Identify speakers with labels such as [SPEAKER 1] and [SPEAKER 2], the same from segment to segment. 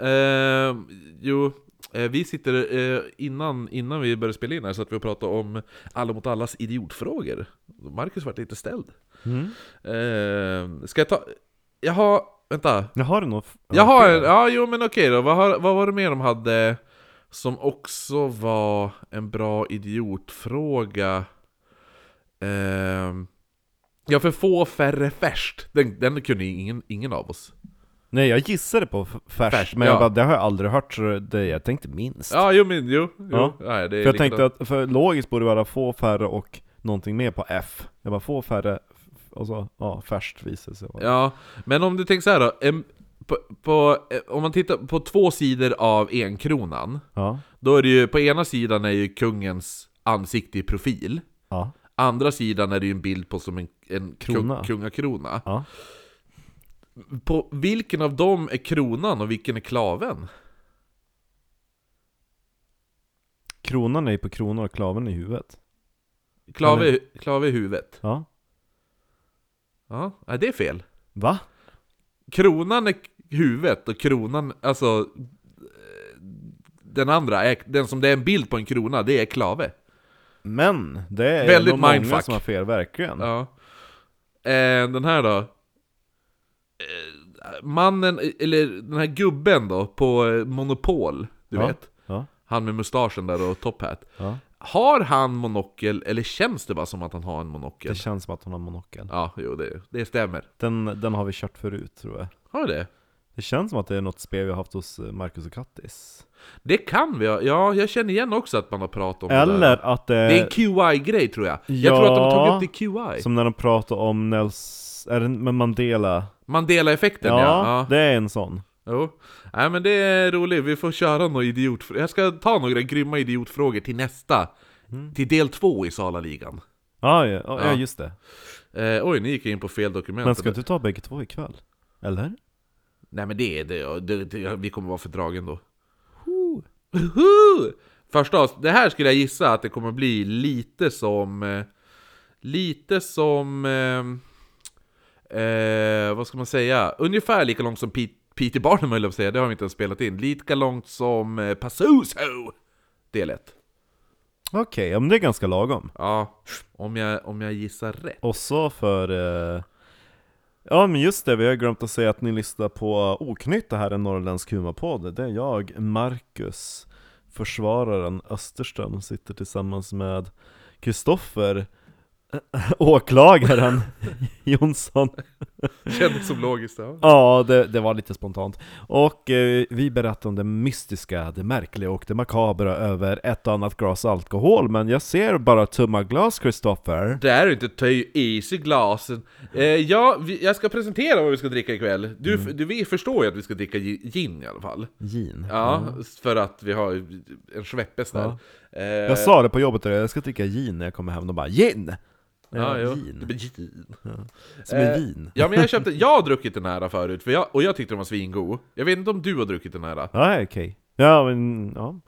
[SPEAKER 1] Eh, jo, eh, vi sitter eh, innan, innan vi började spela in här så att vi och pratade om alla mot allas idiotfrågor. Marcus vart lite ställd.
[SPEAKER 2] Mm.
[SPEAKER 1] Eh, ska jag ta... Jag har... Vänta.
[SPEAKER 2] Jag har du nog...
[SPEAKER 1] Jag har en... Ja, jo men okej då. Vad, har, vad var det mer de hade som också var en bra idiotfråga? Ehm, ja, för få, färre, färst. Den, den kunde ingen, ingen av oss.
[SPEAKER 2] Nej jag gissade på f- färs,
[SPEAKER 1] Färs,
[SPEAKER 2] men
[SPEAKER 1] ja.
[SPEAKER 2] jag bara, det har jag aldrig hört så det, jag tänkte minst.
[SPEAKER 1] Ja, jo men jo. jo.
[SPEAKER 2] Ja.
[SPEAKER 1] Nej, det är
[SPEAKER 2] för jag
[SPEAKER 1] likadant.
[SPEAKER 2] tänkte att, för logiskt borde det vara få färre och någonting mer på F. Jag bara, få färre, f- och så, ja, färskt visade sig vara.
[SPEAKER 1] Ja, men om du tänker så här då. En, på, på, eh, om man tittar på två sidor av enkronan.
[SPEAKER 2] Ja.
[SPEAKER 1] Då är det ju, på ena sidan är ju kungens ansikte i profil.
[SPEAKER 2] Ja.
[SPEAKER 1] Andra sidan är det ju en bild på som en, en
[SPEAKER 2] Krona.
[SPEAKER 1] Kung, kungakrona.
[SPEAKER 2] Ja.
[SPEAKER 1] På vilken av dem är kronan och vilken är klaven?
[SPEAKER 2] Kronan är ju på kronan och klaven i huvudet.
[SPEAKER 1] Klave,
[SPEAKER 2] Ja,
[SPEAKER 1] är- klave är huvudet.
[SPEAKER 2] Ja.
[SPEAKER 1] Ja, nej, det är fel.
[SPEAKER 2] Va?
[SPEAKER 1] Kronan är k- huvudet och kronan, alltså... eh, Den andra, är, den som det är en bild på en krona, det är klave.
[SPEAKER 2] Men, det är
[SPEAKER 1] Väldigt
[SPEAKER 2] nog många
[SPEAKER 1] mindfuck.
[SPEAKER 2] som har fel, verkligen.
[SPEAKER 1] Ja. Eh, den här då. Eh, mannen, eller den här gubben då, på eh, Monopol, du
[SPEAKER 2] Ja.
[SPEAKER 1] vet.
[SPEAKER 2] Ja.
[SPEAKER 1] Han med mustaschen där och top hat.
[SPEAKER 2] Ja.
[SPEAKER 1] Har han monokel, eller känns det bara som att han har en monokel?
[SPEAKER 2] Det känns som att hon har monokel.
[SPEAKER 1] Ja, jo det, det stämmer.
[SPEAKER 2] Den, den har vi kört förut tror jag.
[SPEAKER 1] Har det?
[SPEAKER 2] Det känns som att det är något spel vi har haft hos eh, Marcus och Kattis.
[SPEAKER 1] Det kan vi ha. Ja, jag känner igen också att man har pratat om det där.
[SPEAKER 2] Eller att det
[SPEAKER 1] Det är en QI-grej tror jag. Jag
[SPEAKER 2] Ja.
[SPEAKER 1] tror att de har tagit upp det i QI.
[SPEAKER 2] Som när de pratar om Nels... Är det med Mandela?
[SPEAKER 1] Mandela-effekten ja. ja.
[SPEAKER 2] det är en sån.
[SPEAKER 1] Jo. Nej men det är roligt, vi får köra några idiotfrågor. Jag ska ta några grymma idiotfrågor till nästa.
[SPEAKER 2] Mm.
[SPEAKER 1] Till del två i Salaligan.
[SPEAKER 2] Ah, ja, ja,
[SPEAKER 1] Ja.
[SPEAKER 2] ja, just det.
[SPEAKER 1] Eh, oj, nu gick jag in på fel dokument.
[SPEAKER 2] Men ska du ta bägge två ikväll? Eller?
[SPEAKER 1] Nej men det är det, det, det, vi kommer vara fördragen då. Uhu! Första avs- det här skulle jag gissa att det kommer bli lite som... eh, Lite som... eh, Eh, vad ska man säga? Ungefär lika långt som Pete, Peter Barnum höll jag på att säga, det har vi inte ens spelat in. Lika långt som eh, Pazuzu! Del 1.
[SPEAKER 2] Okej, ja, men det är ganska lagom.
[SPEAKER 1] Ja, om jag, om jag gissar rätt.
[SPEAKER 2] Och så för... Eh... Ja men just det, vi har glömt att säga att ni lyssnar på Oknytt, det här är en norrländsk humorpodd. Det är jag, Marcus, försvararen Österström, sitter tillsammans med Kristoffer, eh, åklagaren Jonsson.
[SPEAKER 1] Kändes som logiskt. Ja.
[SPEAKER 2] Ja, det, det var lite spontant. Och eh, vi berättar om det mystiska, det märkliga och det makabra över ett och annat glas alkohol. Men jag ser bara tomma glas, Kristoffer.
[SPEAKER 1] Det är inte töj is i glasen. Eh, ja, vi, jag ska presentera vad vi ska dricka ikväll. Du, du vi förstår ju att vi ska dricka gi- gin i alla fall.
[SPEAKER 2] Gin.
[SPEAKER 1] Ja,
[SPEAKER 2] Mm.
[SPEAKER 1] för att vi har en sveppes där. Eh,
[SPEAKER 2] Jag sa det på jobbet, jag ska dricka gin när jag kommer hem, och bara gin!
[SPEAKER 1] ja, ja. Det
[SPEAKER 2] gin.
[SPEAKER 1] blir gin.
[SPEAKER 2] Som är
[SPEAKER 1] Eh,
[SPEAKER 2] vin.
[SPEAKER 1] Ja, men jag köpte, jag har druckit den här förut, för jag, och jag tyckte den var svingod. Jag vet inte om du har druckit den här.
[SPEAKER 2] Ja, okej. Ja, men ja.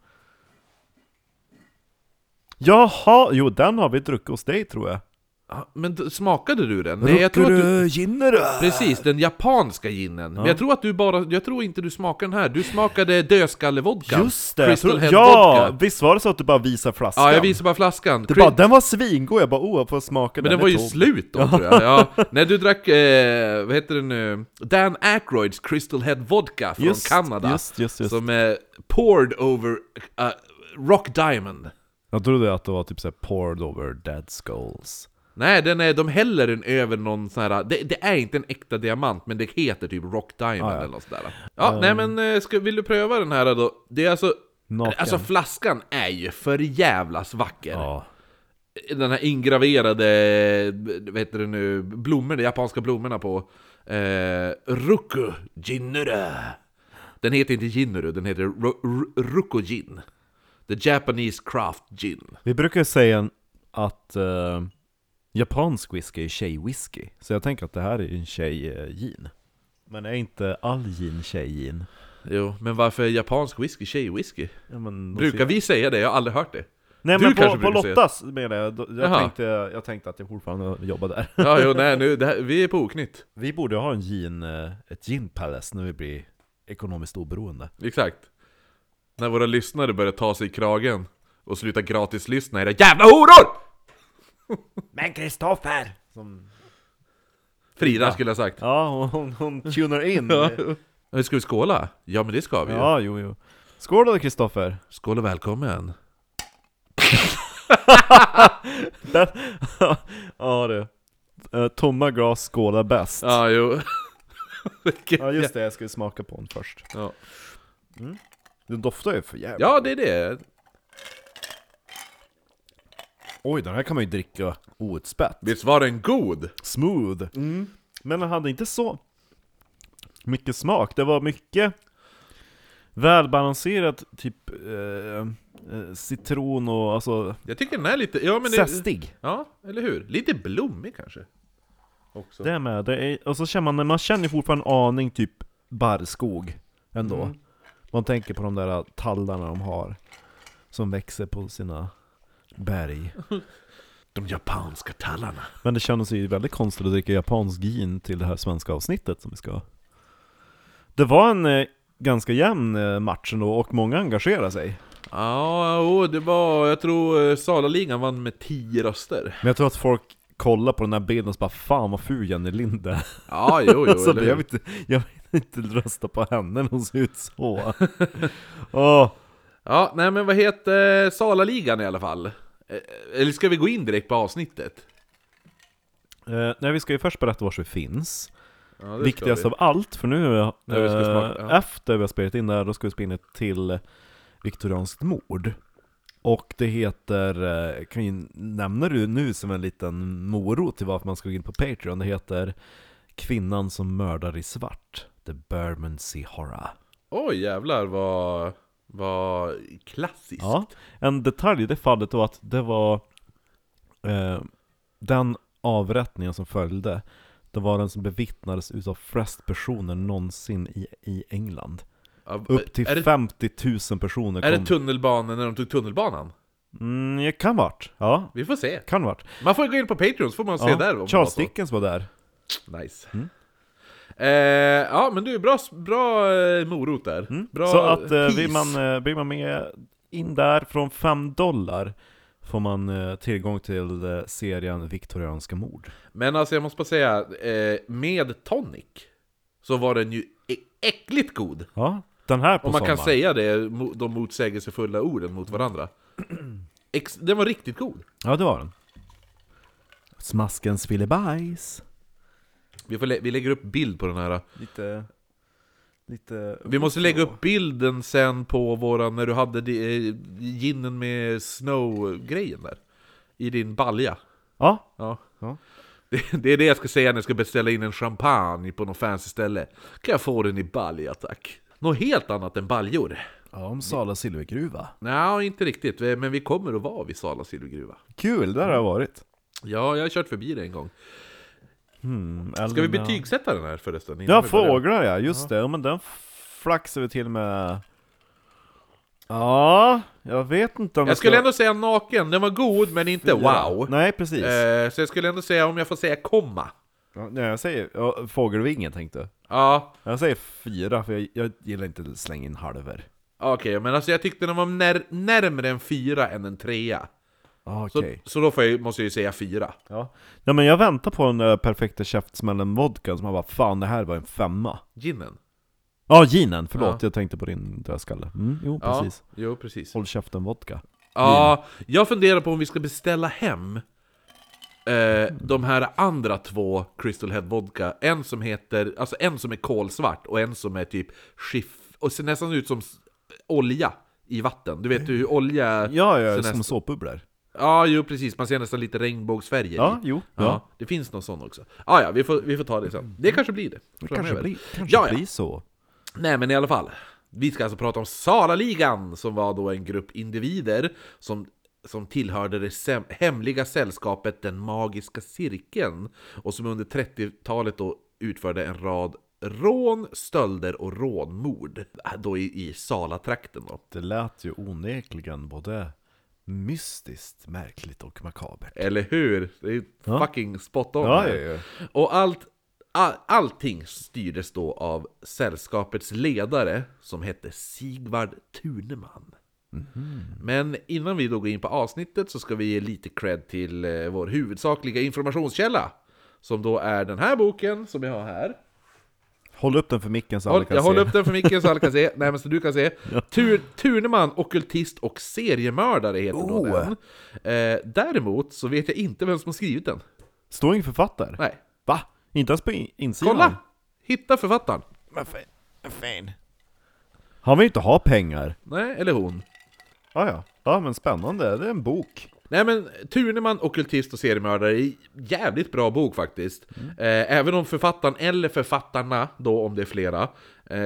[SPEAKER 2] Jaha, jo den har vi druckit hos dig tror jag.
[SPEAKER 1] Ja, Ah, Men d- smakade du den? Nej, jag tror att du,
[SPEAKER 2] Ginnerö!
[SPEAKER 1] Precis, den japanska ginen. Men jag tror att du bara, jag tror inte du smakar den här. Du smakade dödskallevodka.
[SPEAKER 2] Just det! Jag
[SPEAKER 1] Crystal
[SPEAKER 2] tror,
[SPEAKER 1] Head
[SPEAKER 2] ja!
[SPEAKER 1] Vodka.
[SPEAKER 2] Visst var det så att du bara visar flaskan?
[SPEAKER 1] Ja, jag visar bara flaskan.
[SPEAKER 2] Du
[SPEAKER 1] Cry-
[SPEAKER 2] bara, den var svingod, jag bara oh, jag får smaka
[SPEAKER 1] Men
[SPEAKER 2] den
[SPEAKER 1] den var
[SPEAKER 2] är
[SPEAKER 1] ju
[SPEAKER 2] tom."
[SPEAKER 1] slut då tror jag. Ja, när du drack, eh, vad heter den nu? Dan Aykroyds Crystal Head Vodka från
[SPEAKER 2] Just,
[SPEAKER 1] Kanada.
[SPEAKER 2] just, just, just.
[SPEAKER 1] Som är poured over eh, Rock Diamond.
[SPEAKER 2] Jag trodde att det var typ såhär poured over dead skulls.
[SPEAKER 1] Nej, den är, de häller den över någon sån här... Det, det är inte en äkta diamant, men det heter typ Rock Diamond
[SPEAKER 2] Ah, ja.
[SPEAKER 1] eller något sådär. Ja, nej men eh, ska, vill du pröva den här då? Det är alltså...
[SPEAKER 2] Naken.
[SPEAKER 1] Alltså flaskan är ju för jävlas vacker.
[SPEAKER 2] Ja.
[SPEAKER 1] den här ingraverade, vad heter det nu, blommorna, japanska blommorna på eh, Ruku Jinuru. Den heter inte Jinuru, den heter Ru- Ru- Ruku Jin. The Japanese Craft Gin.
[SPEAKER 2] Vi brukar ju säga att eh, japansk whisky är tjejwhisky, så jag tänker att det här är en tjejgin. Men är inte all gin tjejgin?
[SPEAKER 1] Jo, men varför är japansk whisky tjejwhisky?
[SPEAKER 2] Ja, men då
[SPEAKER 1] Brukar
[SPEAKER 2] ser-
[SPEAKER 1] vi säga det? Jag har aldrig hört det.
[SPEAKER 2] Nej
[SPEAKER 1] du
[SPEAKER 2] men på,
[SPEAKER 1] kanske
[SPEAKER 2] på
[SPEAKER 1] brukar säga-
[SPEAKER 2] Lottas menar jag, Då- jag
[SPEAKER 1] Jaha.
[SPEAKER 2] tänkte, jag tänkte att jag fortfarande jobbar där.
[SPEAKER 1] Ja, jo, nej, nu, det här, vi är på oknytt.
[SPEAKER 2] Vi borde ha en gin, eh, ett gin palace när vi blir ekonomiskt oberoende.
[SPEAKER 1] Exakt. När våra lyssnare börjar ta sig i kragen och sluta gratis lyssna era jävla horor!
[SPEAKER 2] Men Kristoffer! Som...
[SPEAKER 1] Frida skulle jag ha sagt.
[SPEAKER 2] Ja, hon, hon, hon tunar in.
[SPEAKER 1] Ja. Ska vi skåla? Ja men det ska vi ju.
[SPEAKER 2] ja, jo, jo. Skål då Kristoffer!
[SPEAKER 1] Skål och välkommen.
[SPEAKER 2] ja du. Eh, Tomma glas skålar bäst.
[SPEAKER 1] Ja, jo. Vilken
[SPEAKER 2] Ja just det, jag skulle smaka på den först.
[SPEAKER 1] jä- Ja.
[SPEAKER 2] Den doftar ju för jävligt.
[SPEAKER 1] ja, det är det.
[SPEAKER 2] Oj, den här kan man ju dricka outspätt.
[SPEAKER 1] Visst var den god?
[SPEAKER 2] Smooth.
[SPEAKER 1] Mm.
[SPEAKER 2] Men den hade inte så mycket smak. Det var mycket välbalanserat, typ eh, eh, citron och alltså
[SPEAKER 1] Jag tycker den är lite... Ja, men det,
[SPEAKER 2] zestig.
[SPEAKER 1] ja eller hur? Lite blommig kanske. Också.
[SPEAKER 2] Det är med. Det är, och så känner man, man känner fortfarande en aning typ barrskog ändå.
[SPEAKER 1] Mm.
[SPEAKER 2] Man tänker på de där tallarna de har som växer på sina berg.
[SPEAKER 1] De japanska tallarna.
[SPEAKER 2] Men det kändes ju väldigt konstigt att dricka japansk gin till det här svenska avsnittet som vi ska ha. Det var en eh, ganska jämn eh, match ändå och många engagerade sig.
[SPEAKER 1] Ja, jo, det var... Jag tror eh, Salaligan vann med 10 röster.
[SPEAKER 2] Men jag tror att folk kollar på den här bilden och så bara 'Fan vad ful Jenny Lind är'
[SPEAKER 1] Ja, jo, jo.
[SPEAKER 2] alltså,
[SPEAKER 1] eller
[SPEAKER 2] jag,
[SPEAKER 1] hur?
[SPEAKER 2] vill inte, jag vill inte rösta på henne när hon ser ut så. Åh,
[SPEAKER 1] Ja, nej men vad heter Salaligan i alla fall? Eh, Eller ska vi gå in direkt på avsnittet?
[SPEAKER 2] eh, nej, vi ska ju först berätta var vi finns.
[SPEAKER 1] Ja, det ska
[SPEAKER 2] Viktigast
[SPEAKER 1] vi.
[SPEAKER 2] av allt, för nu eh,
[SPEAKER 1] Ja, vi ska smaka, ja.
[SPEAKER 2] efter vi har spelat in det här, då ska vi spela in ett till eh, viktorianskt mord. Och det heter, eh, kan ju nämna det nu som en liten morot till varför man ska gå in på Patreon, det heter Kvinnan som mördar i svart, The Bermondsey Horror.
[SPEAKER 1] Oj jävlar vad... Vad klassiskt.
[SPEAKER 2] Ja, en detalj i det fallet var att det var eh, den avrättningen som följde, det var den som bevittnades utav flest personer någonsin i, i England.
[SPEAKER 1] Ja,
[SPEAKER 2] Upp till
[SPEAKER 1] är det,
[SPEAKER 2] 50 000 personer
[SPEAKER 1] är
[SPEAKER 2] kom.
[SPEAKER 1] det tunnelbanan när de tog tunnelbanan?
[SPEAKER 2] mm, det kan vart. Ja,
[SPEAKER 1] Vi får se.
[SPEAKER 2] kan vart.
[SPEAKER 1] Man får gå in på Patreon så får man se
[SPEAKER 2] Ja.
[SPEAKER 1] där om det var
[SPEAKER 2] Charles Mm.
[SPEAKER 1] så.
[SPEAKER 2] Dickens var där.
[SPEAKER 1] Nice. Eh, ja men du, bra, bra eh, morot där. Bra
[SPEAKER 2] Så att eh,
[SPEAKER 1] tease.
[SPEAKER 2] vill man, eh, blir man med in där från 5 dollar får man eh, tillgång till eh, serien Viktorianska mord.
[SPEAKER 1] Men alltså jag måste bara säga, eh, med tonic så var den ju ä- äckligt god.
[SPEAKER 2] Ja, den här på
[SPEAKER 1] Om man kan
[SPEAKER 2] sommar.
[SPEAKER 1] säga det, mo- de motsägelsefulla orden mot varandra. Ex den var riktigt god.
[SPEAKER 2] Ja, det var den. Smaskens filibajs.
[SPEAKER 1] Vi, får lä vi lägger upp bild på den här.
[SPEAKER 2] Lite... Lite...
[SPEAKER 1] Vi måste lägga upp bilden sen på våran, när du hade de- eh, ginen med snow-grejen där. I din balja.
[SPEAKER 2] Ja.
[SPEAKER 1] Ja.
[SPEAKER 2] Ja.
[SPEAKER 1] Det, det är det jag ska säga när jag ska beställa in en champagne på något fancy ställe. Kan jag få den i balja tack? Något helt annat än baljor.
[SPEAKER 2] ja, om Sala silvergruva.
[SPEAKER 1] Nej, inte riktigt. Men vi kommer att vara vid Sala silvergruva.
[SPEAKER 2] Kul, där har jag varit.
[SPEAKER 1] Ja, jag har kört förbi det en gång. Ska vi
[SPEAKER 2] eh,
[SPEAKER 1] betygsätta den här förresten? innan
[SPEAKER 2] Mm, Ja,
[SPEAKER 1] vi börjar?
[SPEAKER 2] fåglar ja, just det. Ja, men den flaxar vi till med... Ja, jag vet inte om
[SPEAKER 1] Jag skulle
[SPEAKER 2] ska-
[SPEAKER 1] ändå säga naken, den var god men inte
[SPEAKER 2] Ja.
[SPEAKER 1] wow.
[SPEAKER 2] Nej, precis.
[SPEAKER 1] Eh, så jag skulle ändå säga, om jag får säga komma.
[SPEAKER 2] Ja, nej, jag säger ja, fågelvinge tänkte jag.
[SPEAKER 1] Ja,
[SPEAKER 2] Jag säger fyra, för jag, jag gillar inte att slänga in halver.
[SPEAKER 1] okej, men alltså jag tyckte den var när, närmare en fyra än en trea.
[SPEAKER 2] Ah,
[SPEAKER 1] Så,
[SPEAKER 2] Okej.
[SPEAKER 1] så då får jag, måste jag ju säga fyra.
[SPEAKER 2] Ja. ja, men jag väntar på den där perfekta käftsmällen vodkan som man bara 'Fan, det här var en femma'
[SPEAKER 1] Ginen.
[SPEAKER 2] Ja, ginen, förlåt,
[SPEAKER 1] Ja.
[SPEAKER 2] jag tänkte på din dödskalle. Mm, jo,
[SPEAKER 1] Ja,
[SPEAKER 2] precis.
[SPEAKER 1] jo, precis.
[SPEAKER 2] Håll käften vodka.
[SPEAKER 1] Ja, jag funderar på om vi ska beställa hem eh, de här andra två Crystal Head Vodka. En som heter, alltså en som är kolsvart och en som är typ skiff... Och ser nästan ut som s- olja i vatten. Du vet hur olja...
[SPEAKER 2] Ja,
[SPEAKER 1] ser
[SPEAKER 2] ja,
[SPEAKER 1] nästan-
[SPEAKER 2] som såpbubblor.
[SPEAKER 1] Ja, jo precis. Man ser nästan lite regnbågsfärger
[SPEAKER 2] Ja,
[SPEAKER 1] i.
[SPEAKER 2] jo.
[SPEAKER 1] Ja. det finns någon sån också. Ah, ja, vi får, vi får ta det sen. Det kanske blir det.
[SPEAKER 2] Det
[SPEAKER 1] framöver.
[SPEAKER 2] kanske blir, kanske
[SPEAKER 1] Ja, ja.
[SPEAKER 2] blir så.
[SPEAKER 1] Nej men i alla fall, vi ska alltså prata om Salaligan som var då en grupp individer som, som tillhörde det sem- hemliga sällskapet Den Magiska Cirkeln och som under 30-talet då utförde en rad rån, stölder och rånmord äh, då i, i Salatrakten då.
[SPEAKER 2] Det lät ju onekligen både mystiskt, märkligt och makabert.
[SPEAKER 1] Eller hur? Det är ju
[SPEAKER 2] Ja.
[SPEAKER 1] fucking spot on.
[SPEAKER 2] Ja,
[SPEAKER 1] här.
[SPEAKER 2] ja, ja.
[SPEAKER 1] Och allt, All, allting styrdes då av sällskapets ledare som hette Sigvard Thuneman.
[SPEAKER 2] Mhm.
[SPEAKER 1] Men innan vi då går in på avsnittet så ska vi ge lite cred till eh, vår huvudsakliga informationskälla. Som då är den här boken som jag har här.
[SPEAKER 2] Håll upp den för micken så alla
[SPEAKER 1] Håll,
[SPEAKER 2] kan
[SPEAKER 1] jag
[SPEAKER 2] se.
[SPEAKER 1] håller upp den för micken så alla kan se. Nej men så du kan se. Tur, Turneman, ockultist och seriemördare heter då
[SPEAKER 2] Oh.
[SPEAKER 1] den. Eh, däremot så vet jag inte vem som har skrivit den.
[SPEAKER 2] Står ingen författare?
[SPEAKER 1] Nej.
[SPEAKER 2] Va? Inte ens på in- insidan?
[SPEAKER 1] Kolla! Hitta författaren.
[SPEAKER 2] Vad fan? Vad fan? Han vill ju inte ha pengar.
[SPEAKER 1] Nej, eller hon.
[SPEAKER 2] Ah, ja, ja. men spännande. Det är en bok.
[SPEAKER 1] Nej men Tuneman, ockultist och seriemördare är jävligt bra bok faktiskt. Eh, även om författaren eller författarna, då om det är flera, eh,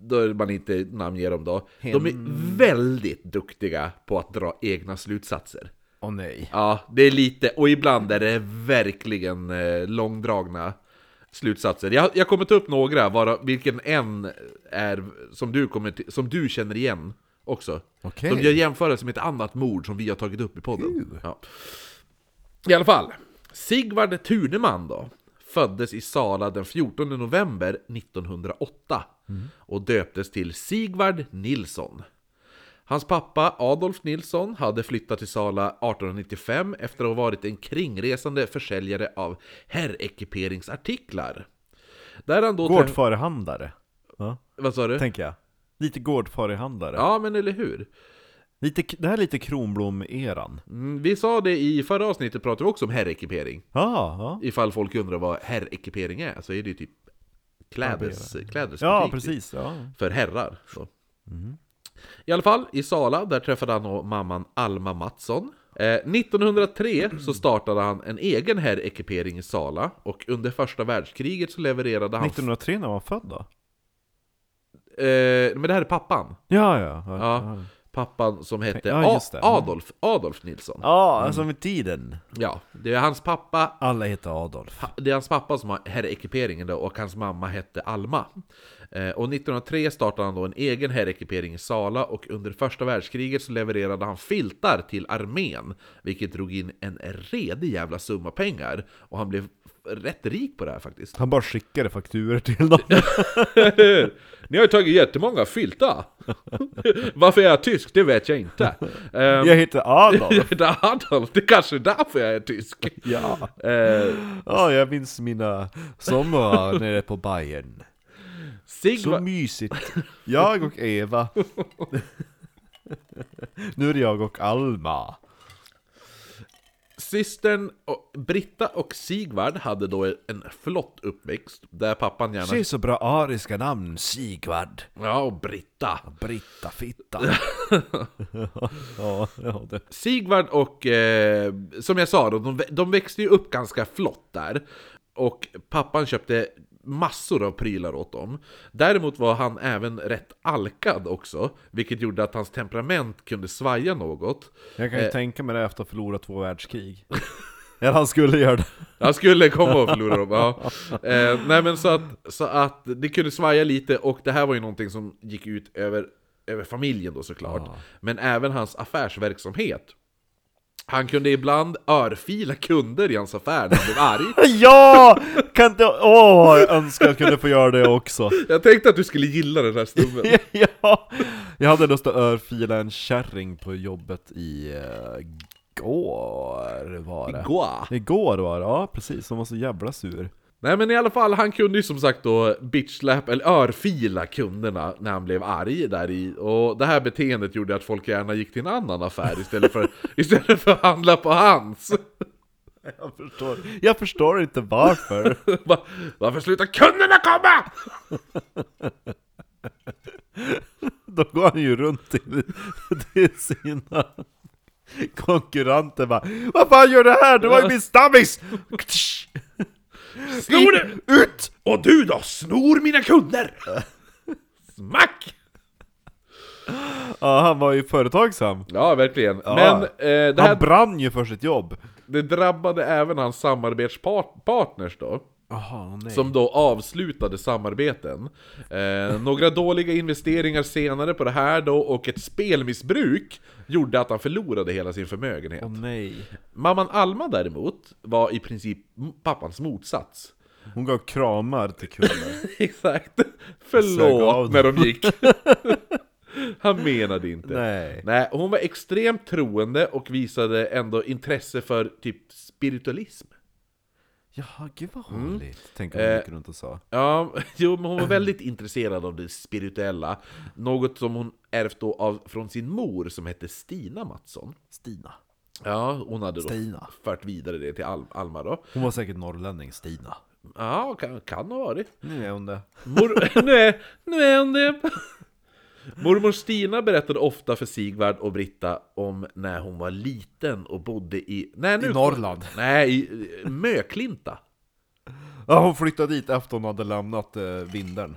[SPEAKER 1] då är man inte namnger dem då. De är väldigt duktiga på att dra egna slutsatser.
[SPEAKER 2] Åh nej.
[SPEAKER 1] Ja, det är lite, och ibland är det verkligen eh, långdragna slutsatser. Jag, jag kommer ta upp några, varav, vilken en är som du, kommer till, som du känner igen också.
[SPEAKER 2] Okej.
[SPEAKER 1] De gör jämförelse med ett annat mord som vi har tagit upp i podden. Ja. I alla fall, Sigvard Thuneman då, föddes i Sala den 14 november 1908 och döptes till Sigvard Nilsson. Hans pappa Adolf Nilsson hade flyttat till Sala 1895 efter att ha varit en kringresande försäljare av herrekiperingsartiklar. Där han då... träff-
[SPEAKER 2] Gårdfarihandlare. Ja,
[SPEAKER 1] Vad sa du?
[SPEAKER 2] tänker jag. Lite gårdfarihandlare.
[SPEAKER 1] Ja, men eller hur?
[SPEAKER 2] Lite, det här är lite Kronblom-eran.
[SPEAKER 1] Mm, Vi sa det i förra avsnittet, pratade vi också om herrekipering.
[SPEAKER 2] Ja, ja.
[SPEAKER 1] Ifall folk undrar vad herrekipering är, så är det ju typ klädes, klädesbutik.
[SPEAKER 2] ja
[SPEAKER 1] typ.
[SPEAKER 2] precis. Ja.
[SPEAKER 1] för herrar. Så.
[SPEAKER 2] Mm-hmm.
[SPEAKER 1] I alla fall, i Sala, där träffade han och mamman Alma Mattsson. Eh, 1903 så startade han en egen herrekipering i Sala och under första världskriget så levererade han...
[SPEAKER 2] 1903 när man var född då?
[SPEAKER 1] Eh, men det här är pappan.
[SPEAKER 2] Ja, ja. Ja,
[SPEAKER 1] Ja, pappan som hette
[SPEAKER 2] Ja,
[SPEAKER 1] A-
[SPEAKER 2] just det. Mm.
[SPEAKER 1] Adolf, Adolf Nilsson.
[SPEAKER 2] ja alltså med tiden.
[SPEAKER 1] Ja, det är hans pappa
[SPEAKER 2] Alla heter Adolf.
[SPEAKER 1] Pa- Det är hans pappa som har herrekiperingen då och hans mamma hette Alma. Eh, och 1903 startade han då en egen herrekipering i Sala och under första världskriget så levererade han filtar till armén, vilket drog in en redig jävla summa pengar. Och han blev rätt rik på det här faktiskt.
[SPEAKER 2] Han bara skickade fakturer till dem.
[SPEAKER 1] Ni har ju tagit jättemånga filtar! Varför är jag tysk? Det vet jag inte.
[SPEAKER 2] Jag heter Adolf.
[SPEAKER 1] heter Adolf, det kanske är därför jag är tysk.
[SPEAKER 2] Ja. ja, jag minns mina somrar nere på Bayern. Så mysigt. Jag och Eva. Nu är det jag och Alma.
[SPEAKER 1] Systern och Britta och Sigvard hade då en flott uppväxt där pappan gärna...
[SPEAKER 2] Se så bra ariska namn, Sigvard.
[SPEAKER 1] Ja, och Britta.
[SPEAKER 2] Britta Fitta. ja, ja, det.
[SPEAKER 1] Sigvard och, eh, som jag sa, då, de, de växte ju upp ganska flott där. Och pappan köpte massor av prylar åt dem. Däremot var han även rätt alkad också, vilket gjorde att hans temperament kunde svaja något.
[SPEAKER 2] Jag kan ju tänka mig det efter att ha förlorat två världskrig. Eller Eh. han skulle göra det.
[SPEAKER 1] Han skulle komma och förlora dem, ja. Eh, nej men så att, så att det kunde svaja lite och det här var ju någonting som gick ut över, över familjen då såklart. Men även hans affärsverksamhet. Han kunde ibland örfila kunder i hans affär när han blev arg.
[SPEAKER 2] Ja! Kan inte... Åh, jag önskar jag kunde få göra det också.
[SPEAKER 1] Jag tänkte att du skulle gilla den här snubben.
[SPEAKER 2] ja, jag hade lust att örfila en kärring på jobbet i eh, går var det.
[SPEAKER 1] Goa.
[SPEAKER 2] Igår var det, ja precis. Hon var så jävla sur.
[SPEAKER 1] Nej men i alla fall, han kunde ju som sagt då bitchlap, eller örfila kunderna när han blev arg där i. Och det här beteendet gjorde att folk gärna gick till en annan affär istället för, istället för att handla på hans.
[SPEAKER 2] Jag förstår, jag förstår inte varför.
[SPEAKER 1] Va- Varför slutar kunderna komma?
[SPEAKER 2] Då går han ju runt till, till sina konkurrenter bara Vad fan gör du här? Det var ju min stammis!
[SPEAKER 1] Snor du?
[SPEAKER 2] Ut!
[SPEAKER 1] Och du då? Snor mina kunder! Smack!
[SPEAKER 2] Ja, han var ju företagsam.
[SPEAKER 1] Ja, verkligen.
[SPEAKER 2] Ja.
[SPEAKER 1] Men eh, det,
[SPEAKER 2] Han
[SPEAKER 1] här,
[SPEAKER 2] brann ju för sitt jobb.
[SPEAKER 1] det drabbade även hans samarbetspartners då.
[SPEAKER 2] Jaha, nej.
[SPEAKER 1] Som då avslutade samarbeten. Eh, några dåliga investeringar senare på det här då och ett spelmissbruk gjorde att han förlorade hela sin förmögenhet.
[SPEAKER 2] nej.
[SPEAKER 1] Mamman Alma däremot var i princip m- pappans motsats.
[SPEAKER 2] Hon gav kramar till kullar.
[SPEAKER 1] Exakt.
[SPEAKER 2] Sög av
[SPEAKER 1] Förlåt när de gick. Han menade inte.
[SPEAKER 2] Nej.
[SPEAKER 1] Nej, hon var extremt troende och visade ändå intresse för typ spiritualism.
[SPEAKER 2] Jaha, gud vad roligt. Tänker hon
[SPEAKER 1] Eh.
[SPEAKER 2] gick runt och sa.
[SPEAKER 1] Ja, jo, men hon var väldigt intresserad av det spirituella. Något som hon ärvt då av, från sin mor som hette Stina Mattsson.
[SPEAKER 2] Stina.
[SPEAKER 1] Ja, hon hade då
[SPEAKER 2] Stina.
[SPEAKER 1] fört vidare det till Al- Alma då.
[SPEAKER 2] Hon var säkert norrlänning, Stina.
[SPEAKER 1] Ja, kan, kan ha varit.
[SPEAKER 2] Nu är hon det.
[SPEAKER 1] Mor- nu, är, nu är hon det! Mormor Stina berättade ofta för Sigvard och Britta om när hon var liten och bodde i... Nej, nu,
[SPEAKER 2] I Norrland.
[SPEAKER 1] Nej, i i Möklinta.
[SPEAKER 2] Ja, hon flyttade dit efter hon hade lämnat eh, vindern.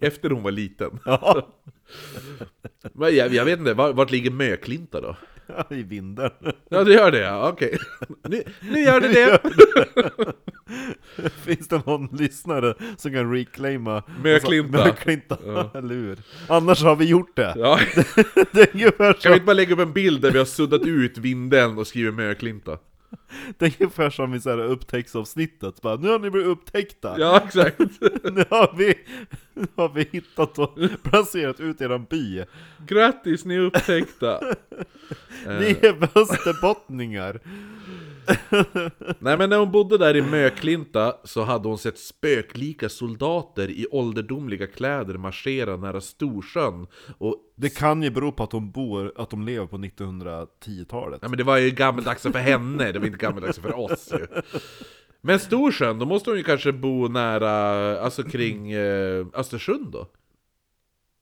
[SPEAKER 1] Efter hon var liten.
[SPEAKER 2] Ja,
[SPEAKER 1] Men jag, jag vet inte, var, vart ligger Möklinta då?
[SPEAKER 2] i vindern.
[SPEAKER 1] Ja, det gör det ja, okej. Nu, nu gör det det!
[SPEAKER 2] Finns det någon lyssnare som kan reclaima
[SPEAKER 1] Möklinta.
[SPEAKER 2] Alltså, Möklinta, eller hur? Annars har vi gjort det.
[SPEAKER 1] Ja,
[SPEAKER 2] Det är ungefär
[SPEAKER 1] kan vi
[SPEAKER 2] som,
[SPEAKER 1] inte bara lägga upp en bild där vi har suddat ut vinden och skriver Möklinta?
[SPEAKER 2] det är ungefär som i så här upptäcktsavsnittet. Bara, nu har ni blivit upptäckta.
[SPEAKER 1] Ja, exakt.
[SPEAKER 2] Nu, har vi, nu har vi hittat och placerat ut eran
[SPEAKER 1] Eh.
[SPEAKER 2] by.
[SPEAKER 1] Grattis, ni är upptäckta!
[SPEAKER 2] Ni är västerbottningar.
[SPEAKER 1] Nej men när hon bodde där i Möklinta så hade hon sett spöklika soldater i ålderdomliga kläder marschera nära Storsjön och
[SPEAKER 2] Det kan ju bero på att de bor, att de lever på 1910-talet.
[SPEAKER 1] Nej men det var ju gammeldags för henne, det var inte gammeldags för oss ju. Men Storsjön, då måste hon ju kanske bo nära, alltså kring eh, Östersund då?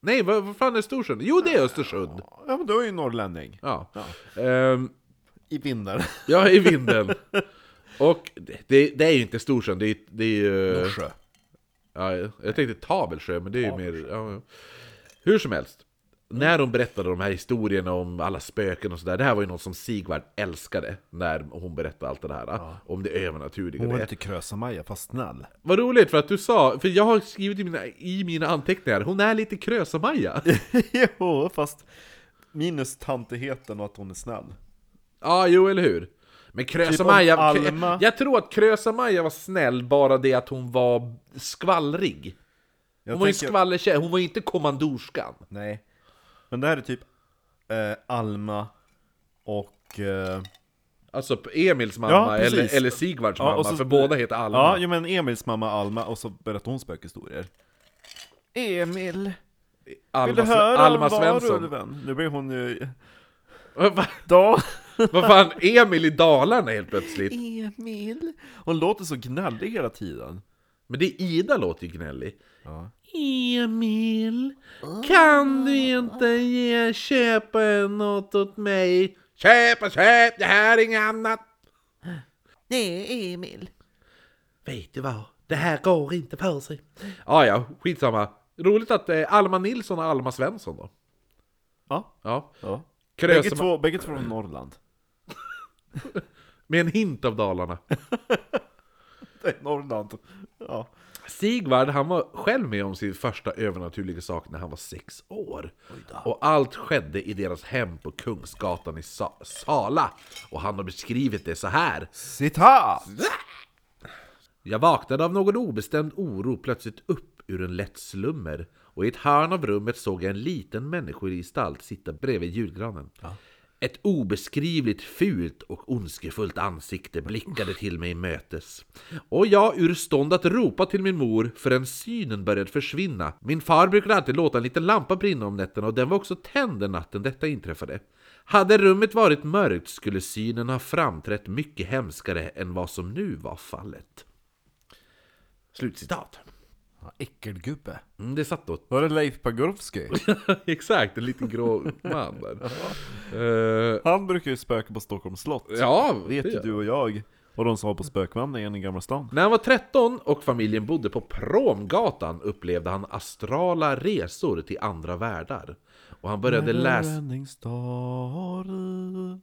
[SPEAKER 1] Nej, vad, vad fan är Storsjön? Jo det är Östersund!
[SPEAKER 2] Ja men du är ju norrlänning.
[SPEAKER 1] Ja, Ehm,
[SPEAKER 2] I vindar.
[SPEAKER 1] ja i vinden. Och det, det är ju inte Storsjön, det är, det är ju... eh,
[SPEAKER 2] Norsjö.
[SPEAKER 1] Ja, jag tänkte Tabelsjö, men det är ju mer... Ja, ja. Hur som helst. När hon berättade de här historierna om alla spöken och sådär, det här var ju något som Sigvard älskade när hon berättade allt det här. Om det övernaturliga.
[SPEAKER 2] Hon
[SPEAKER 1] och
[SPEAKER 2] var
[SPEAKER 1] Det.
[SPEAKER 2] inte Krösa-Maja fast snäll.
[SPEAKER 1] Vad roligt för att du sa, för jag har skrivit i mina, i mina anteckningar, hon är lite Krösa-Maja. Ja,
[SPEAKER 2] jo, fast minus tantigheten och att hon är snäll.
[SPEAKER 1] jo eller hur? Men Krösa-Maja,
[SPEAKER 2] Typ om Alma.
[SPEAKER 1] jag tror att Krösa-Maja var snäll, bara det att hon var skvallrig.
[SPEAKER 2] Jag
[SPEAKER 1] Hon var ju en
[SPEAKER 2] tänker-
[SPEAKER 1] skvallertjej, hon var ju inte kommandorskan.
[SPEAKER 2] Nej. Men det här är typ eh, Alma och... Eh,
[SPEAKER 1] Alltså Emils mamma
[SPEAKER 2] Ja, precis.
[SPEAKER 1] eller, eller Sigvards
[SPEAKER 2] Ja,
[SPEAKER 1] mamma,
[SPEAKER 2] och så-
[SPEAKER 1] för båda heter Alma.
[SPEAKER 2] ja, jo, men Emils mamma Alma och så berättar hon spökhistorier. Emil, vill du
[SPEAKER 1] Alma,
[SPEAKER 2] höra
[SPEAKER 1] Alma
[SPEAKER 2] om
[SPEAKER 1] Svensson.
[SPEAKER 2] varulven? Nu blir hon ju...
[SPEAKER 1] Va-
[SPEAKER 2] Då.
[SPEAKER 1] Vad fan, Emil i Dalarna helt plötsligt.
[SPEAKER 2] Emil. Hon låter så gnällig hela tiden.
[SPEAKER 1] Men det är Ida låter ju gnällig.
[SPEAKER 2] Ja.
[SPEAKER 1] Emil, kan du inte ge, köpa något åt mig? Köpa, köp, det här är inget annat.
[SPEAKER 3] Nej, Emil.
[SPEAKER 1] Vet du vad, det här går inte för sig. Ah, ja, skitsamma. Roligt att eh, Alma Nilsson och Alma Svensson då.
[SPEAKER 2] Ja.
[SPEAKER 1] Ja.
[SPEAKER 2] ja. Bägge,
[SPEAKER 1] Krösa
[SPEAKER 2] två, bägge två från Norrland.
[SPEAKER 1] med en hint av Dalarna.
[SPEAKER 2] Det är Norrland. Ja.
[SPEAKER 1] Sigvard han var själv med om sin första övernaturliga sak när han var sex år. Och allt skedde i deras hem på Kungsgatan i Sa- Sala. Och han har beskrivit det så här.
[SPEAKER 2] Citat!
[SPEAKER 1] Jag vaknade av någon obestämd oro plötsligt upp ur en lätt slummer och i ett hörn av rummet såg jag en liten människogestalt sitta bredvid julgranen. Ett obeskrivligt fult och ondskefullt ansikte blickade till mig mötes. Och jag ur stånd att ropa till min mor förrän synen började försvinna. Min far brukade alltid låta en liten lampa brinna om nätterna och den var också tänd den natten detta inträffade. Hade rummet varit mörkt skulle synen ha framträtt mycket hemskare än vad som nu var fallet. Slutcitat.
[SPEAKER 2] Ja, äckelgubbe.
[SPEAKER 1] Mm, det satt då.
[SPEAKER 2] Var det Leif Pagurski?
[SPEAKER 1] Exakt, en liten grå man där. Eh,
[SPEAKER 2] Han brukar ju spöka på Stockholms slott.
[SPEAKER 1] ja,
[SPEAKER 2] Vet
[SPEAKER 1] det
[SPEAKER 2] ju
[SPEAKER 1] gör-
[SPEAKER 2] du och jag. Och de som var på spökvandringen i Gamla stan.
[SPEAKER 1] När han var 13 och familjen bodde på Promgatan upplevde han astrala resor till andra världar. Och han började läsa...
[SPEAKER 2] Neverending story.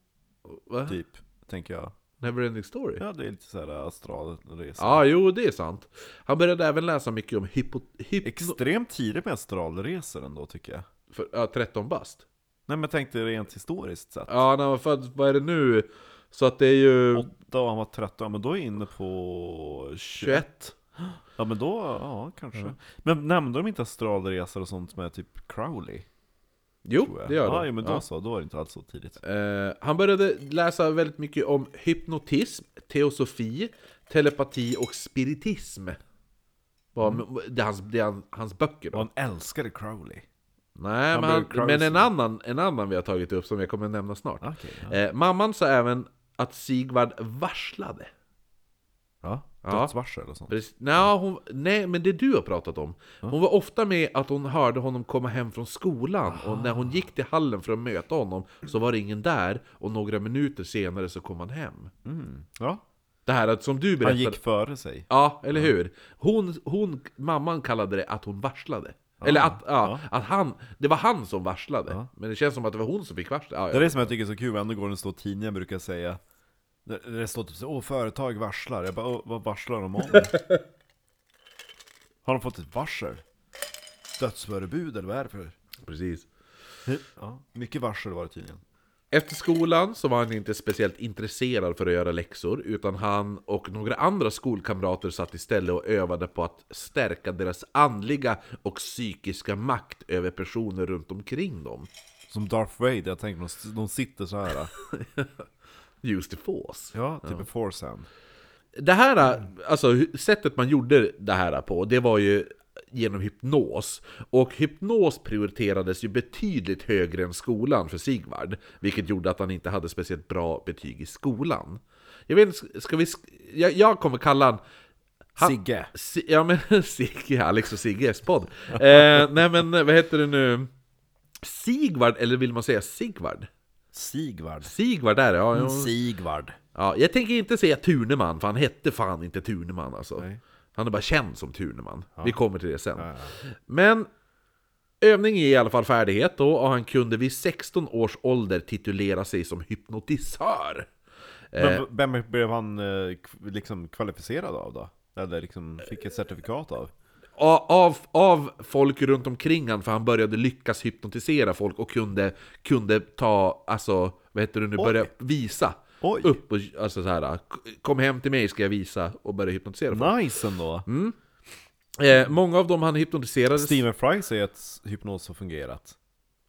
[SPEAKER 1] Va?
[SPEAKER 2] Typ, tänker jag.
[SPEAKER 1] Neverending story?
[SPEAKER 2] Ja, det är lite såhär astralresa.
[SPEAKER 1] Ja, ah, jo det är sant. Han började även läsa mycket om hypo... hypno...
[SPEAKER 2] Extremt tidigt med astralresor ändå, tycker jag.
[SPEAKER 1] För, ja, 13 bast.
[SPEAKER 2] Nej men tänk dig rent historiskt sett.
[SPEAKER 1] Ja, när han var född, vad är det nu? Så att det är ju...
[SPEAKER 2] 8 och han var 13, ja men då är jag inne på 21
[SPEAKER 1] 21.
[SPEAKER 2] Ja men då, ja kanske Men nämnde de inte astralresor och sånt med typ Crowley?
[SPEAKER 1] Jo,
[SPEAKER 2] Tror jag.
[SPEAKER 1] det gör
[SPEAKER 2] ja,
[SPEAKER 1] det.
[SPEAKER 2] Ja men då
[SPEAKER 1] Ja.
[SPEAKER 2] så, då var det inte alls så tidigt
[SPEAKER 1] Eh, han började läsa väldigt mycket om hypnotism, teosofi, telepati och spiritism. Var,
[SPEAKER 2] Mm.
[SPEAKER 1] det är hans, det är han- hans böcker
[SPEAKER 2] Och
[SPEAKER 1] då.
[SPEAKER 2] han älskade Crowley
[SPEAKER 1] Nej,
[SPEAKER 2] han
[SPEAKER 1] men,
[SPEAKER 2] blev
[SPEAKER 1] han, men en,
[SPEAKER 2] crazy.
[SPEAKER 1] annan, en annan vi har tagit upp som jag kommer nämna snart.
[SPEAKER 2] Ah, Okej, ja.
[SPEAKER 1] Eh, mamman sa även att Sigvard varslade.
[SPEAKER 2] ja.
[SPEAKER 1] Ja.
[SPEAKER 2] Dödsvarsel och sånt
[SPEAKER 1] Precis. Nej, hon, nej, men det du har pratat om. Hon var ofta med att hon hörde honom komma hem från skolan och när
[SPEAKER 2] Ah.
[SPEAKER 1] hon gick till hallen för att möta honom så var det ingen där och några minuter senare så kom han hem.
[SPEAKER 2] mm. Ja,
[SPEAKER 1] Det här att som du
[SPEAKER 2] han
[SPEAKER 1] berättade...
[SPEAKER 2] gick före sig
[SPEAKER 1] Ja, eller hur? Hon, hon, mamman kallade det att hon varslade. Eller att, ja, att han, det var han som varslade. Men det känns som att det var hon som fick varslet. Ja,
[SPEAKER 2] Det
[SPEAKER 1] ja.
[SPEAKER 2] är det som jag tycker är så kul, ändå går det en stor tidning jag brukar säga Det det står typ så åh företag varslar, jag bara, åh, vad varslar de om? Har de fått ett varsel? Dödsförebud eller vad är det för?
[SPEAKER 1] Precis.
[SPEAKER 2] Ja, mycket varsel var det tydligen
[SPEAKER 1] Efter skolan så var han inte speciellt intresserad för att göra läxor utan han och några andra skolkamrater satt istället och övade på att stärka deras andliga och psykiska makt över personer runt omkring dem.
[SPEAKER 2] Som Darth Vader, jag tänker de, de sitter så här.
[SPEAKER 1] Use the force.
[SPEAKER 2] Ja, typ en force hand
[SPEAKER 1] Det här, alltså hu- sättet man gjorde det här på, det var ju genom hypnos. Och hypnos prioriterades ju betydligt högre än skolan för Sigvard, vilket gjorde att han inte hade speciellt bra betyg i skolan. Jag vet inte, ska vi... sk- Jag, jag kommer kalla han... han
[SPEAKER 2] Sigge.
[SPEAKER 1] Si, ja men Sigge, Alex och Sigges podd. Eh, nej men vad heter det nu? Sigvard, eller vill man säga Sigvard?
[SPEAKER 2] Sigvard
[SPEAKER 1] Sigvard är det, ja.
[SPEAKER 2] Mm.
[SPEAKER 1] jo.
[SPEAKER 2] Sigvard
[SPEAKER 1] Ja, jag tänker inte säga Tuneman, för han hette fan inte Tuneman alltså.
[SPEAKER 2] Nej.
[SPEAKER 1] Han är bara känd som Tuneman. Vi kommer till det sen. Men övning är i alla fall färdighet då, och han kunde vid 16 års ålder titulera sig som hypnotisör.
[SPEAKER 2] Men v- vem blev han eh, kv- liksom kvalificerad av då? Eller liksom fick ett certifikat av?
[SPEAKER 1] A- Av, av folk runt omkring han, för han började lyckas hypnotisera folk och kunde, kunde ta, alltså, vad heter det nu, börja visa.
[SPEAKER 2] Oj.
[SPEAKER 1] Upp och, alltså så här, kom hem till mig ska jag visa, och börja hypnotisera folk.
[SPEAKER 2] Nice ändå!
[SPEAKER 1] Eh, många av dem han hypnotiserade
[SPEAKER 2] Stephen Fry säger att hypnos har fungerat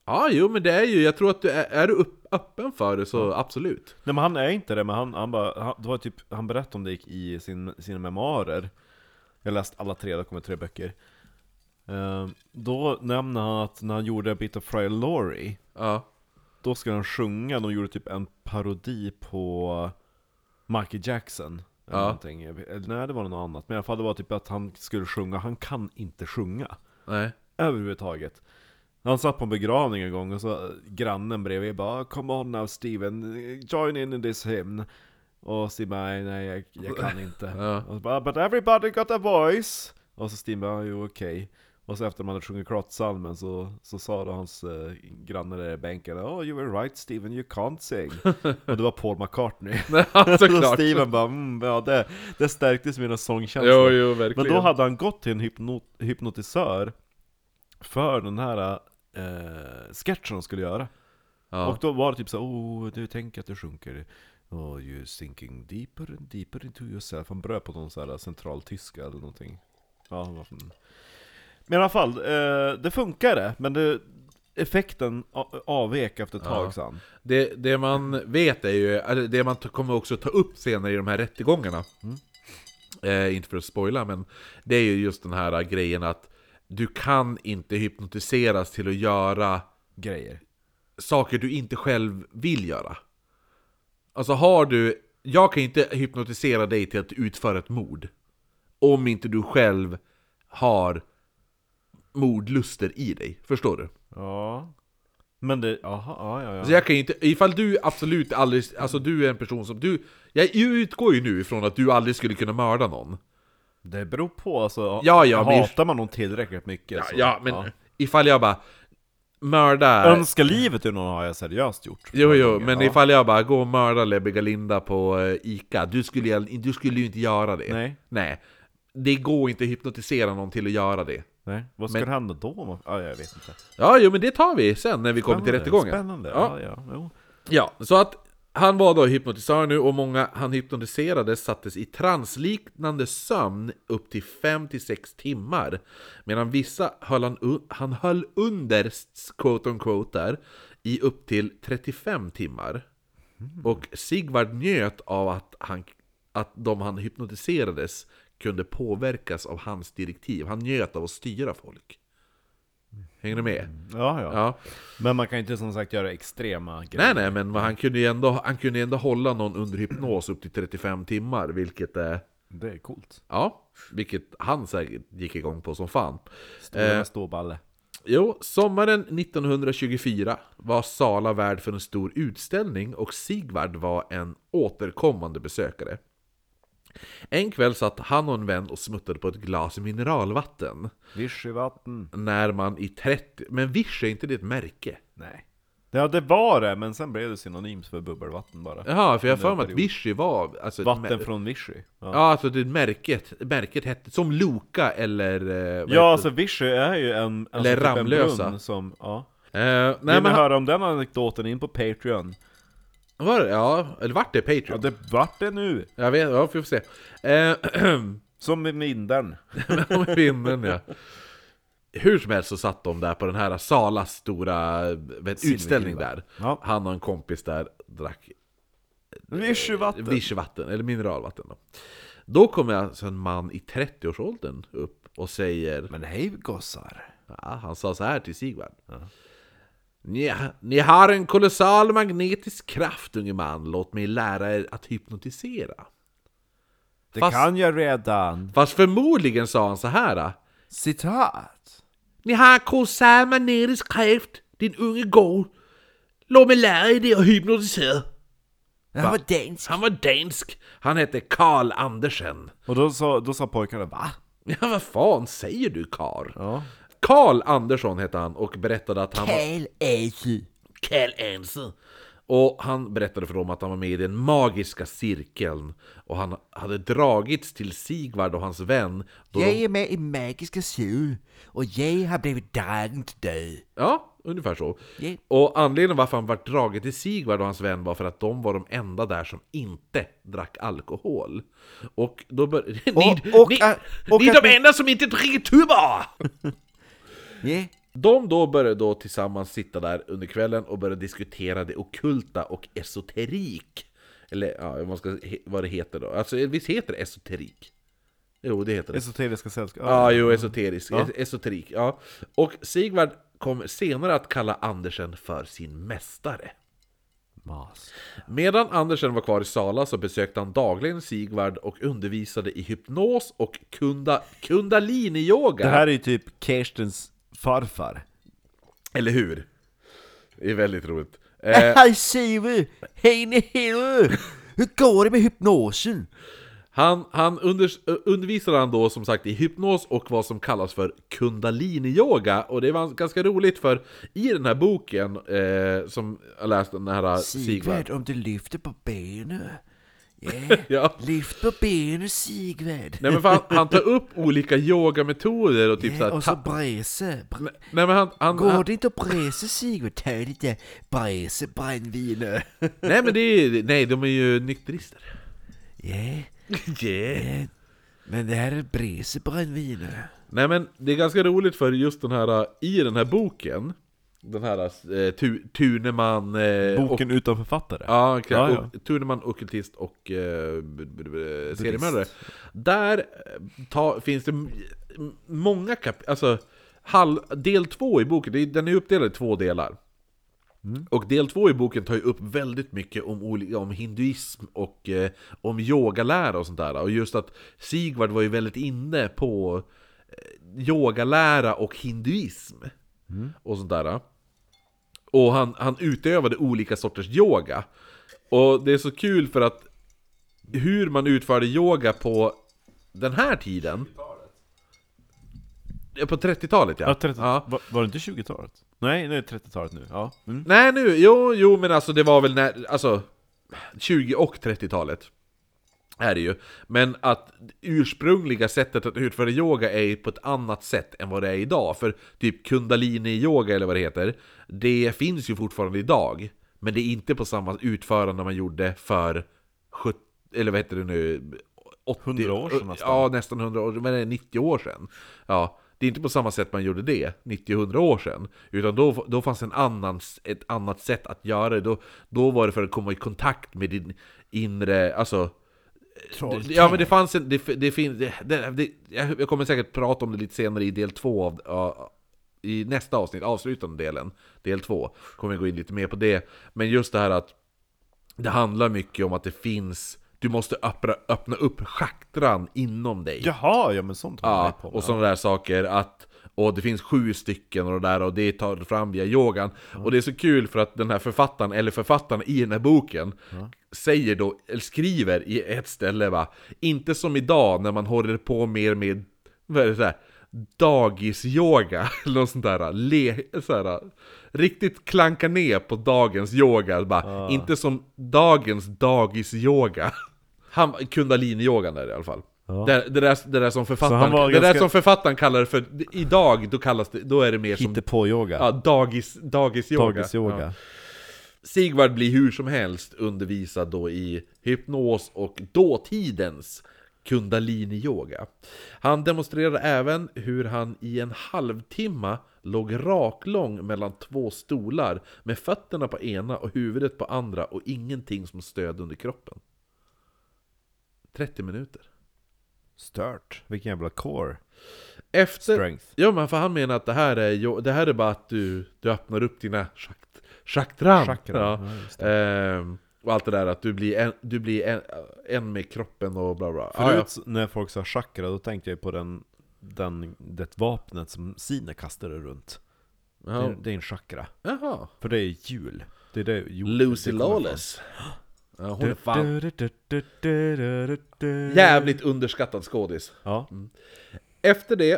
[SPEAKER 1] Ja, jo men det är ju, jag tror att du är, är du upp, öppen för det så absolut.
[SPEAKER 2] Nej men han är inte det, men han, han bara, han, det var typ, han berättade om det i sin, sina memoarer Jag har läst alla tre, det kommer tre böcker Ehm, Då nämner han att när han gjorde Bit of Fry Laurie
[SPEAKER 1] Ja.
[SPEAKER 2] Då skulle han sjunga, de gjorde typ en parodi på Michael Jackson eller
[SPEAKER 1] Ja.
[SPEAKER 2] någonting. Eller nej det var något annat, men i alla fall det var typ att han skulle sjunga, han kan inte sjunga
[SPEAKER 1] Nej.
[SPEAKER 2] Överhuvudtaget Han satt på en begravning en gång och så eh, grannen bredvid bara 'Come on now Steven, join in in this hymn' Och Steven bara 'Nej, nej jag, jag kan inte'
[SPEAKER 1] Ja.
[SPEAKER 2] och så bara 'But everybody got a voice' Och så Steven bara 'Jo okej' Och så efter man hade sjungit klart psalmen så, så sa då hans eh, granne där i bänken 'Oh you were right Steven, you can't sing' Och det var Paul McCartney
[SPEAKER 1] Ja,
[SPEAKER 2] Och
[SPEAKER 1] såklart.
[SPEAKER 2] Steven bara mm, ja, det, det stärktes mina
[SPEAKER 1] Jo,
[SPEAKER 2] sångkänslor'
[SPEAKER 1] jo,
[SPEAKER 2] Men
[SPEAKER 1] verkligen.
[SPEAKER 2] då hade han gått till en hypno hypnotisör för den här eh, sketchen de skulle göra.
[SPEAKER 1] Ja.
[SPEAKER 2] Och då var det typ så här, oh du tänker att du sjunker. Oh, you're sinking deeper and deeper into yourself. Han bröt på någon sån här centraltyska eller någonting. Ja, han var från... Men i alla fall, eh, det funkade. Men det, effekten a- avvek efter ett
[SPEAKER 1] Ja.
[SPEAKER 2] tag sa han.
[SPEAKER 1] Det, det man vet är ju, eller det man t- kommer också ta upp senare i de här rättegångarna, Mm. eh, inte för att spoila, men det är ju just den här grejen att du kan inte hypnotiseras till att göra
[SPEAKER 2] Grejer.
[SPEAKER 1] saker du inte själv vill göra. Alltså har du... Jag kan inte hypnotisera dig till att utföra ett mord. Om inte du själv har mordluster i dig. Förstår du?
[SPEAKER 2] Ja. Men det, aha, ja, ja, ja.
[SPEAKER 1] Så jag kan ju inte... Ifall du absolut aldrig... Alltså du är en person som... du... Jag utgår ju nu ifrån att du aldrig skulle kunna mörda någon.
[SPEAKER 2] Det beror på alltså,
[SPEAKER 1] Ja, ja, men-
[SPEAKER 2] hatar man någon tillräckligt mycket
[SPEAKER 1] Ja,
[SPEAKER 2] så-
[SPEAKER 1] ja men ifall jag bara... Mörda...
[SPEAKER 2] Önska livet ur någon har jag seriöst gjort
[SPEAKER 1] Jo, jo, men
[SPEAKER 2] ja.
[SPEAKER 1] ifall jag bara går och mördar Lebby Galinda på eh, Ica, du skulle, ju- du skulle ju inte göra det.
[SPEAKER 2] Nej.
[SPEAKER 1] Nej. Det går inte att hypnotisera någon till att göra det.
[SPEAKER 2] Nej, vad skulle
[SPEAKER 1] men-
[SPEAKER 2] hända då? om man- Ja, jag vet inte
[SPEAKER 1] Ja, jo, men det tar vi sen när vi kommer till
[SPEAKER 2] Spännande,
[SPEAKER 1] rättegången.
[SPEAKER 2] Spännande,
[SPEAKER 1] Ja.
[SPEAKER 2] ja, ja, jo.
[SPEAKER 1] ja, så att Han var då hypnotisör nu och många han hypnotiserade sattes i transliknande sömn upp till 5-6 timmar. Medan vissa höll han, u- han höll under, quote on quote där, i upp till 35 timmar. Och Sigvard njöt av att, han, att de han hypnotiserades kunde påverkas av hans direktiv. Han njöt av att styra folk. Hänger du med?
[SPEAKER 2] Ja, ja.
[SPEAKER 1] Ja.
[SPEAKER 2] Men man kan ju inte som sagt göra extrema grejer.
[SPEAKER 1] Nej, nej, men han kunde ju ändå, han kunde ju ändå hålla någon under hypnos upp till 35 timmar, vilket är...
[SPEAKER 2] Det är coolt.
[SPEAKER 1] Ja, vilket han säkert gick igång på som fan. Eh.
[SPEAKER 2] Stora ståballe.
[SPEAKER 1] Jo, sommaren 1924 var Sala värd för en stor utställning och Sigvard var en återkommande besökare. En kväll satt han och en vän och smuttade på ett glas mineralvatten.
[SPEAKER 2] Visch i vatten.
[SPEAKER 1] När man i 30... Men Visch, är inte det ett märke?
[SPEAKER 2] Nej. Ja det var det, men sen blev det synonymt för bubbelvatten bara.
[SPEAKER 1] Jaha, för jag har för mig att Vichy var... Alltså, ett
[SPEAKER 2] Vatten
[SPEAKER 1] mär-
[SPEAKER 2] från Vichy. Ja,
[SPEAKER 1] Ja, alltså det märket, märket hette som Loka eller... eh, vad
[SPEAKER 2] ja
[SPEAKER 1] heter-
[SPEAKER 2] alltså Vichy är ju en... Alltså
[SPEAKER 1] Eller
[SPEAKER 2] typ en
[SPEAKER 1] Ramlösa.
[SPEAKER 2] brunn som, ja.
[SPEAKER 1] Eh, nej
[SPEAKER 2] Vill ni
[SPEAKER 1] men,
[SPEAKER 2] höra om den anekdoten in på Patreon?
[SPEAKER 1] var, det- ja, eller vart det
[SPEAKER 2] Ja
[SPEAKER 1] Patreon?
[SPEAKER 2] det vart det nu!
[SPEAKER 1] Jag vet, ja, vi får se. Eh,
[SPEAKER 2] Som med vinden.
[SPEAKER 1] med vinden ja. Hur som helst så satt de där på den här Salas stora eh, vet, utställning där.
[SPEAKER 2] Ja.
[SPEAKER 1] Han och en kompis där drack
[SPEAKER 2] Vichy vatten!
[SPEAKER 1] vichyvatten, eller mineralvatten då. Då kommer alltså en man i 30-årsåldern upp och säger
[SPEAKER 2] Men hej gossar.
[SPEAKER 1] Ja, han sa så här till Sigvard. Ni, ni har en kolossal magnetisk kraft unge man, låt mig lära er att hypnotisera.
[SPEAKER 2] Det
[SPEAKER 1] Fast-
[SPEAKER 2] kan jag redan.
[SPEAKER 1] Fast förmodligen sa han så här. "Ah,
[SPEAKER 2] Citat.
[SPEAKER 1] Ni har en kolossal magnetisk kraft, din unge god. Låt mig lära er det och hypnotisera.
[SPEAKER 3] Han var dansk.
[SPEAKER 1] Han var dansk. Han hette Karl Andersen.
[SPEAKER 2] Och då sa, då sa pojkarna va?
[SPEAKER 1] Ja, vad fan säger du Karl?
[SPEAKER 2] Ja.
[SPEAKER 1] Karl Andersson hette han och berättade att han var...
[SPEAKER 3] Kall Asi.
[SPEAKER 1] Kjell Ense. Och han berättade för dem att han var med i den magiska cirkeln och han hade dragits till Sigvard och hans vän. Då
[SPEAKER 3] Jag
[SPEAKER 1] de,
[SPEAKER 3] är med i Magiska Zoo och jag har blivit dragen till dig.
[SPEAKER 1] ja, ungefär så.
[SPEAKER 3] Yeah.
[SPEAKER 1] Och anledningen varför han var dragen till Sigvard och hans vän var för att de var de enda där som inte drack alkohol. Och då började... Ni,
[SPEAKER 2] och-
[SPEAKER 1] ni,
[SPEAKER 2] och
[SPEAKER 1] ni
[SPEAKER 2] att
[SPEAKER 1] är
[SPEAKER 2] ni-
[SPEAKER 1] de enda som inte dricker tuba!
[SPEAKER 3] Yeah.
[SPEAKER 1] De då började då tillsammans sitta där under kvällen och började diskutera det okulta och esoterik. Eller ja, vad, ska, he- vad det heter då. Alltså visst heter det esoterik? Jo, det heter det.
[SPEAKER 2] Esoteriska sällskap.
[SPEAKER 1] Ja, jo, esoterisk. Es- Esoterik, ja. Och Sigvard kom senare att kalla Andersen för sin mästare.
[SPEAKER 2] Mas.
[SPEAKER 1] Medan Andersen var kvar i Sala så besökte han dagligen Sigvard och undervisade i hypnos och kunda, kundaliniyoga.
[SPEAKER 2] Det här är ju typ Kerstins farfar.
[SPEAKER 1] Eller hur? Det är väldigt roligt. Eh,
[SPEAKER 3] Hej Sivu! Hej ni hej! Hur går det med hypnosen?
[SPEAKER 1] Han, han under, undervisade han då som sagt i hypnos och vad som kallas för kundalini-yoga Och det var ganska roligt för i den här boken eh, som jag läste, den här Sigvard
[SPEAKER 3] Sigvard, om du lyfter på benen. Yeah.
[SPEAKER 1] ja.
[SPEAKER 3] Lyft på benen Sigvard.
[SPEAKER 1] Nej men för han, han tar upp olika yogametoder och typ
[SPEAKER 3] Yeah,
[SPEAKER 1] såhär
[SPEAKER 3] och så
[SPEAKER 1] ta-
[SPEAKER 3] bräse.
[SPEAKER 1] Nej men han, han,
[SPEAKER 3] Går
[SPEAKER 1] han
[SPEAKER 3] det inte att bräse Sigvard? Ta lite bräse brännvin.
[SPEAKER 1] Nej men det är, nej de är ju nykterister
[SPEAKER 3] Yeah.
[SPEAKER 1] yeah.
[SPEAKER 3] Men det här är bräse brännvin.
[SPEAKER 1] Nej men det är ganska roligt för just den här, i den här boken Den här eh, Tu- Tuneman eh, och
[SPEAKER 2] Boken utan författare.
[SPEAKER 1] Ja, okay.
[SPEAKER 2] Ja,
[SPEAKER 1] ja,
[SPEAKER 2] ja.
[SPEAKER 1] Tuneman, Ockultist och eh, b- b- b- seriemördare. Där eh, ta, finns det m- m- många kapitel, alltså halv, del två i boken, det är- den är uppdelad i två delar. Och del två i boken tar ju upp väldigt mycket om, oli- om hinduism och eh, om yogalära och sånt där. Och just att Sigvard var ju väldigt inne på eh, yogalära och hinduism. Och sånt där. Och han, han utövade olika sorters yoga. Och det är så kul för att hur man utförde yoga på den här tiden. Ja, På 30-talet ja.
[SPEAKER 2] Ja, 30,
[SPEAKER 1] Ja.
[SPEAKER 2] Var, var det inte 20-talet? Nej, det är 30-talet nu. Ja. Mm.
[SPEAKER 1] Nej nu, jo, jo men alltså det var väl när, alltså 20 och 30-talet är det ju. Men att ursprungliga sättet att utföra yoga är ju på ett annat sätt än vad det är idag. För typ kundalini-yoga eller vad det heter, det finns ju fortfarande idag. Men det är inte på samma utförande man gjorde för 70, eller vad heter det nu? 80,
[SPEAKER 2] 100 år sedan nästan.
[SPEAKER 1] Ja, nästan 100 år, men det är 90 år sedan. Ja, det är inte på samma sätt man gjorde det 90-100 år sedan. Utan då, då fanns en annan, ett annat sätt att göra det. Då, då var det för att komma i kontakt med din inre, alltså Ja men det fanns en, det, det finns, det, det, det, jag kommer säkert prata om det lite senare i del två av, ja, i nästa avsnitt, avslutande delen, del två, kommer jag gå in lite mer på det. Men just det här att det handlar mycket om att det finns, du måste öppna, öppna upp schaktran inom dig.
[SPEAKER 2] Jaha, ja men sånt håller jag
[SPEAKER 1] Ja,
[SPEAKER 2] på med.
[SPEAKER 1] och sådana där saker att och det finns sju stycken och det där och det tar du fram via yogan. Och det är så kul för att den här författaren, eller författaren i den här boken, säger då, eller skriver i ett ställe va, inte som idag när man håller på mer med, vad är det där, dagisyoga, eller något sånt där, le, så här, riktigt klanka ner på dagens yoga, bara, inte som dagens dagisyoga. Han, kundaliniyogan är det i alla fall. Det, det, där, det där som
[SPEAKER 2] han
[SPEAKER 1] författaren,
[SPEAKER 2] var
[SPEAKER 1] det där
[SPEAKER 2] ganska-
[SPEAKER 1] som författaren kallar det för, idag, då kallas det, då är det mer som
[SPEAKER 2] Hittepå-yoga.
[SPEAKER 1] ja, dagis, dagisyoga.
[SPEAKER 2] Dagisyoga.
[SPEAKER 1] Ja. Sigvard blir hur som helst undervisad då i hypnos och dåtidens kundalini-yoga. Han demonstrerar även hur han i en halvtimme låg raklång mellan två stolar med fötterna på ena och huvudet på andra och ingenting som stöd under kroppen. 30 minuter.
[SPEAKER 2] Stört. Vilken jävla core
[SPEAKER 1] Efter...
[SPEAKER 2] strength.
[SPEAKER 1] Ja men för han menar att det här är, jo- det här är bara att du, du öppnar upp dina schakt, schaktran.
[SPEAKER 2] Chakran,
[SPEAKER 1] Ja.
[SPEAKER 2] ja, just
[SPEAKER 1] Ehm, och allt det där att du blir en, du blir en, en med kroppen och bla bla. Ja, ja.
[SPEAKER 2] Förut när folk sa chakra, då tänkte jag på den, den, det vapnet som Sine kastade runt. Det,
[SPEAKER 1] Ja.
[SPEAKER 2] är, det är en chakra.
[SPEAKER 1] Jaha.
[SPEAKER 2] För det är jul. Det är det jul.
[SPEAKER 1] Lucy
[SPEAKER 2] det kommer från.
[SPEAKER 1] Lawless. Ja, hon är fan
[SPEAKER 2] Du, du, du, du, du, du, du.
[SPEAKER 1] jävligt underskattad skådis.
[SPEAKER 2] Ja.
[SPEAKER 1] Efter det,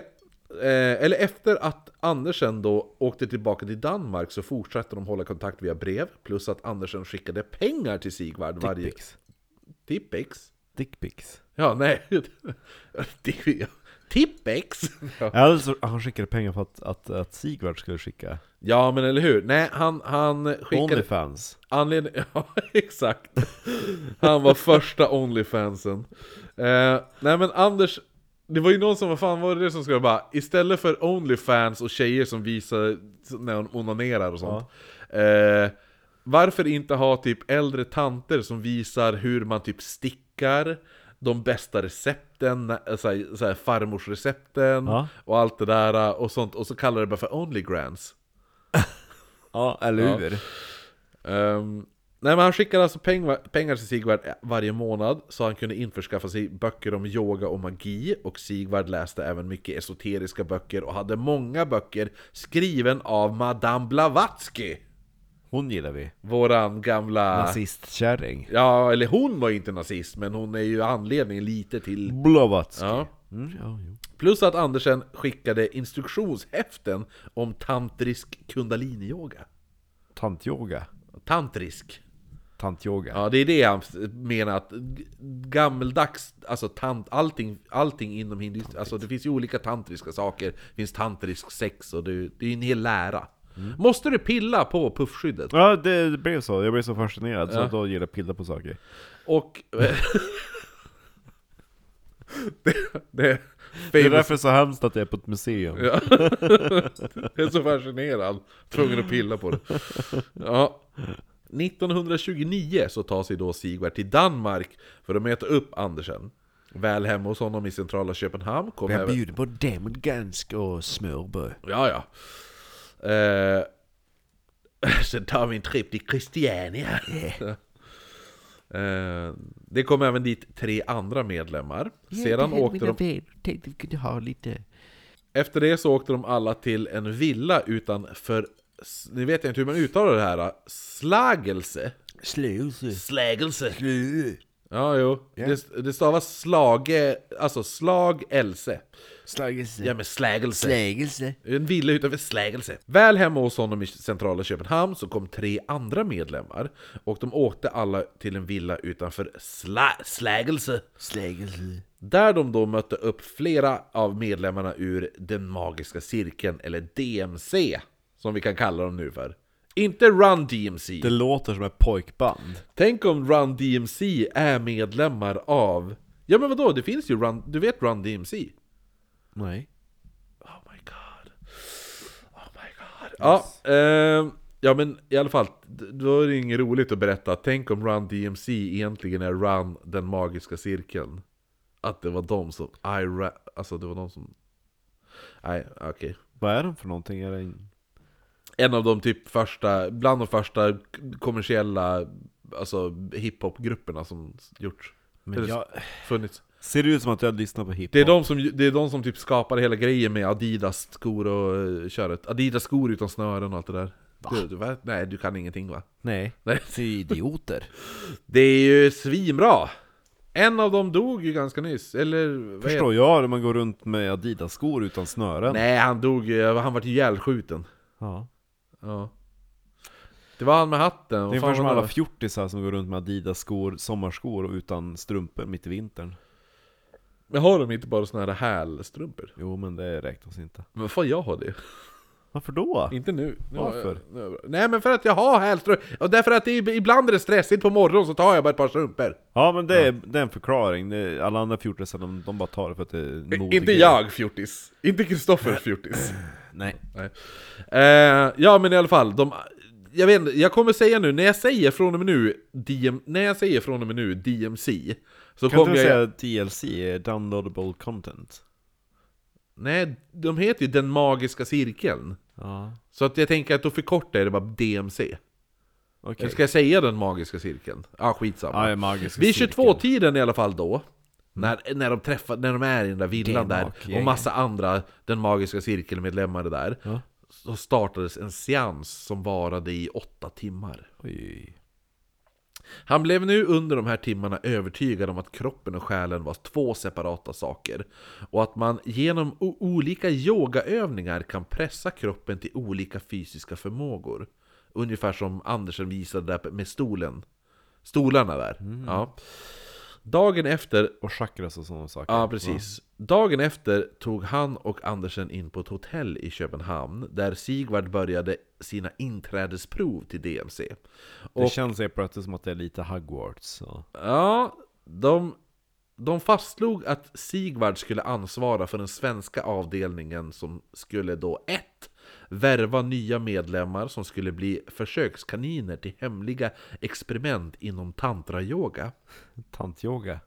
[SPEAKER 1] eh, eller efter att Andersen då åkte tillbaka till Danmark så fortsatte de hålla kontakt via brev. Plus att Andersen skickade pengar till Sigvard varje...
[SPEAKER 2] Dickpics.
[SPEAKER 1] Tippex.
[SPEAKER 2] Dickpics.
[SPEAKER 1] Ja, nej. Det- Tippex! Ja.
[SPEAKER 2] Alltså, han skickade pengar för att, att, att Sigvard skulle skicka.
[SPEAKER 1] Ja, men eller hur? Nej, han, han skickade...
[SPEAKER 2] Onlyfans.
[SPEAKER 1] Anledning... Ja, exakt. Han var första Onlyfansen. Eh, nej, men Anders... Det var ju någon som, vad fan var det som skulle bara, istället för Onlyfans och tjejer som visar när de onanerar och sånt. Eh, varför inte ha typ äldre tanter som visar hur man typ stickar, de bästa recepten, eh, såhär, såhär farmorsrecepten
[SPEAKER 2] Ja.
[SPEAKER 1] och allt det där eh, och sånt. Och så kallar det bara för Onlygrants.
[SPEAKER 2] Ja, eller hur?
[SPEAKER 1] Ehm, nej men han skickade alltså peng, pengar till Sigvard varje månad så han kunde införskaffa sig böcker om yoga och magi och Sigvard läste även mycket esoteriska böcker och hade många böcker skriven av Madame Blavatsky!
[SPEAKER 2] Hon gillar vi.
[SPEAKER 1] Våran gamla...
[SPEAKER 2] Nazistkärring.
[SPEAKER 1] Ja, eller hon var ju inte nazist men hon är ju anledningen lite till...
[SPEAKER 2] Blavatsky.
[SPEAKER 1] Ja.
[SPEAKER 2] Mm, ja, jo.
[SPEAKER 1] Plus att Andersen skickade instruktionshäften om tantrisk kundaliniyoga.
[SPEAKER 2] Tantyoga.
[SPEAKER 1] Tantrisk.
[SPEAKER 2] Tantyoga.
[SPEAKER 1] Ja, det är det han menar att g- gammeldags, alltså tant, allting, allting inom hinduism, alltså det finns ju olika tantriska saker, det finns tantrisk sex och det, det är en hel lära. Måste du pilla på puffskyddet?
[SPEAKER 2] Ja, det blev så. Jag blev så fascinerad, så då gillar jag pilla på saker.
[SPEAKER 1] Och... eh, det, det,
[SPEAKER 2] Det är
[SPEAKER 1] famous,
[SPEAKER 2] därför så hemskt att det är på ett museum.
[SPEAKER 1] jag är så fascinerad, tvungen att pilla på det. Ja. 1929 så tar sig då Sigvard till Danmark för att möta upp Andersen. Väl hemma hos honom i centrala Köpenhamn kom
[SPEAKER 3] Jag
[SPEAKER 1] även...
[SPEAKER 3] bjuder på demgansk och smörbröd.
[SPEAKER 1] Ja, ja. Eh, sen tar vi en tripp till Christiania. Eh, det kom även dit tre andra medlemmar. Sedan åkte de,
[SPEAKER 3] Tänkte vi kunde ha lite...
[SPEAKER 1] efter det så åkte de alla till en villa utanför, s- ni vet inte hur man uttalar det här, Slagelse.
[SPEAKER 3] Slöelse.
[SPEAKER 1] Slägelse. Ja, jo. Det, det stavas slage, alltså slagelse.
[SPEAKER 3] Slagelse.
[SPEAKER 1] Ja, men slägelse.
[SPEAKER 3] Slägelse.
[SPEAKER 1] En villa utanför Slägelse. Väl hemma hos honom i centrala Köpenhamn så kom tre andra medlemmar och de åkte alla till en villa utanför Sla Slägelse.
[SPEAKER 3] Slägelse.
[SPEAKER 1] Där de då mötte upp flera av medlemmarna ur den magiska cirkeln, eller DMC, som vi kan kalla dem nu för. Inte Run DMC.
[SPEAKER 2] Det låter som ett pojkband.
[SPEAKER 1] Tänk om Run DMC är medlemmar av... Ja men vadå, det finns ju Run... Du vet Run DMC?
[SPEAKER 2] Nej.
[SPEAKER 1] Oh my god. Oh my god. Ja, ehm, ja men i alla fall, d- då är det inget roligt att berätta. Tänk om Run DMC egentligen är Run den magiska cirkeln. Att det var de som... I ra- alltså det var de som... Nej, okej.
[SPEAKER 2] Vad är de för någonting? Är det en...
[SPEAKER 1] En av de typ första, bland de första kommersiella alltså hiphopgrupperna som gjorts.
[SPEAKER 2] Men
[SPEAKER 1] Eller
[SPEAKER 2] jag...
[SPEAKER 1] Funnits.
[SPEAKER 2] Ser det ut som att jag lyssnar på hiphop?
[SPEAKER 1] Det är, de som, det är de som typ skapar hela grejen med Adidas-skor och eh, köret. Adidas-skor utan snören och allt det där. Du, du, va? Nej, du kan ingenting va?
[SPEAKER 2] Nej.
[SPEAKER 3] Fy idioter.
[SPEAKER 1] Det är ju svinbra! En av dem dog ju ganska nyss, eller... vad heter-
[SPEAKER 2] Förstår jag när man går runt med Adidas-skor utan snören?
[SPEAKER 1] Nej, han dog ju, han vart ju ihjälskjuten.
[SPEAKER 2] Ja.
[SPEAKER 1] Ja. Det var han med hatten.
[SPEAKER 2] Det är
[SPEAKER 1] Vad fan
[SPEAKER 2] ungefär som
[SPEAKER 1] var
[SPEAKER 2] alla fjortisar som går runt med Adidas-skor, sommarskor och utan strumpor mitt i vintern.
[SPEAKER 1] Men har de inte bara såna här hälstrumpor?
[SPEAKER 2] Jo, men det räknas inte.
[SPEAKER 1] Men fan, jag har det.
[SPEAKER 2] Varför då?
[SPEAKER 1] Inte nu. nu har jag-
[SPEAKER 2] Varför?
[SPEAKER 1] nu har jag bra. Nej men för att jag har hälstrumpor. Och därför att det är, ibland är det stressigt på morgonen så tar jag bara ett par strumpor.
[SPEAKER 2] Ja, men det är, det är en förklaring. Det är, alla andra fjortisar, de, de bara tar det för att det är en modig
[SPEAKER 1] Inte
[SPEAKER 2] grej.
[SPEAKER 1] jag fjortis, inte Kristoffer fjortis.
[SPEAKER 2] Nej.
[SPEAKER 1] Nej. Eh, ja men i alla fall, de, jag, vet, inte, jag kommer säga nu, när jag säger från och med nu, DM, när jag säger från och med nu DMC, så
[SPEAKER 2] Kan
[SPEAKER 1] kommer
[SPEAKER 2] inte du
[SPEAKER 1] jag...
[SPEAKER 2] säga DLC, är downloadable content?
[SPEAKER 1] Nej, de heter ju Den Magiska Cirkeln.
[SPEAKER 2] Ja,
[SPEAKER 1] Så att jag tänker att då förkortar jag det bara DMC.
[SPEAKER 2] okej.
[SPEAKER 1] Eller ska jag säga Den Magiska Cirkeln? Ja, ah, skitsamma.
[SPEAKER 2] Ja, det är magisk
[SPEAKER 1] Vid
[SPEAKER 2] cirkel.
[SPEAKER 1] 22-tiden i alla fall då när, när, de träffar, när de är i den där villan där och
[SPEAKER 2] Genmak-gängen.
[SPEAKER 1] massa andra Den Magiska Cirkelmedlemmar där
[SPEAKER 2] Ja.
[SPEAKER 1] Så startades en seans som varade i åtta timmar
[SPEAKER 2] Oj.
[SPEAKER 1] Han blev nu under de här timmarna övertygad om att kroppen och själen var två separata saker och att man genom o- olika yogaövningar kan pressa kroppen till olika fysiska förmågor. Ungefär som Andersen visade där med stolen. Stolarna där. Ja. Dagen efter
[SPEAKER 2] Och chakras och sådana saker.
[SPEAKER 1] Ja, precis. Dagen efter tog han och Andersen in på ett hotell i Köpenhamn där Sigvard började sina inträdesprov till DMC.
[SPEAKER 2] Det
[SPEAKER 1] Och-
[SPEAKER 2] känns ju på ett sätt som att det är lite Hogwarts. Så.
[SPEAKER 1] Ja, de, de fastslog att Sigvard skulle ansvara för den svenska avdelningen som skulle då 1. Värva nya medlemmar som skulle bli försökskaniner till hemliga experiment inom tantrayoga.
[SPEAKER 2] Tantyoga.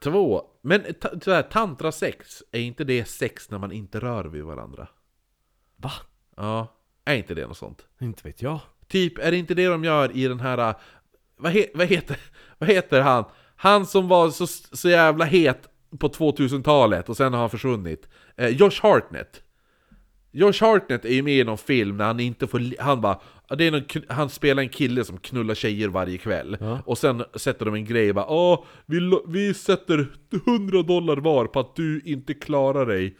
[SPEAKER 1] Två, men ta- så här, tantra sex, är inte det sex när man inte rör vid varandra?
[SPEAKER 2] Va?
[SPEAKER 1] Ja, är inte det något sånt?
[SPEAKER 2] Inte vet jag.
[SPEAKER 1] Typ, är det inte det de gör i den här... äh, Vad, he, vad, heter, vad heter han? Han som var så, så jävla het på 2000-talet och sen har han försvunnit. Eh, Josh Hartnett. Josh Hartnett är ju med i någon film när han inte får... li- Han bara... "Ja, Det är någon, kn- han spelar en kille som knullar tjejer varje kväll. Och sen sätter de en grej bara Åh, vi, lo- vi sätter 100 dollar var på att du inte klarar dig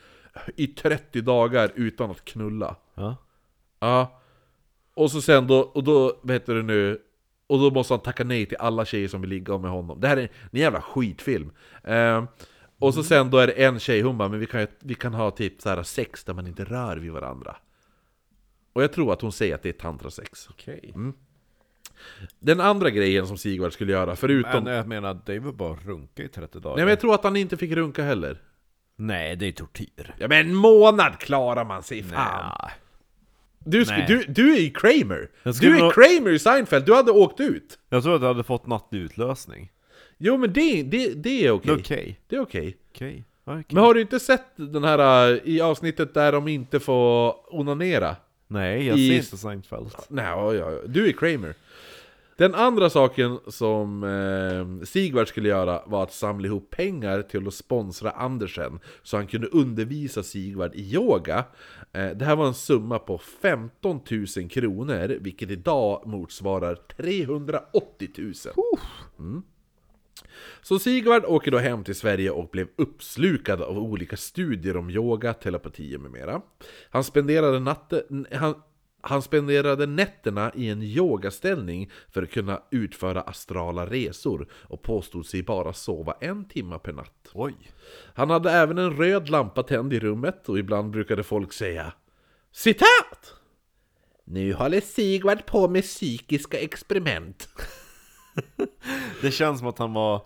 [SPEAKER 1] i 30 dagar utan att knulla.
[SPEAKER 2] Ja.
[SPEAKER 1] Ja. Och så sen då, och då, vad heter det nu? Och då måste han tacka nej till alla tjejer som vill ligga med honom. Det här är en jävla skitfilm. Ehm, och så
[SPEAKER 2] Mm.
[SPEAKER 1] sen då är det en tjej, hon bara, men vi kan, ju- vi kan ha typ så här sex där man inte rör vid varandra. Och jag tror att hon säger att det är tantrasex. Mm.
[SPEAKER 2] Okej.
[SPEAKER 1] Den andra grejen som Sigvard skulle göra, förutom...
[SPEAKER 2] Men eh, jag menar, det är väl bara att runka i 30 dagar?
[SPEAKER 1] Nej men jag tror att han inte fick runka heller.
[SPEAKER 2] Nej, det är tortyr.
[SPEAKER 1] Ja men en månad klarar man sig, fan!
[SPEAKER 2] Ah.
[SPEAKER 1] Du, sku,
[SPEAKER 2] Nej.
[SPEAKER 1] du, du är ju Kramer!
[SPEAKER 2] Jag skulle
[SPEAKER 1] Du är
[SPEAKER 2] nog-
[SPEAKER 1] Kramer i Seinfeld, du hade åkt ut!
[SPEAKER 2] Jag tror att jag hade fått nattlig utlösning.
[SPEAKER 1] Jo men det, det, det är okej.
[SPEAKER 2] Det är Okej.
[SPEAKER 1] Det är okej.
[SPEAKER 2] Okej. Ja, okej.
[SPEAKER 1] Men har du inte sett den här äh, i avsnittet där de inte får onanera?
[SPEAKER 2] Nej, jag
[SPEAKER 1] I-
[SPEAKER 2] ser inte Seinfeld.
[SPEAKER 1] Nej, ja, ja, ja. du är Kramer. Den andra saken som eh, Sigvard skulle göra var att samla ihop pengar till att sponsra Andersen så han kunde undervisa Sigvard i yoga. Eh, det här var en summa på 15 000 kronor, vilket idag motsvarar 380 000. Så Sigvard åker då hem till Sverige och blev uppslukad av olika studier om yoga, telepati med mera. Han spenderade, natten, han, han spenderade nätterna i en yogaställning för att kunna utföra astrala resor och påstod sig bara sova en timme per natt.
[SPEAKER 2] Oj.
[SPEAKER 1] Han hade även en röd lampa tänd i rummet och ibland brukade folk säga Citat! Nu håller Sigvard på med psykiska experiment.
[SPEAKER 2] Det känns som att han var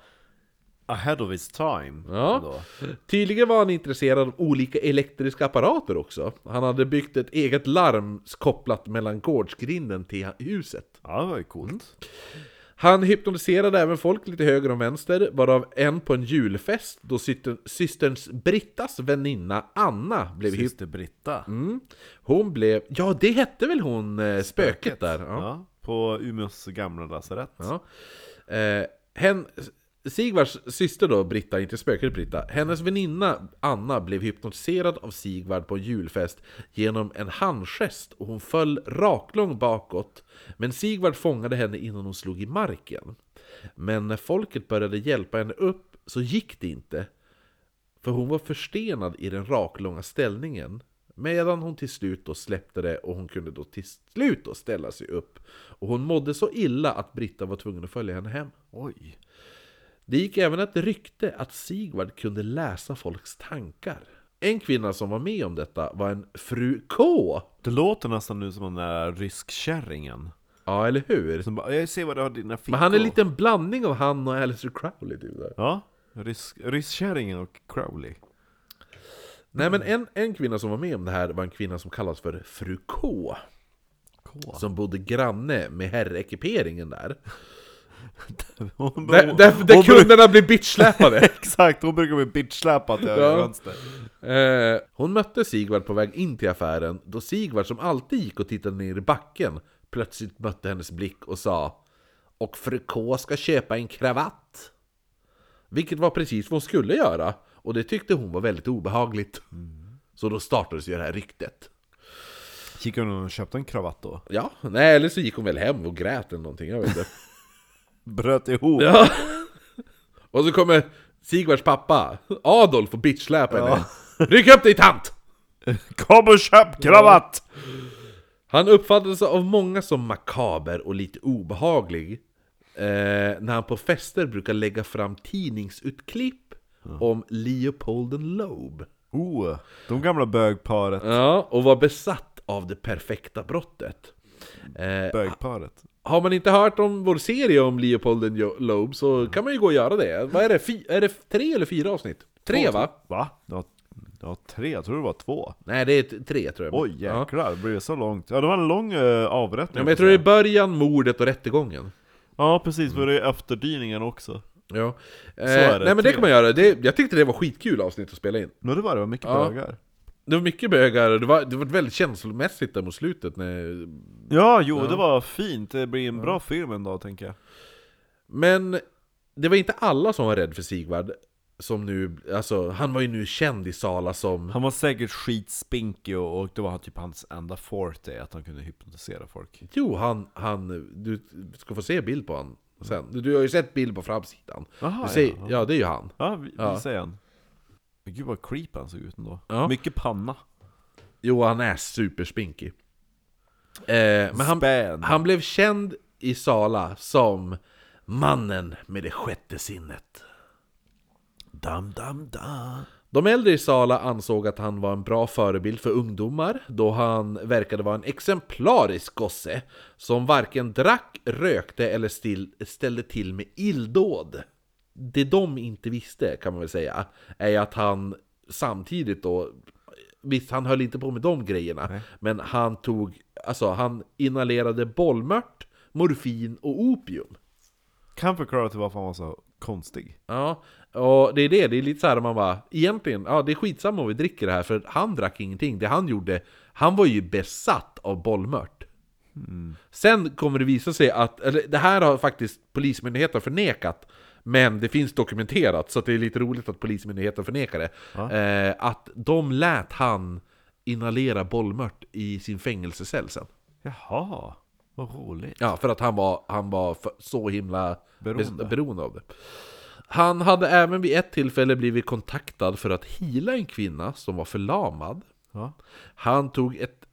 [SPEAKER 2] ahead of his time.
[SPEAKER 1] Ja.
[SPEAKER 2] ändå.
[SPEAKER 1] Tydligen var han intresserad av olika elektriska apparater också. Han hade byggt ett eget larm kopplat mellan gårdsgrinden till huset.
[SPEAKER 2] ja det var ju coolt.
[SPEAKER 1] Mm. Han hypnotiserade även folk lite höger och vänster, varav en på en julfest då syster- systerns Brittas väninna Anna blev hyp...
[SPEAKER 2] Syster Britta.
[SPEAKER 1] Mm. Hon blev... Ja, det hette väl hon, eh, spöket där? Ja.
[SPEAKER 2] Ja, på Umeås gamla lasarett.
[SPEAKER 1] Ja. Eh, hen, Sigvards syster då, Britta, inte spöket Britta, hennes väninna Anna blev hypnotiserad av Sigvard på en julfest genom en handgest och hon föll raklång bakåt. Men Sigvard fångade henne innan hon slog i marken. Men när folket började hjälpa henne upp så gick det inte. För hon var förstenad i den raklånga ställningen. Medan hon till slut då släppte det och hon kunde då till slut då ställa sig upp. Och hon mådde så illa att Britta var tvungen att följa henne hem.
[SPEAKER 2] Oj.
[SPEAKER 1] Det gick även ett rykte att Sigvard kunde läsa folks tankar. En kvinna som var med om detta var en fru K.
[SPEAKER 2] Det låter nästan nu som den där ryskkärringen.
[SPEAKER 1] Ja, eller hur?
[SPEAKER 2] Som bara, jag ser vad du har i dina fickor.
[SPEAKER 1] Men han är lite en blandning av han och Alistair Crowley. Typ där.
[SPEAKER 2] Ja, rysk, ryskkärringen och Crowley.
[SPEAKER 1] Nej, men
[SPEAKER 2] Mm.
[SPEAKER 1] en, en kvinna som var med om det här var en kvinna som kallas för fru K. Som bodde granne med herrekiperingen där.
[SPEAKER 2] Hon,
[SPEAKER 1] Där, där,
[SPEAKER 2] hon-
[SPEAKER 1] där
[SPEAKER 2] hon brukar-
[SPEAKER 1] kunderna blir bitchsläpade!
[SPEAKER 2] Exakt, hon brukar bli bitchsläpad till höger och
[SPEAKER 1] Ja.
[SPEAKER 2] vänster.
[SPEAKER 1] Eh, hon mötte Sigvard på väg in till affären då Sigvard som alltid gick och tittade ner i backen plötsligt mötte hennes blick och sa Och fru K ska köpa en kravatt. Vilket var precis vad hon skulle göra och det tyckte hon var väldigt obehagligt.
[SPEAKER 2] Mm.
[SPEAKER 1] Så då startades ju det här ryktet.
[SPEAKER 2] Kikar hon och köpte en kravatt då?
[SPEAKER 1] Ja, nej, eller så gick hon väl hem och grät eller någonting, jag vet inte.
[SPEAKER 2] Bröt ihop.
[SPEAKER 1] Ja. Och så kommer Sigvards pappa, Adolf, och bitchsläpar henne. Ryck upp dig tant!
[SPEAKER 2] Kom och köp kravatt!
[SPEAKER 1] Han uppfattades av många som makaber och lite obehaglig eh, när han på fester brukar lägga fram tidningsutklipp om Leopolden Loeb.
[SPEAKER 2] Oh, de gamla bögparet.
[SPEAKER 1] Ja, och var besatt av det perfekta brottet. Eh,
[SPEAKER 2] Bögparet.
[SPEAKER 1] har man inte hört om vår serie om Leopolden Jo- Loeb så kan man ju gå och göra det. Vad är det? Fy- är det tre eller fyra avsnitt? Tre va?
[SPEAKER 2] Va? Det var, det var tre, jag tror det var två.
[SPEAKER 1] Nej, det är t- tre tror jag.
[SPEAKER 2] Oj
[SPEAKER 1] ja.
[SPEAKER 2] jäklar, det blev så långt. Ja det var en lång eh, avrättning.
[SPEAKER 1] Ja, men jag tror det är början, mordet och rättegången.
[SPEAKER 2] ja precis, var det är efterdyningen också.
[SPEAKER 1] Ja. Eh,
[SPEAKER 2] är det,
[SPEAKER 1] nej men det
[SPEAKER 2] tre.
[SPEAKER 1] kan man göra, det, jag tyckte det var skitkul avsnitt att spela in.
[SPEAKER 2] Men det var det, det var mycket
[SPEAKER 1] Ja.
[SPEAKER 2] bögar.
[SPEAKER 1] Det var mycket bögar, och det var, det var väldigt känslomässigt där mot slutet när...
[SPEAKER 2] Ja, jo det var fint. Det blir en bra film en dag tänker jag.
[SPEAKER 1] Men det var inte alla som var rädd för Sigvard Som nu, alltså han var ju nu känd i Sala som...
[SPEAKER 2] Han var säkert skitspinkig och, och det var typ hans enda forte, att han kunde hypnotisera folk.
[SPEAKER 1] Jo, han, han... Du ska få se bild på han sen Du, du har ju sett bild på framsidan
[SPEAKER 2] Jaha,
[SPEAKER 1] du säger,
[SPEAKER 2] ja,
[SPEAKER 1] ja,
[SPEAKER 2] ja.
[SPEAKER 1] det är ju han
[SPEAKER 2] Ja, vi,
[SPEAKER 1] Ja.
[SPEAKER 2] vi säger han. Men Gud vad creep han såg ut ändå.
[SPEAKER 1] Ja.
[SPEAKER 2] Mycket panna.
[SPEAKER 1] Jo, han är superspinkig eh, Men han,
[SPEAKER 2] Spän.
[SPEAKER 1] han blev känd i Sala som mannen med det sjätte sinnet
[SPEAKER 2] Dam, dam, dam.
[SPEAKER 1] De äldre i Sala ansåg att han var en bra förebild för ungdomar då han verkade vara en exemplarisk gosse som varken drack, rökte eller still, ställde till med illdåd. Det de inte visste kan man väl säga är att han samtidigt då Visst, han höll inte på med de grejerna, men han tog, alltså han inhalerade bollmört, morfin och opium.
[SPEAKER 2] Kan förklara till varför han var så konstig.
[SPEAKER 1] Ja, och det är det. Det är lite så här man bara, egentligen, ja det är skitsamma om vi dricker det här för han drack ingenting. Det han gjorde, han var ju besatt av bollmört. Sen kommer det visa sig att, eller det här har faktiskt Polismyndigheten förnekat, men det finns dokumenterat, så att det är lite roligt att Polismyndigheten förnekar det. Eh, att de lät han inhalera bollmört i sin fängelsecell sen.
[SPEAKER 2] Jaha, vad roligt.
[SPEAKER 1] Ja, för att han var, han var för, så himla
[SPEAKER 2] Beroende.
[SPEAKER 1] beroende. beroende av det. Han hade även vid ett tillfälle blivit kontaktad för att hila en kvinna som var förlamad.
[SPEAKER 2] Ja.
[SPEAKER 1] Han tog ett...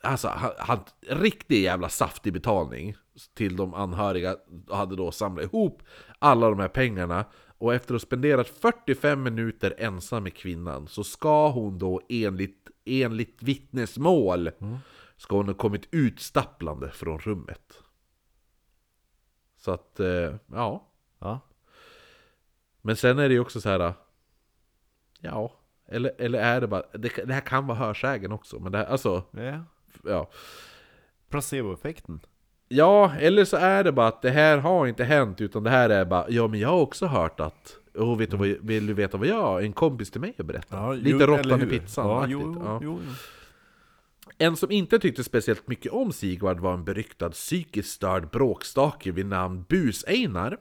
[SPEAKER 1] Alltså, han, han, riktig jävla saftig betalning till de anhöriga och hade då samlat ihop alla de här pengarna. Och efter att ha spenderat 45 minuter
[SPEAKER 2] Mm.
[SPEAKER 1] ensam med kvinnan så ska hon då enligt, enligt vittnesmål ska hon ha kommit utstapplande från rummet. Så att, eh, ja.
[SPEAKER 2] Ja.
[SPEAKER 1] Men sen är det ju också så här. Ja. Eller, eller är det bara... Det, det här kan vara hörsägen också. Men det här, alltså...
[SPEAKER 2] ja.
[SPEAKER 1] Ja.
[SPEAKER 2] Placeboeffekten.
[SPEAKER 1] ja, eller så är det bara att det här har inte hänt. Utan det här är bara... Ja, men jag har också hört att... Och vet du vad, vill du veta vad jag... En kompis till mig har berättat.
[SPEAKER 2] Mm. Ja,
[SPEAKER 1] Lite
[SPEAKER 2] jo,
[SPEAKER 1] råttan
[SPEAKER 2] eller
[SPEAKER 1] i
[SPEAKER 2] hur?
[SPEAKER 1] pizzan.
[SPEAKER 2] Ja,
[SPEAKER 1] aktigt,
[SPEAKER 2] jo,
[SPEAKER 1] ja.
[SPEAKER 2] jo, jo.
[SPEAKER 1] En som inte tyckte speciellt mycket om Sigvard var en beryktad psykiskt störd bråkstake vid namn Bus-Einar.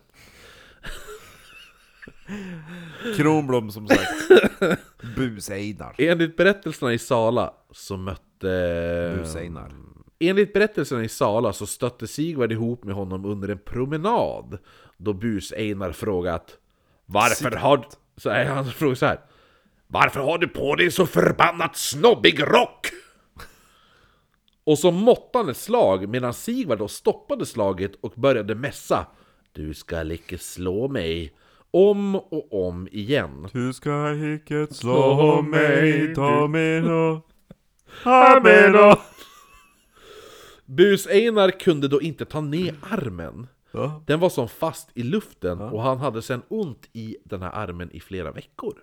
[SPEAKER 2] Kronblom som sagt.
[SPEAKER 3] Bus-Einar.
[SPEAKER 1] Enligt berättelserna i Sala så mötte...
[SPEAKER 3] Bus-Einar.
[SPEAKER 1] Enligt berättelsen i Sala så stötte Sigvard ihop med honom under en promenad då bus-Einar frågat Varför har... d-" Så här, han frågar så här. Varför har du på dig så förbannat snobbig rock? Och så måttade han ett slag medan Sigvard då stoppade slaget och började mässa Du ska icke slå mig Om och om igen
[SPEAKER 2] Du ska icke
[SPEAKER 1] slå mig, ta
[SPEAKER 2] mig då. Ha mig då.
[SPEAKER 1] Bus-Einar kunde då inte ta ner armen Den var som fast i luften och han hade sedan ont i den här armen i flera veckor.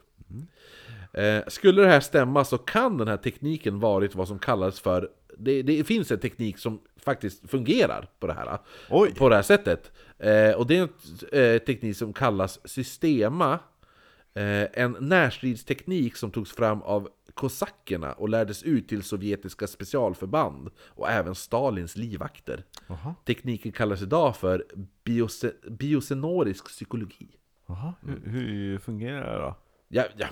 [SPEAKER 1] Eh, skulle det här stämma så kan den här tekniken varit vad som kallas för det, det finns en teknik som faktiskt fungerar på det här,
[SPEAKER 2] Oj.
[SPEAKER 1] På det här sättet. Eh, och det är en eh, teknik som kallas systema. Eh, en närstridsteknik som togs fram av kosackerna och lärdes ut till sovjetiska specialförband och även Stalins livvakter.
[SPEAKER 2] Aha.
[SPEAKER 1] Tekniken kallas idag för biose, biosenorisk psykologi.
[SPEAKER 2] Aha. Hur, hur fungerar det då?
[SPEAKER 1] Ja, ja,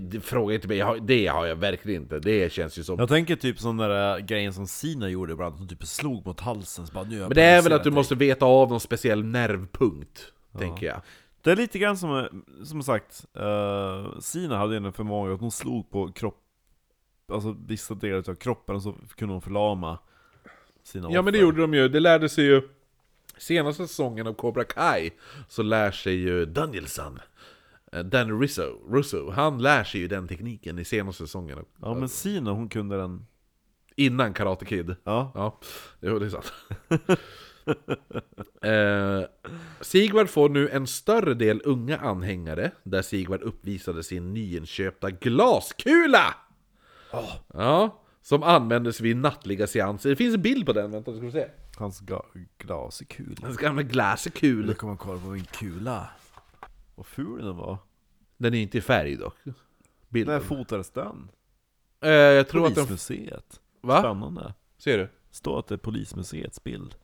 [SPEAKER 1] det- fråga inte mig, jag har, det har jag verkligen inte. Det känns ju som...
[SPEAKER 2] Jag tänker typ som den där grejen som Sina gjorde ibland, som typ slog mot halsen så bara, nu har jag
[SPEAKER 1] Men det är väl
[SPEAKER 2] provocerat
[SPEAKER 1] att du
[SPEAKER 2] dig."
[SPEAKER 1] måste veta av någon speciell nervpunkt, tänker jag.
[SPEAKER 2] Det är lite grann som, eh, som sagt, eh, Sina hade ju en förmåga att hon slog på kropp, alltså vissa delar av kroppen och så kunde hon förlama sina
[SPEAKER 1] Ja men det
[SPEAKER 2] offer.
[SPEAKER 1] gjorde de ju, det lärde sig ju Senaste säsongen av Cobra Kai Så lär sig ju Danielsson eh, Dan Russo, Russo, han lär sig ju den tekniken i senaste säsongen av-
[SPEAKER 2] Ja men Sina hon kunde den,
[SPEAKER 1] Innan Karate Kid
[SPEAKER 2] ja.
[SPEAKER 1] Ja, jo, det är sant. eh, Sigvard får nu en större del unga anhängare, där Sigvard uppvisade sin nyinköpta glaskula! Ja, som användes vid nattliga seanser. Det finns en bild på den, vänta ska vi se.
[SPEAKER 2] Hans gla- glas är kul.
[SPEAKER 1] Den gamla glasekul.
[SPEAKER 2] kommer kolla på min kula. Vad ful den var.
[SPEAKER 1] Den är inte i färg dock.
[SPEAKER 2] När
[SPEAKER 1] Bilden.
[SPEAKER 2] fotades den?
[SPEAKER 1] Eh, jag tror att den...
[SPEAKER 2] Polismuseet.
[SPEAKER 1] Va?
[SPEAKER 2] Spännande.
[SPEAKER 1] Ser du?
[SPEAKER 2] Står att det är Polismuseets bild.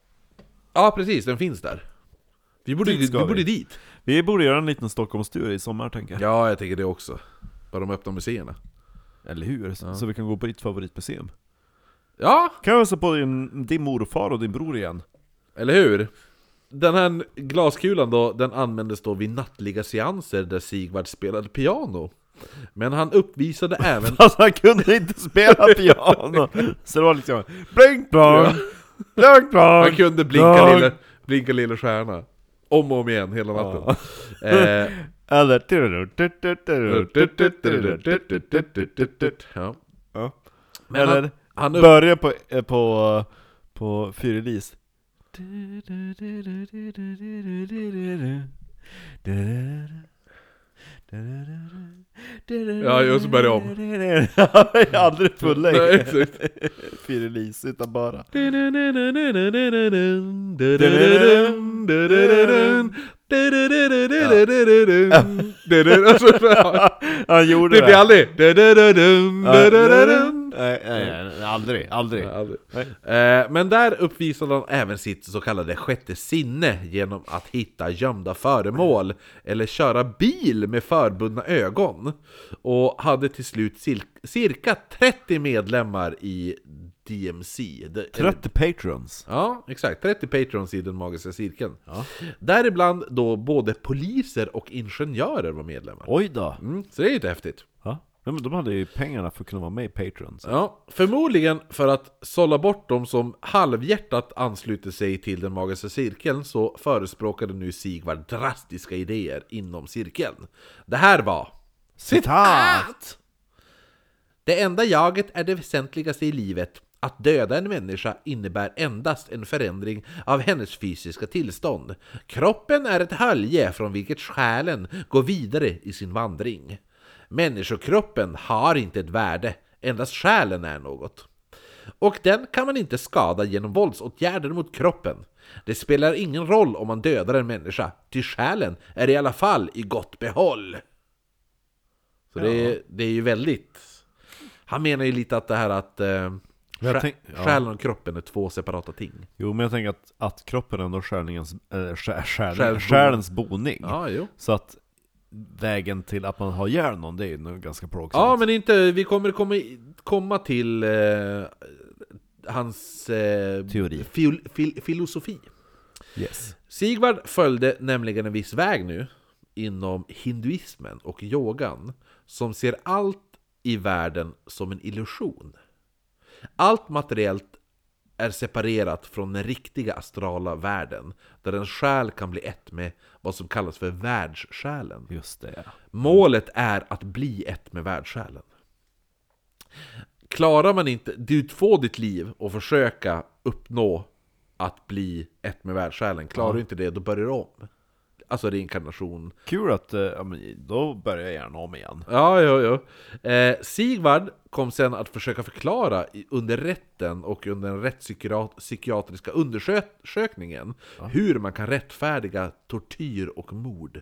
[SPEAKER 1] Ja, precis, den finns där. Vi borde,
[SPEAKER 2] Dit
[SPEAKER 1] vi
[SPEAKER 2] ska
[SPEAKER 1] borde
[SPEAKER 2] vi.
[SPEAKER 1] dit.
[SPEAKER 2] Vi borde göra en liten Stockholmstur i sommar tänker jag.
[SPEAKER 1] Ja, jag tänker det också. Bara de öppna museerna.
[SPEAKER 2] Eller hur? Så, så vi kan gå på ditt favoritmuseum.
[SPEAKER 1] Ja,
[SPEAKER 2] Kan jag hälsa på din, din morfar och din bror igen?
[SPEAKER 1] Eller hur? Den här glaskulan då, den användes då vid nattliga seanser där Sigvard spelade piano. Men han uppvisade även...
[SPEAKER 2] Alltså han kunde inte spela piano! Så det var liksom blink blong, blink
[SPEAKER 1] Han
[SPEAKER 2] blong.
[SPEAKER 1] kunde blinka lilla, blinka lilla stjärna. Om och om igen, hela natten. Eh,
[SPEAKER 2] Eller tudu, tudu, tudu, tudu, tudu, tudu.
[SPEAKER 1] ja.
[SPEAKER 2] Ja.
[SPEAKER 1] Men han,
[SPEAKER 2] Eller
[SPEAKER 1] han upp,
[SPEAKER 2] börja på, eh, på, på Fyrilis.
[SPEAKER 1] Ja, jag måste börja om.
[SPEAKER 2] Jag är aldrig
[SPEAKER 1] Nej,
[SPEAKER 2] fullängd.
[SPEAKER 1] exakt.
[SPEAKER 2] Fyrilis, utan bara.
[SPEAKER 1] Alltså,
[SPEAKER 2] Han gjorde
[SPEAKER 1] det blir
[SPEAKER 2] det.
[SPEAKER 1] aldrig...
[SPEAKER 2] Nej, nej, nej, aldrig, aldrig.
[SPEAKER 1] Nej, aldrig.
[SPEAKER 2] Nej.
[SPEAKER 1] Eh, Men där uppvisade han även sitt så kallade sjätte sinne genom att hitta gömda föremål eller köra bil med förbundna ögon. Och hade till slut cil- cirka 30 medlemmar i DMC. Det- eller-
[SPEAKER 2] 30 patrons.
[SPEAKER 1] Ja, exakt. 30 patrons i den magiska cirkeln.
[SPEAKER 2] Ja.
[SPEAKER 1] Däribland då både poliser och ingenjörer var medlemmar.
[SPEAKER 2] Oj då.
[SPEAKER 1] Mm, så det är ju inte häftigt.
[SPEAKER 2] Ja. De, de hade ju pengarna för att kunna vara med i patrons.
[SPEAKER 1] Ja, förmodligen för att sålla bort dem som halvhjärtat ansluter sig till den magiska cirkeln så förespråkade nu Sigvard drastiska idéer inom cirkeln. Det här var...
[SPEAKER 2] Citat!
[SPEAKER 1] Det enda jaget är det väsentligaste i livet. Att döda en människa innebär endast en förändring av hennes fysiska tillstånd. Kroppen är ett hölje från vilket själen går vidare i sin vandring. Människokroppen har inte ett värde, endast själen är något. Och den kan man inte skada genom våldsåtgärder mot kroppen. Det spelar ingen roll om man dödar en människa, ty själen är i alla fall i gott behåll. Så det, är, det är ju väldigt... Han menar ju lite att det här att eh,
[SPEAKER 2] jag
[SPEAKER 1] sjä-
[SPEAKER 2] tänk- ja.
[SPEAKER 1] själen och kroppen är två separata ting.
[SPEAKER 2] Jo men jag tänker att, att kroppen är ändå själingens, äh, sjä, själ,
[SPEAKER 1] Själens-
[SPEAKER 2] själens boning.
[SPEAKER 1] Ja, jo.
[SPEAKER 2] Så att vägen till att man har ihjäl någon, det är ju nog ganska plågsamt.
[SPEAKER 1] Ja, men inte... Vi kommer komma, i- komma till eh, hans... Eh,
[SPEAKER 3] Teori.
[SPEAKER 1] fil, fil, filosofi.
[SPEAKER 2] Yes.
[SPEAKER 1] Sigvard följde nämligen en viss väg nu inom hinduismen och yogan som ser allt i världen som en illusion. Allt materiellt är separerat från den riktiga astrala världen där en själ kan bli ett med vad som kallas för världssjälen.
[SPEAKER 2] Just det.
[SPEAKER 1] Målet är att bli ett med världssjälen. Klarar man inte, du får ditt liv och försöka uppnå att bli ett med världssjälen. Klarar du inte det, då börjar du om. Alltså reinkarnation.
[SPEAKER 2] Kul att, eh, ja, men då börjar jag gärna om igen.
[SPEAKER 1] Ja, ja, ja. Eh, Sigvard kom sen att försöka förklara i- under rätten och under den rättspsykiatriska undersökningen hur man kan rättfärdiga tortyr och mord.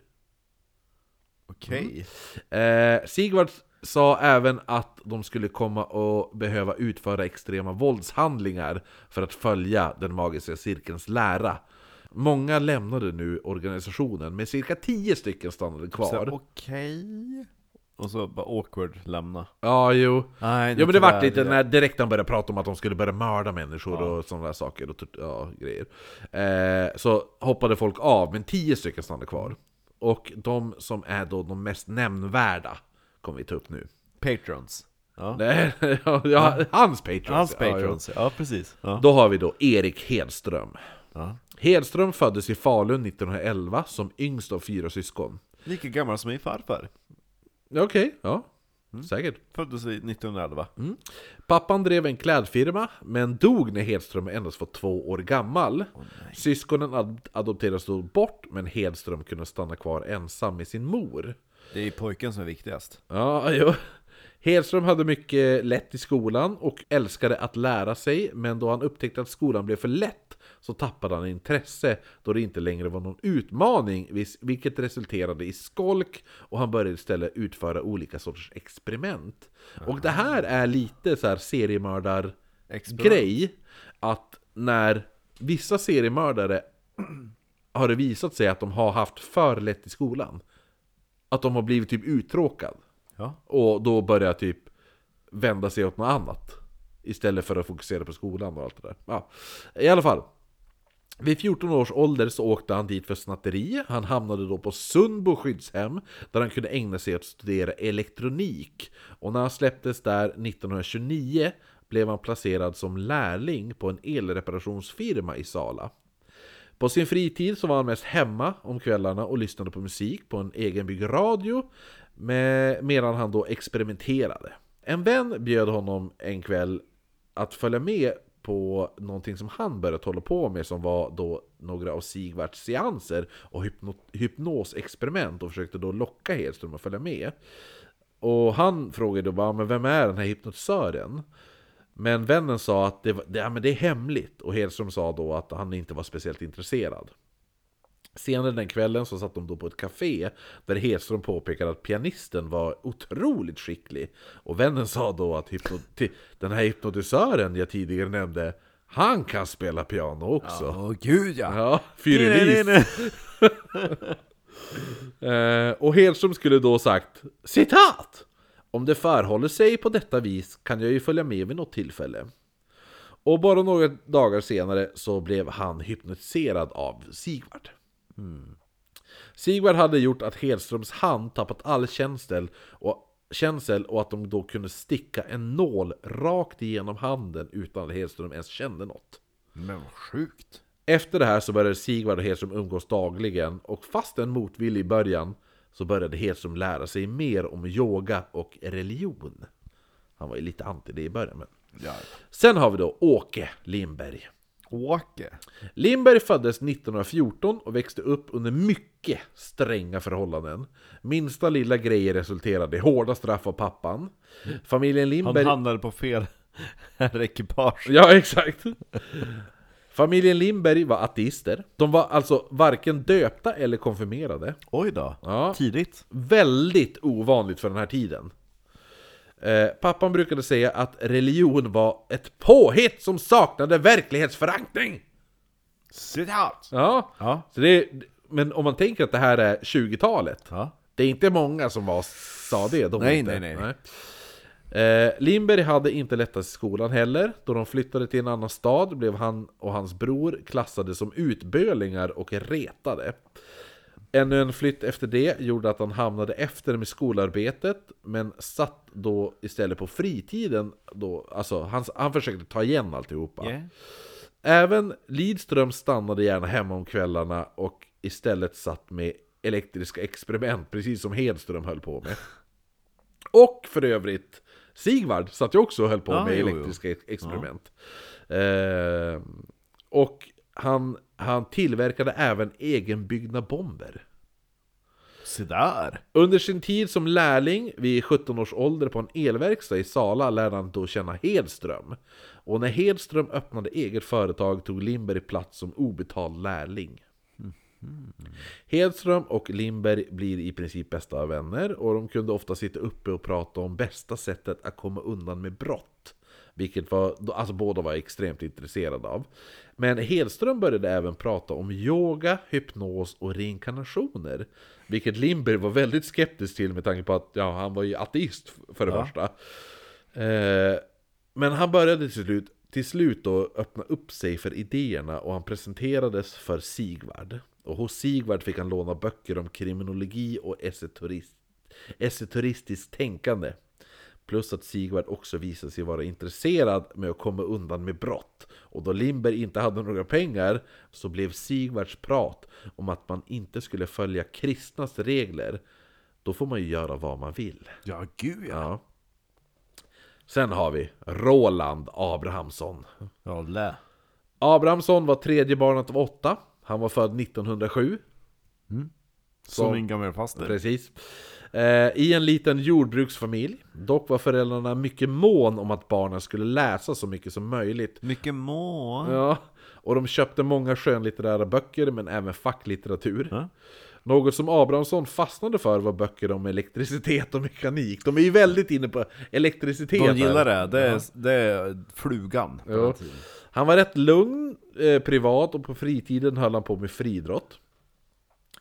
[SPEAKER 2] Okej.
[SPEAKER 1] Mm. Eh, Sigvard sa även att de skulle komma och behöva utföra extrema våldshandlingar för att följa den magiska cirkelns lära. Många lämnade nu organisationen, men cirka 10 stycken stannade
[SPEAKER 2] Så här,
[SPEAKER 1] kvar.
[SPEAKER 2] Okej. Och så bara awkward lämna.
[SPEAKER 1] Ja, jo. Ja
[SPEAKER 2] Nej,
[SPEAKER 1] men det
[SPEAKER 2] tyvärr,
[SPEAKER 1] vart lite när direkt han började prata om att de skulle börja mörda människor och sådana där saker och tort- ja, grejer. Eh, så hoppade folk av, men tio stycken stannade kvar. Och de som är då de mest nämnvärda kommer vi ta upp nu.
[SPEAKER 2] Patrons. Ja.
[SPEAKER 1] Nej, ja, ja, hans patrons.
[SPEAKER 2] Hans
[SPEAKER 1] ja, ja.
[SPEAKER 2] patrons, ja, precis. Ja.
[SPEAKER 1] Då har vi då Erik Hedström.
[SPEAKER 2] Ja.
[SPEAKER 1] Hedström föddes i Falun 1911 som yngst av fyra syskon.
[SPEAKER 2] Lika gammal som min farfar.
[SPEAKER 1] Ja, Okej, Mm. ja. Säkert.
[SPEAKER 2] Föddes i 1911.
[SPEAKER 1] Mm. Pappan drev en klädfirma, men dog när Hedström endast var två år gammal. Syskonen ad- adopterades då bort, men Hedström kunde stanna kvar ensam med sin mor.
[SPEAKER 2] Det är pojken som är viktigast.
[SPEAKER 1] Ja, jo. Hedström hade mycket lätt i skolan och älskade att lära sig, men då han upptäckte att skolan blev för lätt så tappade han intresse då det inte längre var någon utmaning, vis- vilket resulterade i skolk och han började istället utföra olika sorters experiment. Och det här är lite så här seriemördar
[SPEAKER 2] Experiment.
[SPEAKER 1] grej att när vissa seriemördare har det visat sig att de har haft för lätt i skolan. Att de har blivit typ uttråkad.
[SPEAKER 2] Ja.
[SPEAKER 1] Och då börjar typ vända sig åt något annat. Istället för att fokusera på skolan och allt det där. Ja. I alla fall. Vid 14 års ålder så åkte han dit för snatteri. Han hamnade då på Sundbo skyddshem där han kunde ägna sig åt att studera elektronik. Och när han släpptes där 1929 blev han placerad som lärling på en elreparationsfirma i Sala. På sin fritid så var han mest hemma om kvällarna och lyssnade på musik på en egenbyggd radio med, medan han då experimenterade. En vän bjöd honom en kväll att följa med på någonting som han börjat hålla på med som var då några av Sigvards seanser och hypno- hypnosexperiment och försökte då locka Hedström att följa med. Och han frågade då bara, men vem är den här hypnotisören? Men vännen sa att det, var, det, ja, men det är hemligt och Hedström sa då att han inte var speciellt intresserad. Senare den kvällen så satt de då på ett café där Hedström påpekade att pianisten var otroligt skicklig. Och vännen sa då att hypnoti- den här hypnotisören jag tidigare nämnde, han kan spela piano också.
[SPEAKER 3] Åh gud ja!
[SPEAKER 1] Ja, fyrilis. Eh, och Hedström skulle då sagt citat! Om det förhåller sig på detta vis kan jag ju följa med vid något tillfälle. Och bara några dagar senare så blev han hypnotiserad av Sigvard. Hmm. Sigvard hade gjort att Hedströms hand tappat all känsel och, känsel och att de då kunde sticka en nål rakt igenom handen utan att Hedström ens kände något.
[SPEAKER 2] Men vad sjukt.
[SPEAKER 1] Efter det här så började Sigvard och Hedström umgås dagligen och fast en motvillig i början så började Hedström lära sig mer om yoga och religion. Han var ju lite anti det i början men...
[SPEAKER 2] Ja.
[SPEAKER 1] Sen har vi då Åke Lindberg.
[SPEAKER 2] Åke.
[SPEAKER 1] Lindberg föddes 1914 och växte upp under mycket stränga förhållanden. Minsta lilla grejer resulterade i hårda straff av pappan. Familjen
[SPEAKER 2] Han
[SPEAKER 1] Lindberg...
[SPEAKER 2] hamnade på fel ekipage.
[SPEAKER 1] Ja, exakt. Familjen Lindberg var ateister. De var alltså varken döpta eller konfirmerade.
[SPEAKER 2] Oj då.
[SPEAKER 1] Ja.
[SPEAKER 2] Tidigt.
[SPEAKER 1] Väldigt ovanligt för den här tiden. Eh, pappan brukade säga att religion var ett påhitt som saknade verklighetsförankring.
[SPEAKER 2] Citat!
[SPEAKER 1] Ja.
[SPEAKER 2] Ja.
[SPEAKER 1] Så det, men om man tänker att det här är 20-talet.
[SPEAKER 2] Ja.
[SPEAKER 1] Det är inte många som var, sa det då.
[SPEAKER 2] Nej,
[SPEAKER 1] inte.
[SPEAKER 2] nej,
[SPEAKER 1] nej. Eh, Lindberg hade inte lättast i skolan heller. Då de flyttade till en annan stad blev han och hans bror klassade som utbölingar och retade. Ännu en flytt efter det gjorde att han hamnade efter med skolarbetet men satt då istället på fritiden då, alltså han, han försökte ta igen alltihopa.
[SPEAKER 2] Yeah.
[SPEAKER 1] Även Lidström stannade gärna hemma om kvällarna och istället satt med elektriska experiment, precis som Hedström höll på med. Och för övrigt, Sigvard satt ju också och höll på
[SPEAKER 2] Ja,
[SPEAKER 1] med
[SPEAKER 2] jo, jo.
[SPEAKER 1] elektriska ex- experiment. Eh, och han, han tillverkade även egenbyggda bomber.
[SPEAKER 2] Se där!
[SPEAKER 1] Under sin tid som lärling vid 17 års ålder på en elverkstad i Sala lärde han då känna Hedström. Och när Hedström öppnade eget företag tog Lindberg plats som obetald lärling. Hedström och Lindberg blir i princip bästa vänner och de kunde ofta sitta uppe och prata om bästa sättet att komma undan med brott. Vilket var, alltså båda var extremt intresserade av. Men Hedström började även prata om yoga, hypnos och reinkarnationer. Vilket Lindberg var väldigt skeptisk till med tanke på att ja, han var ju ateist för det första. Eh, men han började till slut, till slut då öppna upp sig för idéerna och han presenterades för Sigvard. Och hos Sigvard fick han låna böcker om kriminologi och esoterist, esoteristiskt tänkande. Plus att Sigvard också visade sig vara intresserad med att komma undan med brott. Och då Lindberg inte hade några pengar så blev Sigvards prat om att man inte skulle följa kristnas regler, då får man ju göra vad man vill.
[SPEAKER 2] Ja, gud ja.
[SPEAKER 1] Ja. Sen har vi Roland Abrahamsson.
[SPEAKER 2] Rolle.
[SPEAKER 1] Abrahamsson var tredje barnet av åtta. Han var född 1907.
[SPEAKER 2] Som
[SPEAKER 1] Så-
[SPEAKER 2] min gammelfaster.
[SPEAKER 1] Precis. Eh, I en liten jordbruksfamilj. Dock var föräldrarna mycket mån om att barnen skulle läsa så mycket som möjligt.
[SPEAKER 2] Mycket mån.
[SPEAKER 1] Ja. Och de köpte många skönlitterära böcker, men även facklitteratur.
[SPEAKER 2] Ja.
[SPEAKER 1] Något som Abrahamsson fastnade för var böcker om elektricitet och mekanik. De är ju väldigt inne på elektricitet.
[SPEAKER 2] De
[SPEAKER 1] här.
[SPEAKER 2] gillar det, det är, det är flugan.
[SPEAKER 1] Ja. Han var rätt lugn eh, privat och på fritiden höll han på med friidrott.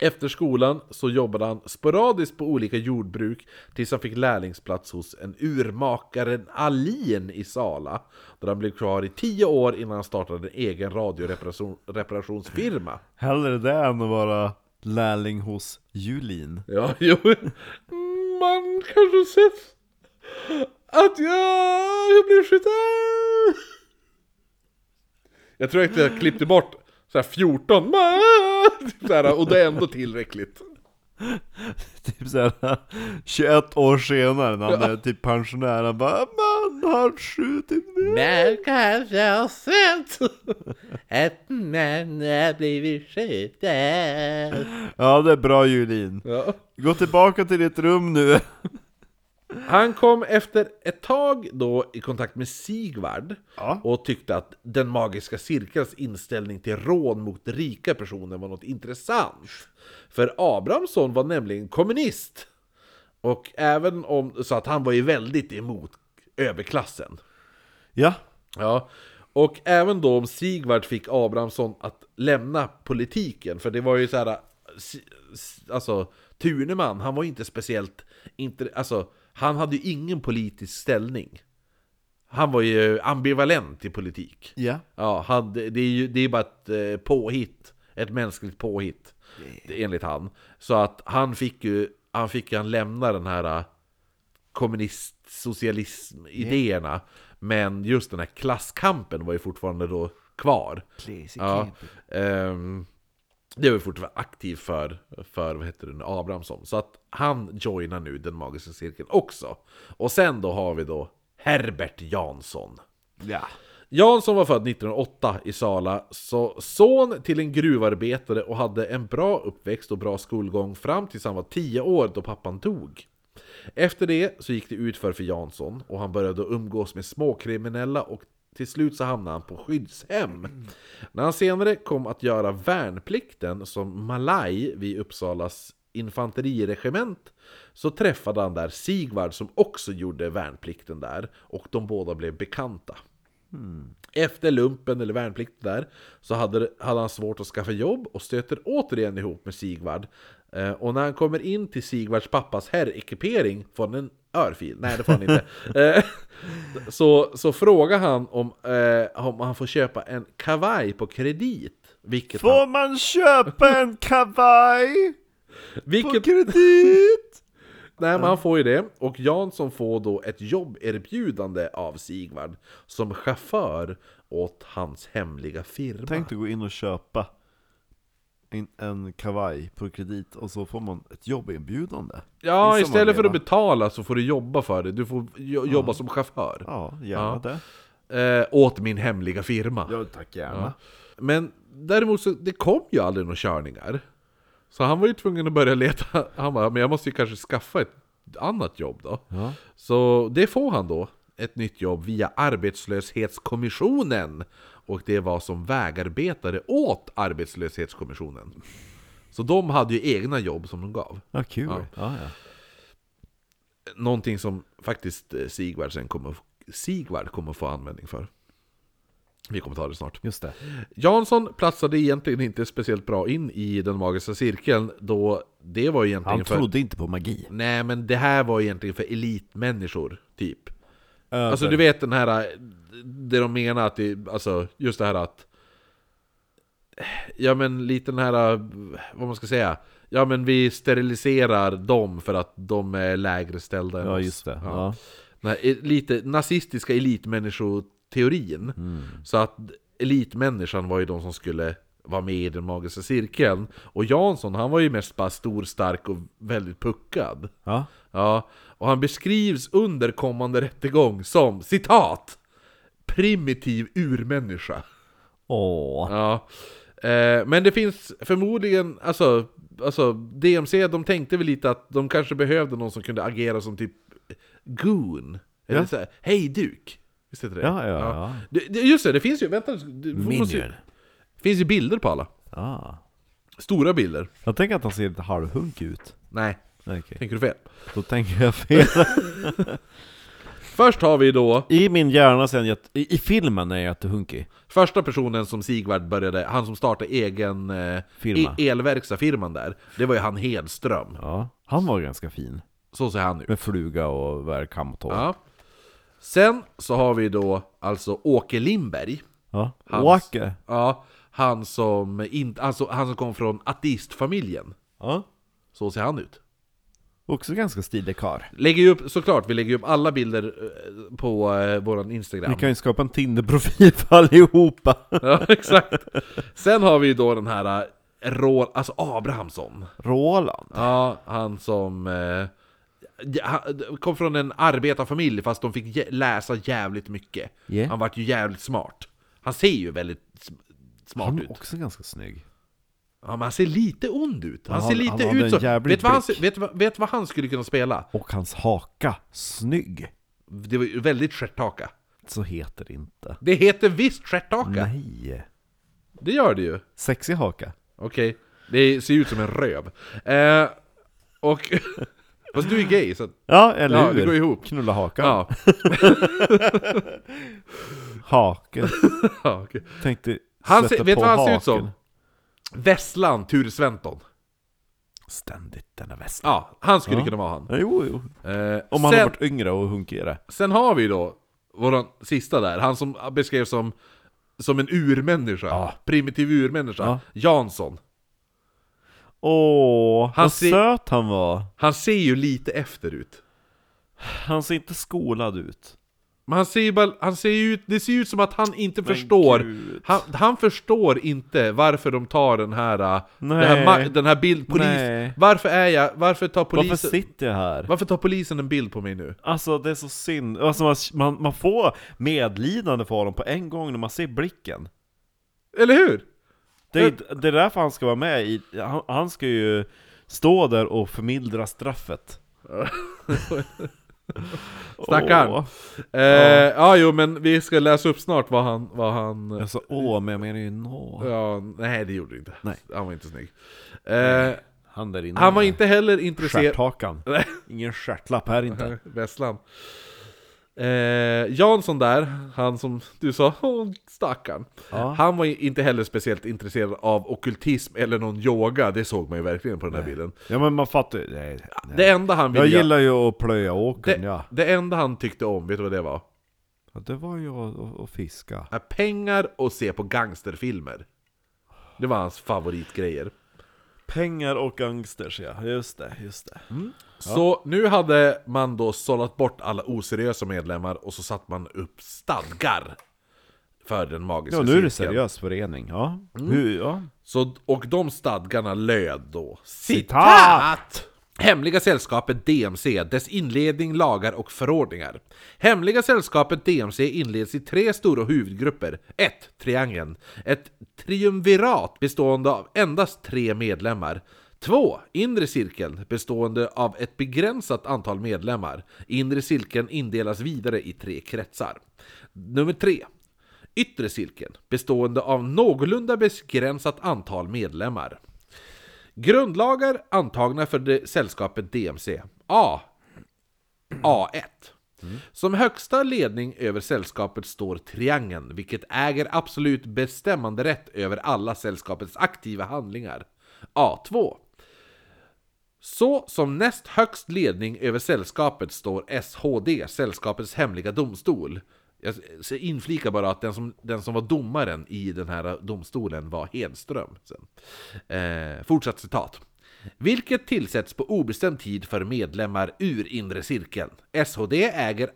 [SPEAKER 1] Efter skolan så jobbade han sporadiskt på olika jordbruk tills han fick lärlingsplats hos en urmakaren Alin i Sala. Där han blev kvar i tio år innan han startade en egen radioreparationsfirma.
[SPEAKER 2] Hellre det än att vara lärling hos Julin.
[SPEAKER 1] Ja, jo. Man kanske sett att jag, jag blir skjuten. Jag tror att jag klippte bort så här 14 man, typ så här, och det är ändå tillräckligt.
[SPEAKER 2] Typ såhär 21 år senare när han är typ pensionär, han bara 'Man har skjutit mig'
[SPEAKER 1] Men kanske jag har sett att man har blivit skjuten.
[SPEAKER 2] Ja det är bra Julin.
[SPEAKER 1] Ja.
[SPEAKER 2] Gå tillbaka till ditt rum nu.
[SPEAKER 1] Han kom efter ett tag då i kontakt med Sigvard
[SPEAKER 2] Ja.
[SPEAKER 1] och tyckte att den magiska cirkelns inställning till rån mot rika personer var något intressant. För Abrahamsson var nämligen kommunist. Och även om, så att han var ju väldigt emot överklassen.
[SPEAKER 2] Ja,
[SPEAKER 1] Ja, och även då om Sigvard fick Abrahamsson att lämna politiken, för det var ju så här, si- s- alltså Tuneman, han var ju inte speciellt, inte, alltså han hade ju ingen politisk ställning. Han var ju ambivalent i politik.
[SPEAKER 2] ja.
[SPEAKER 1] Ja, han, det, det är ju det är bara ett eh, påhitt, ett mänskligt påhitt, enligt han. Så att han fick ju, han fick ju han lämna den här eh, kommunist-socialism-idéerna. Men just den här klasskampen var ju fortfarande då kvar. Ja, ehm, det var ju fortfarande aktiv för, för vad heter det nu, Abrahamsson. Så att han joinar nu den magiska cirkeln också. Och sen då har vi då Herbert Jansson.
[SPEAKER 2] Ja.
[SPEAKER 1] Jansson var född 1908 i Sala, så son till en gruvarbetare och hade en bra uppväxt och bra skolgång fram tills han var 10 år då pappan dog. Efter det så gick det utför för Jansson och han började umgås med småkriminella och till slut så hamnade han på skyddshem. När han senare kom att göra värnplikten som malaj vid Uppsalas infanteriregemente så träffade han där Sigvard som också gjorde värnplikten där och de båda blev bekanta. Efter lumpen eller värnplikt där så hade, hade han svårt att skaffa jobb och stöter återigen ihop med Sigvard. Eh, och när han kommer in till Sigvards pappas herrekipering får han en örfil. Nej, det får han inte. Eh, så, så frågar han om, eh, om han får köpa en kavaj på kredit. Vilket han,
[SPEAKER 2] Får man köpa en kavaj? På
[SPEAKER 1] vilket,
[SPEAKER 2] kredit?
[SPEAKER 1] nej, men han får ju det. Och Jansson får då ett jobberbjudande av Sigvard som chaufför åt hans hemliga firma.
[SPEAKER 2] Tänk dig gå in och köpa en, en kavaj på kredit och så får man ett jobberbjudande.
[SPEAKER 1] Ja,
[SPEAKER 2] Gissa
[SPEAKER 1] istället
[SPEAKER 2] vad
[SPEAKER 1] för
[SPEAKER 2] det
[SPEAKER 1] att
[SPEAKER 2] var.
[SPEAKER 1] betala så får du jobba för det. Du får jo- jobba som chaufför.
[SPEAKER 2] Ja, gärna det.
[SPEAKER 1] Eh, åt min hemliga firma.
[SPEAKER 2] Ja, tack gärna.
[SPEAKER 1] Men däremot så, det kom ju aldrig några körningar. Så han var ju tvungen att börja leta. Han bara, men jag måste ju kanske skaffa ett annat jobb då.
[SPEAKER 2] Ja.
[SPEAKER 1] Så det får han då. Ett nytt jobb via Arbetslöshetskommissionen. Och det var som vägarbetare åt Arbetslöshetskommissionen. Så de hade ju egna jobb som de gav.
[SPEAKER 2] Ja, kul.
[SPEAKER 1] Ja.
[SPEAKER 2] Ja. Ja,
[SPEAKER 1] Någonting som faktiskt eh, Sigvard sen kommer, Sigvard kommer få användning för. Vi kommer ta det snart.
[SPEAKER 2] Just det.
[SPEAKER 1] Jansson platsade egentligen inte speciellt bra in i den magiska cirkeln då det var egentligen
[SPEAKER 2] Han
[SPEAKER 1] för...
[SPEAKER 2] trodde inte på magi.
[SPEAKER 1] Nej men det här var egentligen för elitmänniskor, typ. Alltså du vet den här, eh, det de menar att det, alltså just det här att... Ja men lite den här, eh, vad man ska säga? Ja men vi steriliserar dem för att de är lägre ställda än
[SPEAKER 2] Ja,
[SPEAKER 1] oss.
[SPEAKER 2] just det.
[SPEAKER 1] Ja.
[SPEAKER 2] Ja.
[SPEAKER 1] Den här e- lite nazistiska elitmänniskoteorin.
[SPEAKER 2] Mm.
[SPEAKER 1] Så att elitmänniskan var ju de som skulle vara med i den magiska cirkeln. Och Jansson, han var ju mest bara stor, stark och väldigt puckad.
[SPEAKER 2] Ja.
[SPEAKER 1] Ja, och han beskrivs under kommande rättegång som citat primitiv urmänniska.
[SPEAKER 2] Åh.
[SPEAKER 1] Ja. Eh, men det finns förmodligen, alltså, alltså DMC, de tänkte väl lite att de kanske behövde någon som kunde agera som typ goon. Eller
[SPEAKER 2] Ja.
[SPEAKER 1] så här, hej duk. Visst heter det?
[SPEAKER 2] Ja, ja, ja.
[SPEAKER 1] Det- det- Just det, det finns ju, vänta. Det måste ju-
[SPEAKER 3] Minion.
[SPEAKER 1] Det finns ju bilder på alla.
[SPEAKER 2] Ah.
[SPEAKER 1] Stora bilder.
[SPEAKER 2] Jag tänker att han ser lite halvhunk ut.
[SPEAKER 1] Nej,
[SPEAKER 2] Okej,
[SPEAKER 1] tänker du fel?
[SPEAKER 2] då tänker jag fel.
[SPEAKER 1] Först har vi då
[SPEAKER 2] I min hjärna så är han jätte... I, I filmen är jag jättehunkig.
[SPEAKER 1] första personen som Sigvard började, han som startade egen eh,
[SPEAKER 2] Firma.
[SPEAKER 1] e- elverkstadfirman där. Det var ju han Hedström.
[SPEAKER 2] Ja. Han var ganska fin.
[SPEAKER 1] Så ser han ut.
[SPEAKER 2] Med fluga och värkam och tår.
[SPEAKER 1] Ja. Sen så har vi då alltså Åke Lindberg.
[SPEAKER 2] Ja.
[SPEAKER 1] Hans-
[SPEAKER 2] Wacke.
[SPEAKER 1] Ja, han som, inte, alltså, han som kom från ateistfamiljen.
[SPEAKER 2] Ja.
[SPEAKER 1] Så ser han ut.
[SPEAKER 2] Också ganska stilig karl.
[SPEAKER 1] Lägger ju upp, såklart, vi lägger ju upp alla bilder eh, på eh, våran Instagram.
[SPEAKER 2] Vi kan ju skapa en Tinder-profil för allihopa.
[SPEAKER 1] Ja, exakt. Sen har vi ju då den här eh, Rå, alltså Abrahamsson.
[SPEAKER 2] Roland.
[SPEAKER 1] Ja, han som eh, ja, han kom från en arbetarfamilj fast de fick jä- läsa jävligt mycket.
[SPEAKER 2] Yeah.
[SPEAKER 1] Han vart ju jävligt smart. Han ser ju väldigt sm- smart
[SPEAKER 2] Han
[SPEAKER 1] ut.
[SPEAKER 2] är också ganska snygg.
[SPEAKER 1] Ja, men han ser lite ond ut. Han,
[SPEAKER 2] Han
[SPEAKER 1] ser
[SPEAKER 2] har- han
[SPEAKER 1] lite
[SPEAKER 2] hade
[SPEAKER 1] ut
[SPEAKER 2] en
[SPEAKER 1] som...
[SPEAKER 2] jävlig
[SPEAKER 1] Vet, vad han,
[SPEAKER 2] blick.
[SPEAKER 1] ser- vet, vad- vet vad han skulle kunna spela?
[SPEAKER 2] Och hans haka. Snygg.
[SPEAKER 1] Det var ju väldigt stjärthaka.
[SPEAKER 2] Så heter det inte.
[SPEAKER 1] Det heter visst stjärthaka!
[SPEAKER 2] Nej.
[SPEAKER 1] Det gör det ju.
[SPEAKER 2] Sexig haka.
[SPEAKER 1] Okej. Det ser ut som en röv. Eh, och... Fast du är gay, så att-
[SPEAKER 2] Ja, eller
[SPEAKER 1] Ja,
[SPEAKER 2] hur?
[SPEAKER 1] det går ihop.
[SPEAKER 2] Knulla hakan.
[SPEAKER 1] Ja.
[SPEAKER 2] Haken.
[SPEAKER 1] ja okej.
[SPEAKER 2] Tänkte
[SPEAKER 1] Han
[SPEAKER 2] sätta
[SPEAKER 1] ser, vet
[SPEAKER 2] på
[SPEAKER 1] vad han ser
[SPEAKER 2] haken.
[SPEAKER 1] ut som? Vesslan Ture Sventon.
[SPEAKER 2] Ständigt denna väst.
[SPEAKER 1] Ja, han skulle
[SPEAKER 2] Ja.
[SPEAKER 1] kunna vara han.
[SPEAKER 2] Jo, jo.
[SPEAKER 1] Eh,
[SPEAKER 2] Om han
[SPEAKER 1] sen,
[SPEAKER 2] har varit yngre och hunkigare.
[SPEAKER 1] sen har vi då våran sista där, han som beskrevs som, som en urmänniska.
[SPEAKER 2] Ja.
[SPEAKER 1] Primitiv urmänniska.
[SPEAKER 2] Ja.
[SPEAKER 1] Jansson.
[SPEAKER 2] Åh,
[SPEAKER 1] Han
[SPEAKER 2] vad
[SPEAKER 1] ser-
[SPEAKER 2] söt han var!
[SPEAKER 1] Han ser ju lite efter ut.
[SPEAKER 2] Han ser inte skolad ut.
[SPEAKER 1] Men han ser ju bara, han ser ju ut, det ser ju ut som att han inte förstår.
[SPEAKER 2] gud.
[SPEAKER 1] Han, han förstår inte varför de tar den här, äh,
[SPEAKER 2] Nej.
[SPEAKER 1] den här, ma- den här bild, polis,
[SPEAKER 2] Nej.
[SPEAKER 1] varför är jag, varför tar
[SPEAKER 2] Varför
[SPEAKER 1] polisen,
[SPEAKER 2] sitter jag här?
[SPEAKER 1] varför tar polisen en bild på mig nu?
[SPEAKER 2] Alltså det är så synd, alltså, man, man, man får medlidande för honom på en gång när man ser blicken
[SPEAKER 1] Eller hur?
[SPEAKER 2] Det är, det är därför han ska vara med i, han, han ska ju stå där och förmildra straffet
[SPEAKER 1] Stackarn.
[SPEAKER 2] Åh.
[SPEAKER 1] Eh, ja. jo men vi ska läsa upp snart vad han, vad han
[SPEAKER 2] Jag sa åh, men jag menar ju nå
[SPEAKER 1] Ja, nej det gjorde du inte.
[SPEAKER 2] Nej.
[SPEAKER 1] Han var inte snygg. Eh,
[SPEAKER 2] Han där inne
[SPEAKER 1] han var inte heller intresserad...
[SPEAKER 2] Stjärthakan Ingen stjärtlapp här inte
[SPEAKER 1] Vesslan. Eh, Jansson där, han som du sa, åh, stackarn.
[SPEAKER 2] Ja.
[SPEAKER 1] Han var ju inte heller speciellt intresserad av okkultism eller någon yoga, det såg man ju verkligen på den här bilden.
[SPEAKER 2] Ja men man fattar ju, nej, nej.
[SPEAKER 1] Det enda han ville...
[SPEAKER 2] Jag gillar ju att plöja
[SPEAKER 1] det,
[SPEAKER 2] åkern ja
[SPEAKER 1] det enda han tyckte om, vet du vad det var?
[SPEAKER 2] Ja, Det var ju att, att, att fiska
[SPEAKER 1] Är Pengar och se på gangsterfilmer. Det var hans favoritgrejer.
[SPEAKER 2] Pengar och gangsters ja, just det, just det
[SPEAKER 1] Så nu hade man då sållat bort alla oseriösa medlemmar och så satte man upp stadgar för den magiska
[SPEAKER 2] Ja nu är det
[SPEAKER 1] cirkeln.
[SPEAKER 2] seriös förening, ja, Hur, ja.
[SPEAKER 1] Så, och de stadgarna löd då
[SPEAKER 2] Citat!
[SPEAKER 1] Hemliga sällskapet DMC, dess inledning, lagar och förordningar. Hemliga sällskapet DMC inleds i tre stora huvudgrupper. 1. Triangeln. Ett triumvirat bestående av endast tre medlemmar. 2. Inre cirkeln bestående av ett begränsat antal medlemmar. Inre cirkeln indelas vidare i tre kretsar. Nummer 3. Yttre cirkeln bestående av någorlunda begränsat antal medlemmar. Grundlagar antagna för det sällskapet DMC. A. A1. Som högsta ledning över sällskapet står triangeln, vilket äger absolut bestämmande rätt över alla sällskapets aktiva handlingar. A2. Så som näst högst ledning över sällskapet står SHD, sällskapets hemliga domstol. Jag ska inflika bara att den som, den som var domaren i den här domstolen var Hedström. Sen. Eh, fortsatt citat. Vilket tillsätts på obestämd tid för medlemmar ur inre cirkeln. SHD äger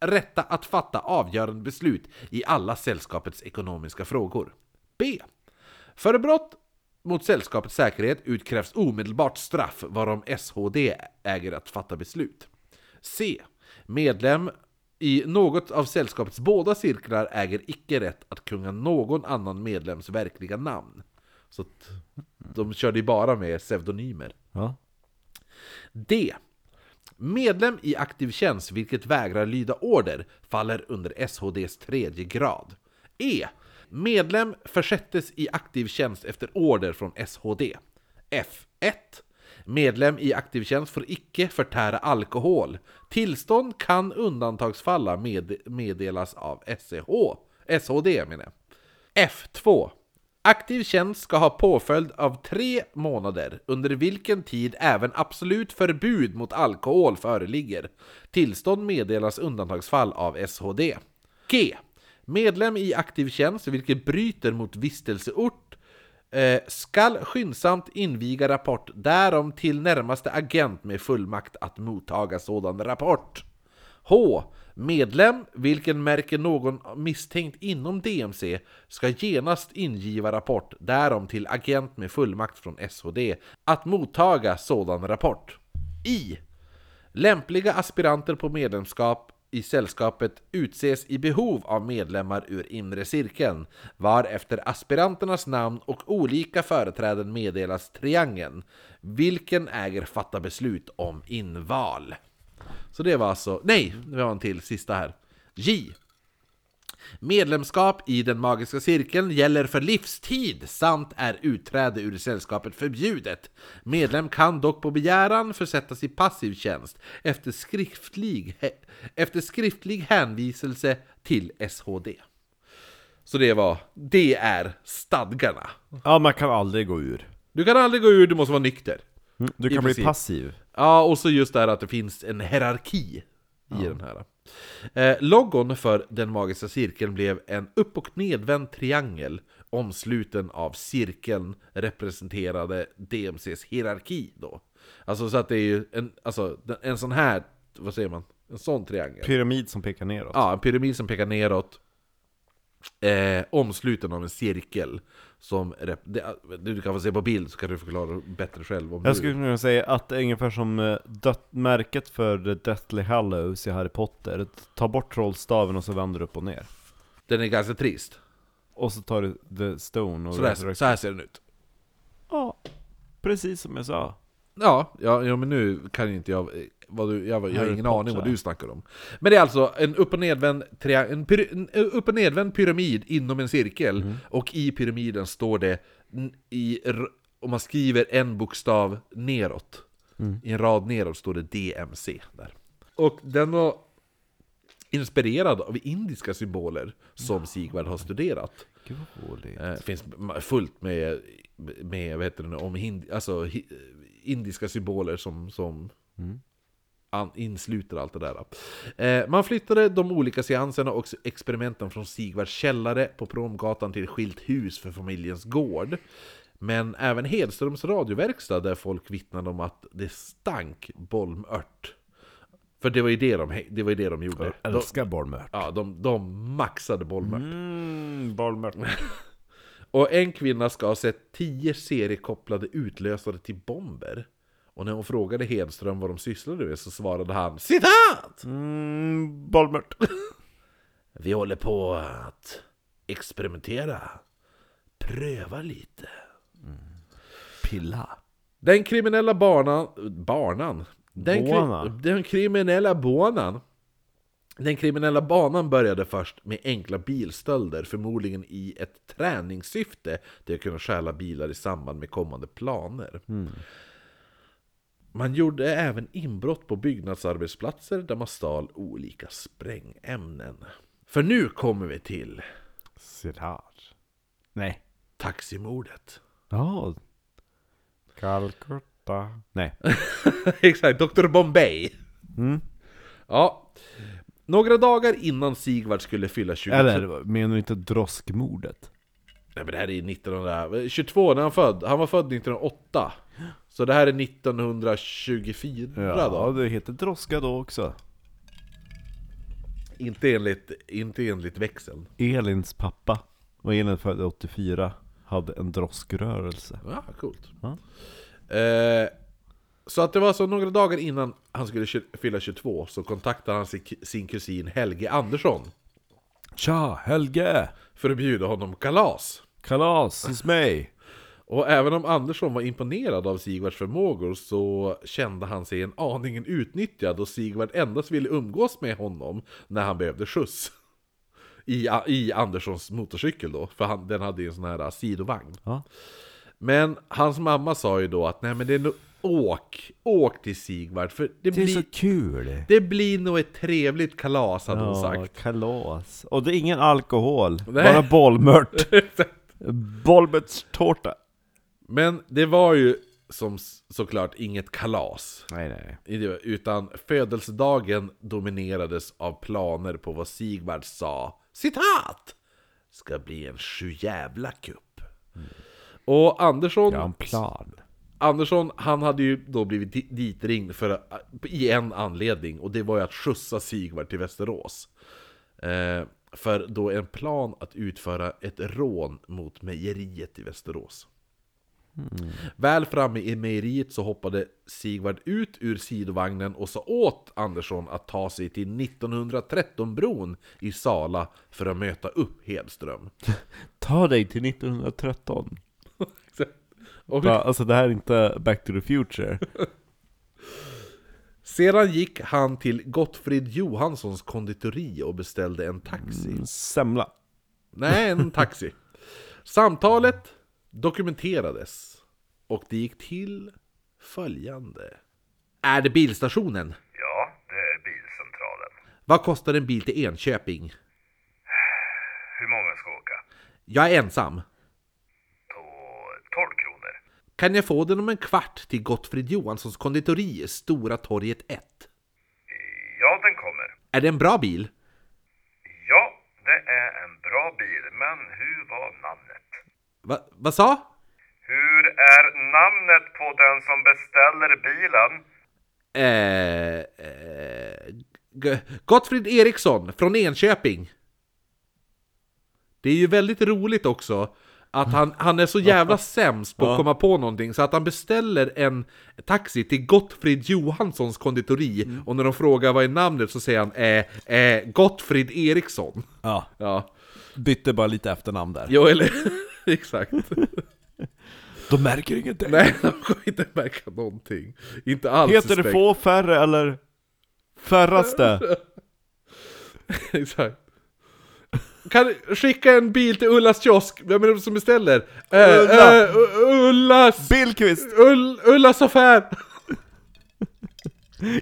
[SPEAKER 1] rätta att fatta avgörande beslut i alla sällskapets ekonomiska frågor. B. För brott mot sällskapets säkerhet utkrävs omedelbart straff varom SHD äger att fatta beslut. C. Medlem i något av sällskapets båda cirklar äger icke rätt att kunga någon annan medlems verkliga namn. Så att de körde ju bara med pseudonymer.
[SPEAKER 2] ja.
[SPEAKER 1] D. Medlem i aktiv tjänst vilket vägrar lyda order faller under SHDs tredje grad. E. Medlem försättes i aktiv tjänst efter order från SHD. F1. Medlem i aktiv tjänst får icke förtära alkohol. Tillstånd kan undantagsfalla med, meddelas av SEH, SHD menar jag. F2. Aktiv tjänst ska ha påföljd av tre månader, under vilken tid även absolut förbud mot alkohol föreligger. Tillstånd meddelas undantagsfall av SHD. G. Medlem i aktiv tjänst, vilket bryter mot vistelseort, eh, skall skyndsamt inviga rapport därom till närmaste agent med fullmakt att mottaga sådan rapport. H. Medlem, vilken märker någon misstänkt inom DMC, ska genast ingiva rapport därom till agent med fullmakt från SHD att mottaga sådan rapport. I. Lämpliga aspiranter på medlemskap i sällskapet utses i behov av medlemmar ur inre cirkeln, varefter aspiranternas namn och olika företräden meddelas triangeln, vilken äger fatta beslut om inval. Så det var alltså, nej, det var en till, sista här. J. Medlemskap i den magiska cirkeln gäller för livstid samt är utträde ur sällskapet förbjudet. Medlem kan dock på begäran försättas i passiv tjänst efter skriftlig, he, efter skriftlig hänviselse till SHD. Så det var, det är stadgarna.
[SPEAKER 2] ja, man kan aldrig gå ur
[SPEAKER 1] Du kan aldrig gå ur, du måste vara nykter.
[SPEAKER 2] Du
[SPEAKER 1] I
[SPEAKER 2] kan
[SPEAKER 1] princip.
[SPEAKER 2] bli passiv
[SPEAKER 1] Ja, och så just det här att det finns en hierarki i den här. Eh, loggon för den magiska cirkeln blev en upp och nedvänd triangel omsluten av cirkeln representerade DMCs hierarki då. Alltså så att det är ju en, alltså, den- en sån här, vad säger man? En sån triangel.
[SPEAKER 2] Pyramid som pekar neråt.
[SPEAKER 1] Ja, en pyramid som pekar neråt. Eh, omsluten av en cirkel. Som rep- det, du kan få se på bild så kan du förklara bättre själv. Om
[SPEAKER 2] Jag
[SPEAKER 1] du-
[SPEAKER 2] skulle kunna säga att det är ungefär som eh, döt- märket för The Deathly Hallows i Harry Potter. Ta bort trollstaven och så vänder du upp och ner.
[SPEAKER 1] Den är ganska trist.
[SPEAKER 2] Och så tar du The Stone och
[SPEAKER 1] Så, där,
[SPEAKER 2] resurrect-
[SPEAKER 1] så här ser den ut.
[SPEAKER 2] Ja, precis som jag sa.
[SPEAKER 1] Ja, ja, ja men nu kan ju inte jag... Vad du, jag, jag har
[SPEAKER 2] Harry
[SPEAKER 1] ingen
[SPEAKER 2] Potter.
[SPEAKER 1] aning vad du snackar om. Men det är alltså en upp och nedvänd, tria- en pyra- en upp och nedvänd pyramid inom en cirkel.
[SPEAKER 2] Mhm.
[SPEAKER 1] Och i pyramiden står det, n- i, r- om man skriver en bokstav neråt,
[SPEAKER 2] Mm.
[SPEAKER 1] i en rad neråt står det DMC. Där. Och den var inspirerad av indiska symboler som Sigvard har studerat.
[SPEAKER 2] Gud vad roligt.
[SPEAKER 1] Eh, Det finns fullt med, med vad heter det nu, om hind, alltså, hi, indiska symboler som, som an, insluter allt det där. Eh, man flyttade de olika seanserna och experimenten från Sigvards källare på Promgatan till ett skilt hus för familjens gård. Men även Hedströms radioverkstad där folk vittnade om att det stank bollmört. För det var ju det de, det var ju det de gjorde. De,
[SPEAKER 2] bollmört.
[SPEAKER 1] ja, de, de maxade bollmört.
[SPEAKER 2] Mm, bollmört.
[SPEAKER 1] Och en kvinna ska ha sett tio seriekopplade utlösare till bomber. Och när hon frågade Hedström vad de sysslade med så svarade han citat!
[SPEAKER 2] Mm, bollmört.
[SPEAKER 1] Vi håller på att experimentera. Pröva lite.
[SPEAKER 3] Pilla.
[SPEAKER 1] Den kriminella banan... Barnan? Den, kri-
[SPEAKER 2] Banan.
[SPEAKER 1] den kriminella banan. Den kriminella banan började först med enkla bilstölder, förmodligen i ett träningssyfte till att kunna stjäla bilar i samband med kommande planer. Man gjorde även inbrott på byggnadsarbetsplatser där man stal olika sprängämnen. För nu kommer vi till
[SPEAKER 2] Citat. Nej.
[SPEAKER 1] taximordet.
[SPEAKER 2] Ja. Calcutta. Nej.
[SPEAKER 1] Exakt, Dr. Bombay.
[SPEAKER 2] Mm.
[SPEAKER 1] Ja. Några dagar innan Sigvard skulle fylla 20...
[SPEAKER 2] Eller menar du inte droskmordet?
[SPEAKER 1] Nej men det här är 1922 när han född. Han var född 1908. Så det här är 1924
[SPEAKER 2] Ja,
[SPEAKER 1] då.
[SPEAKER 2] det heter droska då också.
[SPEAKER 1] Inte enligt, inte enligt växeln.
[SPEAKER 2] Elins pappa var Elin född 84, hade en droskrörelse.
[SPEAKER 1] Ja, coolt.
[SPEAKER 2] Ja.
[SPEAKER 1] Eh, så att det var så några dagar innan han skulle tju- fylla 22 så kontaktade han sin, sin kusin Helge Andersson
[SPEAKER 2] Tja, Helge!
[SPEAKER 1] för att bjuda honom kalas.
[SPEAKER 2] Kalas hos mig!
[SPEAKER 1] Och även om Andersson var imponerad av Sigvards förmågor så kände han sig en aningen utnyttjad och Sigvard endast ville umgås med honom när han behövde skjuts. I, i Anderssons motorcykel då, för han, den hade ju en sån här sidovagn.
[SPEAKER 2] Ja.
[SPEAKER 1] Men hans mamma sa ju då att nej men det är nog åk, åk till Sigvard för det,
[SPEAKER 3] Det är så
[SPEAKER 1] blir,
[SPEAKER 3] kul.
[SPEAKER 1] det blir nog ett trevligt kalas hade hon
[SPEAKER 2] Ja,
[SPEAKER 1] sagt.
[SPEAKER 2] kalas. Och det är ingen alkohol,
[SPEAKER 1] Nej.
[SPEAKER 2] bara bollmört. Bollmörtstårta.
[SPEAKER 1] Men det var ju som s- såklart inget kalas.
[SPEAKER 2] Nej, nej.
[SPEAKER 1] I det- Utan födelsedagen dominerades av planer på vad Sigvard sa Citat! Ska bli en sjujävla kupp Och Andersson,
[SPEAKER 2] Jag har en plan.
[SPEAKER 1] Andersson han hade ju då blivit di- ditringd för, i en anledning Och det var ju att skjutsa Sigvard till Västerås eh, För då en plan att utföra ett rån mot mejeriet i Västerås Väl framme i mejeriet så hoppade Sigvard ut ur sidovagnen och sa åt Andersson att ta sig till 1913-bron i Sala för att möta upp Hedström.
[SPEAKER 2] Ta dig till 1913.
[SPEAKER 1] Och
[SPEAKER 2] Bara, Alltså det här är inte Back to the Future.
[SPEAKER 1] sedan gick han till Gottfrid Johanssons konditori och beställde en taxi.
[SPEAKER 2] Mm. Semla.
[SPEAKER 1] Nej, en taxi. Samtalet dokumenterades och det gick till följande. Är det bilstationen?
[SPEAKER 4] Ja, det är bilcentralen.
[SPEAKER 1] Vad kostar en bil till Enköping?
[SPEAKER 4] Hur många ska åka?
[SPEAKER 1] Jag är ensam.
[SPEAKER 4] Då 12 kronor.
[SPEAKER 1] Kan jag få den om en kvart till Gottfrid Johanssons konditori, Stora torget 1?
[SPEAKER 4] Ja, den kommer.
[SPEAKER 1] Är det en bra bil?
[SPEAKER 4] Ja, det är en bra bil, men hur var namnet?
[SPEAKER 1] Va, vad sa?
[SPEAKER 4] Hur är namnet på den som beställer bilen?
[SPEAKER 1] Eh, eh, G- Gottfrid Eriksson från Enköping. Det är ju väldigt roligt också att han, han är så jävla sämst på att komma på någonting så att han beställer en taxi till Gottfrid Johanssons konditori och när de frågar vad är namnet så säger han eh, eh, Gottfrid Eriksson.
[SPEAKER 5] Ja,
[SPEAKER 1] Ja,
[SPEAKER 5] bytte bara lite efternamn där.
[SPEAKER 1] jo eller exakt.
[SPEAKER 5] De märker ingenting.
[SPEAKER 1] Nej, de kommer inte märka någonting. Inte alls
[SPEAKER 2] Heter det
[SPEAKER 1] suspekt.
[SPEAKER 2] få, färre eller färraste?
[SPEAKER 1] Exakt. Kan du skicka en bil till Ullas kiosk? Vem är det som beställer? Eh,
[SPEAKER 2] Ulla.
[SPEAKER 1] eh, U- Ullas...
[SPEAKER 2] Billqvist!
[SPEAKER 1] Ull, Ullas affär!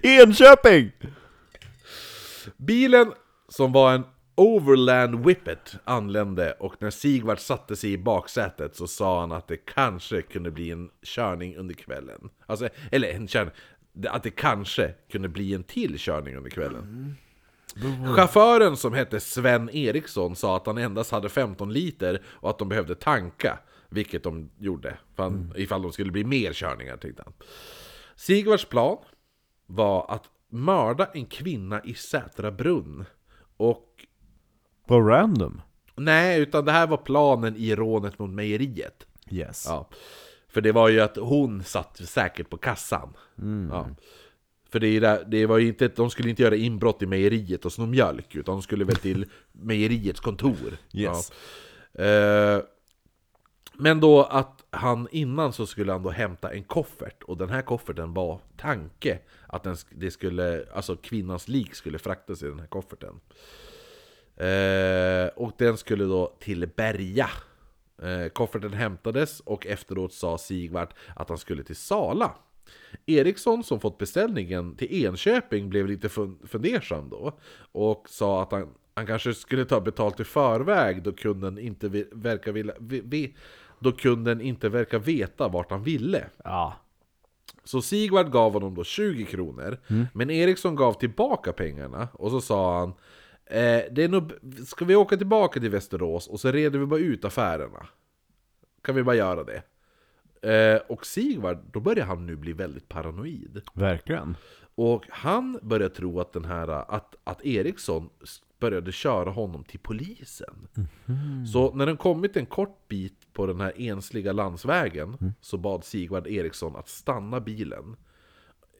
[SPEAKER 2] Enköping!
[SPEAKER 1] Bilen, som var en Overland Whippet, anlände och när Sigvard satte sig i baksätet så sa han att det kanske kunde bli en körning under kvällen. Alltså, eller en körning. Att det kanske kunde bli en till körning under kvällen. Chauffören som hette Sven Eriksson sa att han endast hade 15 liter och att de behövde tanka. Vilket de gjorde, för han, ifall de skulle bli mer körningar tyckte han. Sigvards plan var att mörda en kvinna i Sätra brunn. Och
[SPEAKER 2] Vad random.
[SPEAKER 1] nej, utan det här var planen i rånet mot mejeriet.
[SPEAKER 2] Yes.
[SPEAKER 1] Ja. För det var ju att hon satt säkert på kassan.
[SPEAKER 2] Mm.
[SPEAKER 1] Ja. För det, är ju där, det var ju inte, de skulle inte göra inbrott i mejeriet och sno mjölk, utan de skulle väl till mejeriets kontor.
[SPEAKER 2] Yes.
[SPEAKER 1] Ja. Eh, men då att han innan så skulle han då hämta en koffert, och den här kofferten var tanke att den, sk- det skulle, alltså kvinnans lik skulle fraktas i den här kofferten. Eh, och den skulle då till Berga. Eh, kofferten hämtades och efteråt sa Sigvard att han skulle till Sala. Eriksson som fått beställningen till Enköping blev lite fun- fundersam då och sa att han, han kanske skulle ta betalt i förväg då kunden inte vi- verkar vilja, vi, vi, då kunden inte verkar veta vart han ville.
[SPEAKER 2] Ja.
[SPEAKER 1] Så Sigvard gav honom då 20 kronor, men Eriksson gav tillbaka pengarna och så sa han eh, det är nog, b- Ska vi åka tillbaka till Västerås och så reder vi bara ut affärerna? Kan vi bara göra det? Eh, och Sigvard, då börjar han nu bli väldigt paranoid.
[SPEAKER 2] Verkligen.
[SPEAKER 1] Och han börjar tro att den här, att, att Eriksson s- började köra honom till polisen. Så när den kommit en kort bit på den här ensliga landsvägen så bad Sigvard Eriksson att stanna bilen.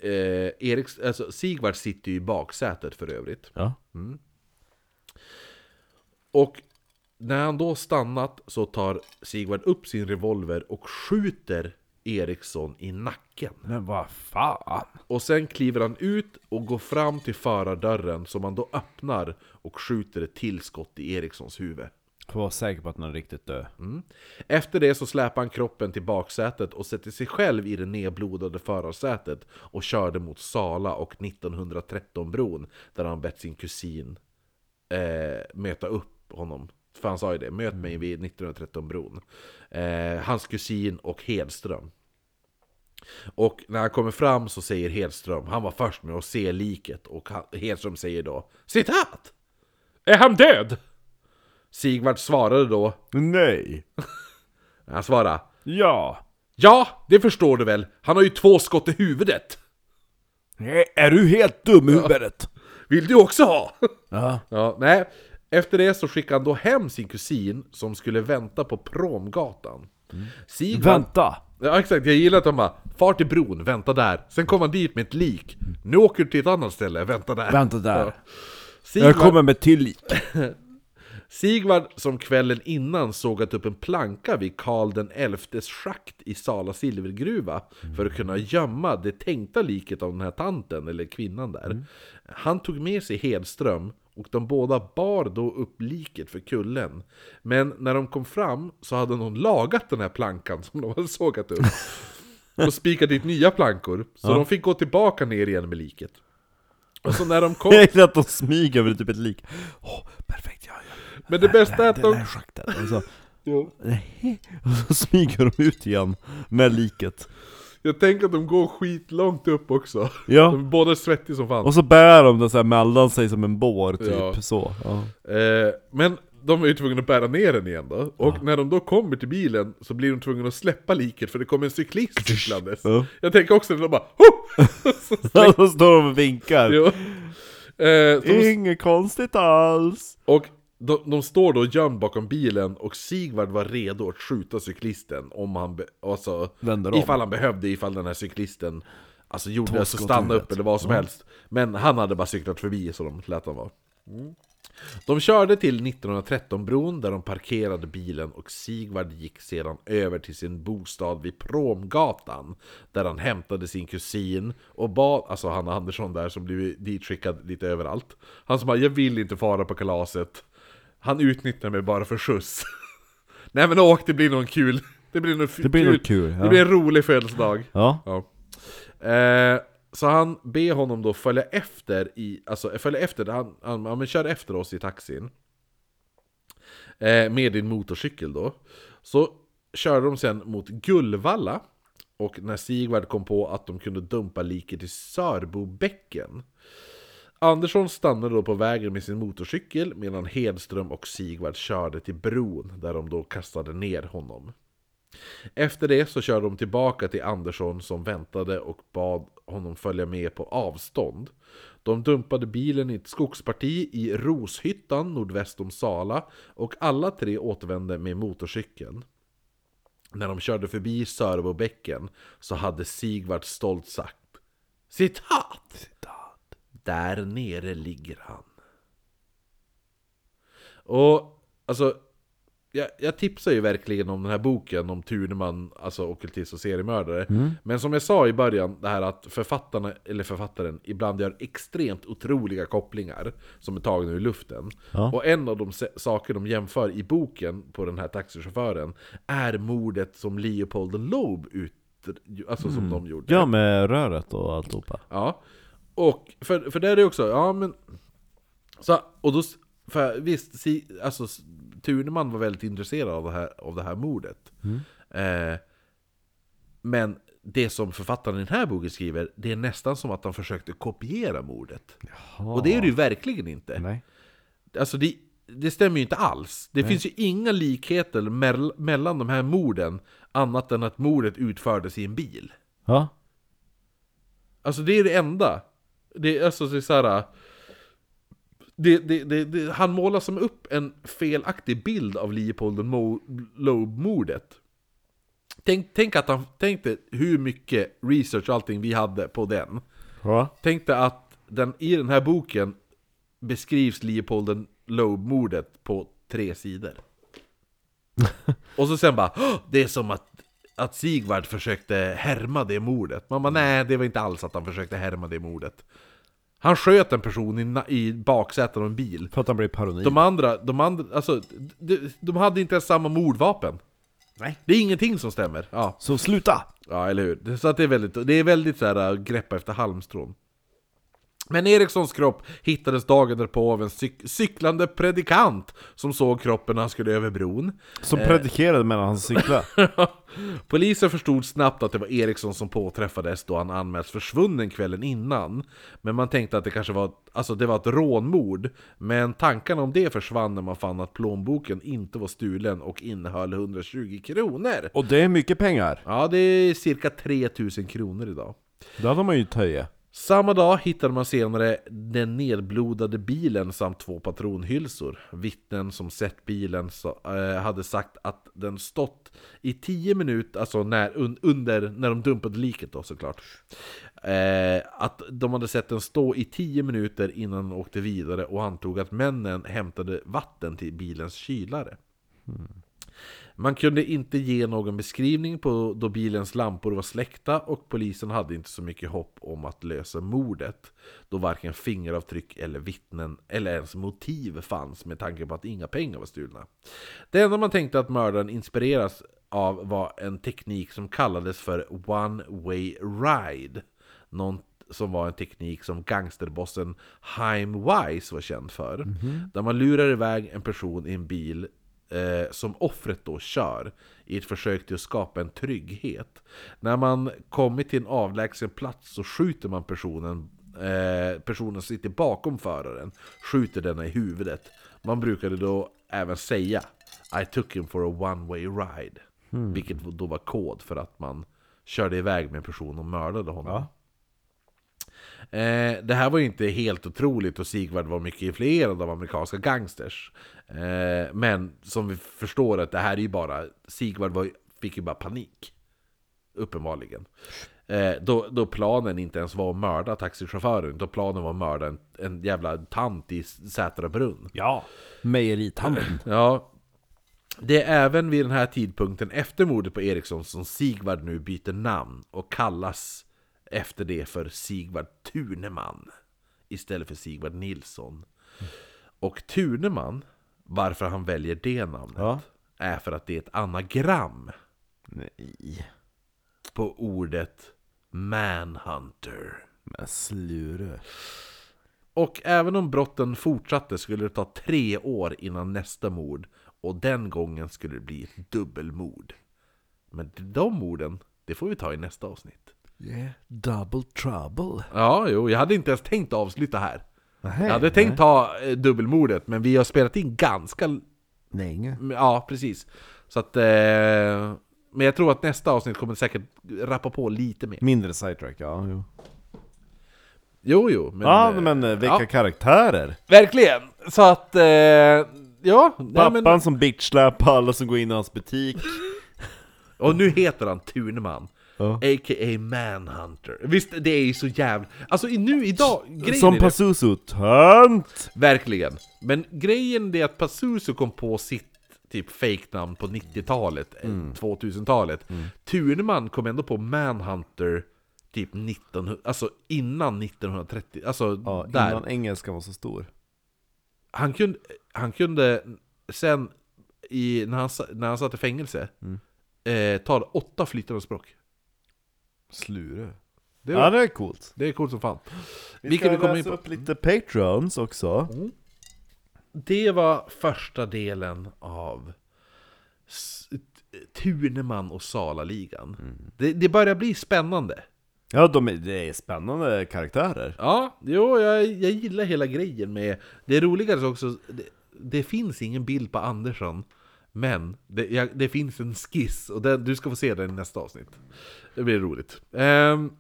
[SPEAKER 1] Eh, Eriks, alltså Sigvard sitter ju i baksätet för övrigt.
[SPEAKER 2] Ja.
[SPEAKER 1] Och när han då stannat så tar Sigvard upp sin revolver och skjuter Eriksson i nacken.
[SPEAKER 2] Men vad fan?
[SPEAKER 1] Och sen kliver han ut och går fram till förardörren som han då öppnar och skjuter ett tillskott i Erikssons huvud.
[SPEAKER 2] Var säker på att den är riktigt död.
[SPEAKER 1] Efter det så släpar han kroppen till baksätet och sätter sig själv i det nedblodade förarsätet och körde mot Sala och 1913-bron där han bett sin kusin eh, möta upp honom. För han sa ju det, möt mig vid 1913-bron. Eh, hans kusin och Hedström. Och när han kommer fram så säger Hedström, han var först med att se liket och han, Hedström säger då Citat! Är han död? Sigvard svarade då
[SPEAKER 2] Nej.
[SPEAKER 1] han svarade
[SPEAKER 2] Ja.
[SPEAKER 1] Ja, det förstår du väl. Han har ju två skott i huvudet.
[SPEAKER 5] Nej, Är du helt dum i huvudet?
[SPEAKER 1] Vill du också ha?
[SPEAKER 5] Ja.
[SPEAKER 1] Ja, nej. Efter det så skickade han då hem sin kusin som skulle vänta på Promgatan. Sigvard...
[SPEAKER 5] Vänta!
[SPEAKER 1] Ja exakt, jag gillar att han bara Far till bron, vänta där. Sen kom han dit med ett lik. Nu åker du till ett annat ställe, vänta där.
[SPEAKER 5] Vänta
[SPEAKER 1] Ja.
[SPEAKER 5] där. Jag
[SPEAKER 1] Sigvard,
[SPEAKER 5] kommer med tillit.
[SPEAKER 1] Sigvard som kvällen innan sågat upp en planka vid Karl den XIs schakt i Sala silvergruva för att kunna gömma det tänkta liket av den här tanten, eller kvinnan där. Han tog med sig Hedström och de båda bar då upp liket för kullen. Men när de kom fram så hade någon lagat den här plankan som de hade sågat upp och spikat dit nya plankor. Så de fick gå tillbaka ner igen med liket. Och så när de kom...
[SPEAKER 2] Jag gillar att de smyger över typ ett lik. Åh, perfekt. Ja, ja.
[SPEAKER 1] Men det bästa är att
[SPEAKER 2] Det
[SPEAKER 1] de...
[SPEAKER 2] där schaktet. Och så, nej. Och så smyger de ut igen med liket.
[SPEAKER 1] Jag tänker att de går skitlångt upp också. De
[SPEAKER 2] Ja.
[SPEAKER 1] är båda svettiga som fan.
[SPEAKER 2] Och så bär de det så här mellan sig som en bår, typ
[SPEAKER 1] Ja.
[SPEAKER 2] så. Ja.
[SPEAKER 1] Eh, men de är ju tvungna att bära ner den igen då. Och när de då kommer till bilen så blir de tvungna att släppa liket för det kommer en cyklist cyklandes.
[SPEAKER 2] Ja.
[SPEAKER 1] Jag tänker också att de bara Hop! Så släpper
[SPEAKER 2] Så står de och vinkar.
[SPEAKER 1] de. Eh, så de,
[SPEAKER 2] Inget konstigt alls.
[SPEAKER 1] och de, de står då gömd bakom bilen och Sigvard var redo att skjuta cyklisten om han, be, alltså,
[SPEAKER 5] Vänder om.
[SPEAKER 1] ifall han behövde, ifall den här cyklisten Alltså gjorde att
[SPEAKER 5] skott i
[SPEAKER 1] stanna upp
[SPEAKER 5] huvudet.
[SPEAKER 1] eller vad som helst Men han hade bara cyklat förbi så de lät honom vara De körde till 1913-bron där de parkerade bilen och Sigvard gick sedan över till sin bostad vid Promgatan Där han hämtade sin kusin och bad, alltså Hanna Andersson där som blev ditskickad lite överallt Han som bara 'Jag vill inte fara på kalaset' Han utnyttjar mig bara för skjuts Nej men åk, det blir nog en kul Det blir nog,
[SPEAKER 2] Det blir nog kul, ja.
[SPEAKER 1] Det blir en rolig födelsedag
[SPEAKER 2] Ja.
[SPEAKER 1] Ja. Eh, så han ber honom då följa efter i, alltså följa efter, han, han, han men kör efter oss i taxin. Eh, med din motorcykel då. Så körde de sen mot Gullvalla. Och när Sigvard kom på att de kunde dumpa liket i Sörbobäcken. Andersson stannade då på vägen med sin motorcykel medan Hedström och Sigvard körde till bron där de då kastade ner honom. Efter det så körde de tillbaka till Andersson som väntade och bad honom följa med på avstånd. De dumpade bilen i ett skogsparti i Roshyttan nordväst om Sala och alla tre återvände med motorcykeln. När de körde förbi Sörbobäcken så hade Sigvard stolt sagt Citat! Där nere ligger han. Och alltså jag, jag tipsar ju verkligen om den här boken om Thurman, alltså ockultist och seriemördare. Men som jag sa i början, det här att författarna, eller författaren, ibland gör extremt otroliga kopplingar som är tagna ur luften. Och en av de se- saker de jämför i boken på den här taxichauffören är mordet som Leopold Loeb ut, alltså som de gjorde.
[SPEAKER 2] Ja, med röret och alltihopa.
[SPEAKER 1] Ja. Och för, för det är det också, ja men... Så, och då, s- för visst, si, alltså s- Thurneman var väldigt intresserad av det här, av det här mordet. Eh, men det som författaren i den här boken skriver, det är nästan som att han försökte kopiera mordet. Och det är det ju verkligen inte.
[SPEAKER 2] Nej.
[SPEAKER 1] Alltså det, det stämmer ju inte alls. Det finns ju inga likheter mell, mellan de här morden, annat än att mordet utfördes i en bil.
[SPEAKER 2] Ja.
[SPEAKER 1] Alltså det är det enda. Det är alltså det är så här. Det, det, det, det, han målar som upp en felaktig bild av Leopold Mo- Loeb-mordet. Tänk, tänk att han tänkte hur mycket research och allting vi hade på den.
[SPEAKER 2] Ja.
[SPEAKER 1] Tänkte att den, i den här boken beskrivs Leopold Loeb-mordet på tre sidor. Och så sen bara "Åh, Det är som att, att Sigvard försökte härma det mordet Man bara nej det var inte alls att han försökte härma det mordet Han sköt en person i, na- i baksätet av en bil
[SPEAKER 2] För att han blev paranoid.
[SPEAKER 1] De andra, de andra, alltså de, de hade inte ens samma mordvapen
[SPEAKER 5] Nej.
[SPEAKER 1] Det är ingenting som stämmer Ja,
[SPEAKER 5] Så sluta!
[SPEAKER 1] ja eller hur? Det- Så att det är väldigt, det är väldigt så här äh, greppa efter halmstrån men Erikssons kropp hittades dagen därpå av en cyk- cyklande predikant som såg kroppen när han skulle över bron.
[SPEAKER 2] Som predikerade mellan hans cyklar.
[SPEAKER 1] Polisen förstod snabbt att det var Eriksson som påträffades då han anmälts försvunnen kvällen innan. Men man tänkte att det kanske var, alltså det var ett rånmord. Men tankarna om det försvann när man fann att plånboken inte var stulen och innehöll 120 kronor.
[SPEAKER 2] och det är mycket pengar.
[SPEAKER 1] Ja, det är cirka 3000 kronor idag.
[SPEAKER 2] Det hade man ju töje.
[SPEAKER 1] Samma dag hittade man senare den nedblodade bilen samt två patronhylsor. Vittnen som sett bilen sa, eh, hade sagt att den stått i 10 minuter, alltså när, un, under, när de dumpade liket då såklart. Eh, att de hade sett den stå i 10 minuter innan den åkte vidare och antog att männen hämtade vatten till bilens kylare. Man kunde inte ge någon beskrivning på då bilens lampor var släckta och polisen hade inte så mycket hopp om att lösa mordet då varken fingeravtryck eller vittnen eller ens motiv fanns med tanke på att inga pengar var stulna. Det enda man tänkte att mördaren inspireras av var en teknik som kallades för One Way Ride. Någon som var en teknik som gangsterbossen Haim Wise var känd för. Där man lurar iväg en person i en bil eh, som offret då kör i ett försök till att skapa en trygghet. När man kommit till en avlägsen plats så skjuter man personen eh, personen som sitter bakom föraren skjuter denna i huvudet. Man brukade då även säga I took him for a one way ride. Vilket då var kod för att man körde iväg med en person och mördade honom. Eh, det här var ju inte helt otroligt och Sigvard var mycket influerad av amerikanska gangsters. Eh, men som vi förstår att det här är ju bara, Sigvard var, ju- fick ju bara panik. Uppenbarligen. Eh, då, då planen inte ens var att mörda taxichauffören, då planen var att mörda en, en jävla tant i Sätra brunn.
[SPEAKER 5] Ja. Mejeritanten.
[SPEAKER 1] Ja. Det är även vid den här tidpunkten efter mordet på Eriksson som Sigvard nu byter namn och kallas efter det för Sigvard Tuneman istället för Sigvard Nilsson. Och Tuneman, varför han väljer det namnet,
[SPEAKER 2] Ja.
[SPEAKER 1] är för att det är ett anagram
[SPEAKER 2] Nej.
[SPEAKER 1] på ordet Manhunter.
[SPEAKER 2] Men slure.
[SPEAKER 1] Och även om brotten fortsatte skulle det ta tre år innan nästa mord och den gången skulle det bli ett dubbelmord. Men de morden, det får vi ta i nästa avsnitt.
[SPEAKER 3] Yeah, double trouble.
[SPEAKER 1] Ja, jo, jag hade inte ens tänkt avsluta här. jag hade tänkt ta eh, dubbelmordet, men vi har spelat in ganska... l- Mm,
[SPEAKER 3] Länge.
[SPEAKER 1] Ja, precis. Så att... Eh, men jag tror att nästa avsnitt kommer säkert rappa på lite mer.
[SPEAKER 2] Mindre sidetrack, ja. Jo.
[SPEAKER 1] Jo, jo. Men,
[SPEAKER 2] ja,
[SPEAKER 1] eh,
[SPEAKER 2] men eh, vilka
[SPEAKER 1] ja.
[SPEAKER 2] karaktärer!
[SPEAKER 1] Verkligen! Så att... Eh, ja, nej,
[SPEAKER 2] Pappan
[SPEAKER 1] men...
[SPEAKER 2] som bitchsläpar alla som går in i hans butik.
[SPEAKER 1] Och nu heter han Tuneman.
[SPEAKER 2] Ja.
[SPEAKER 1] A.k.a. Manhunter. Visst, det är ju så jävla... Alltså i- nu idag, grejen
[SPEAKER 2] som
[SPEAKER 1] är det,
[SPEAKER 2] Pazuzu, tönt!
[SPEAKER 1] Verkligen. Men grejen är att Pazuzu kom på sitt typ fejknamn på 90-talet, eh,
[SPEAKER 2] Mm.
[SPEAKER 1] 2000-talet. Tuneman kom ändå på Manhunter typ 1900, alltså innan 1930, alltså
[SPEAKER 2] Ja,
[SPEAKER 1] där.
[SPEAKER 2] innan engelskan var så stor.
[SPEAKER 1] Han kunde, han kunde sen, i, när, han, sa- när han satt i fängelse,
[SPEAKER 2] Mm.
[SPEAKER 1] eh, ta åtta flytande språk.
[SPEAKER 2] Slure.
[SPEAKER 1] Det var
[SPEAKER 2] Ja, det är coolt.
[SPEAKER 1] Det är coolt som fan.
[SPEAKER 2] Vi
[SPEAKER 1] Vilket
[SPEAKER 2] ska
[SPEAKER 1] vi kommer in
[SPEAKER 2] läsa
[SPEAKER 1] på.
[SPEAKER 2] upp lite patrons också.
[SPEAKER 1] Det var första delen av S- T- Tuneman och Salaligan.
[SPEAKER 2] Mm.
[SPEAKER 1] Det, det börjar bli spännande.
[SPEAKER 2] Ja, de är, det är spännande karaktärer.
[SPEAKER 1] Ja, jo, jag, jag gillar hela grejen med... Det roliga är också, det, det finns ingen bild på Andersson. Men det, jag, det finns en skiss och den, du ska få se den i nästa avsnitt. Det blir roligt. Ehm,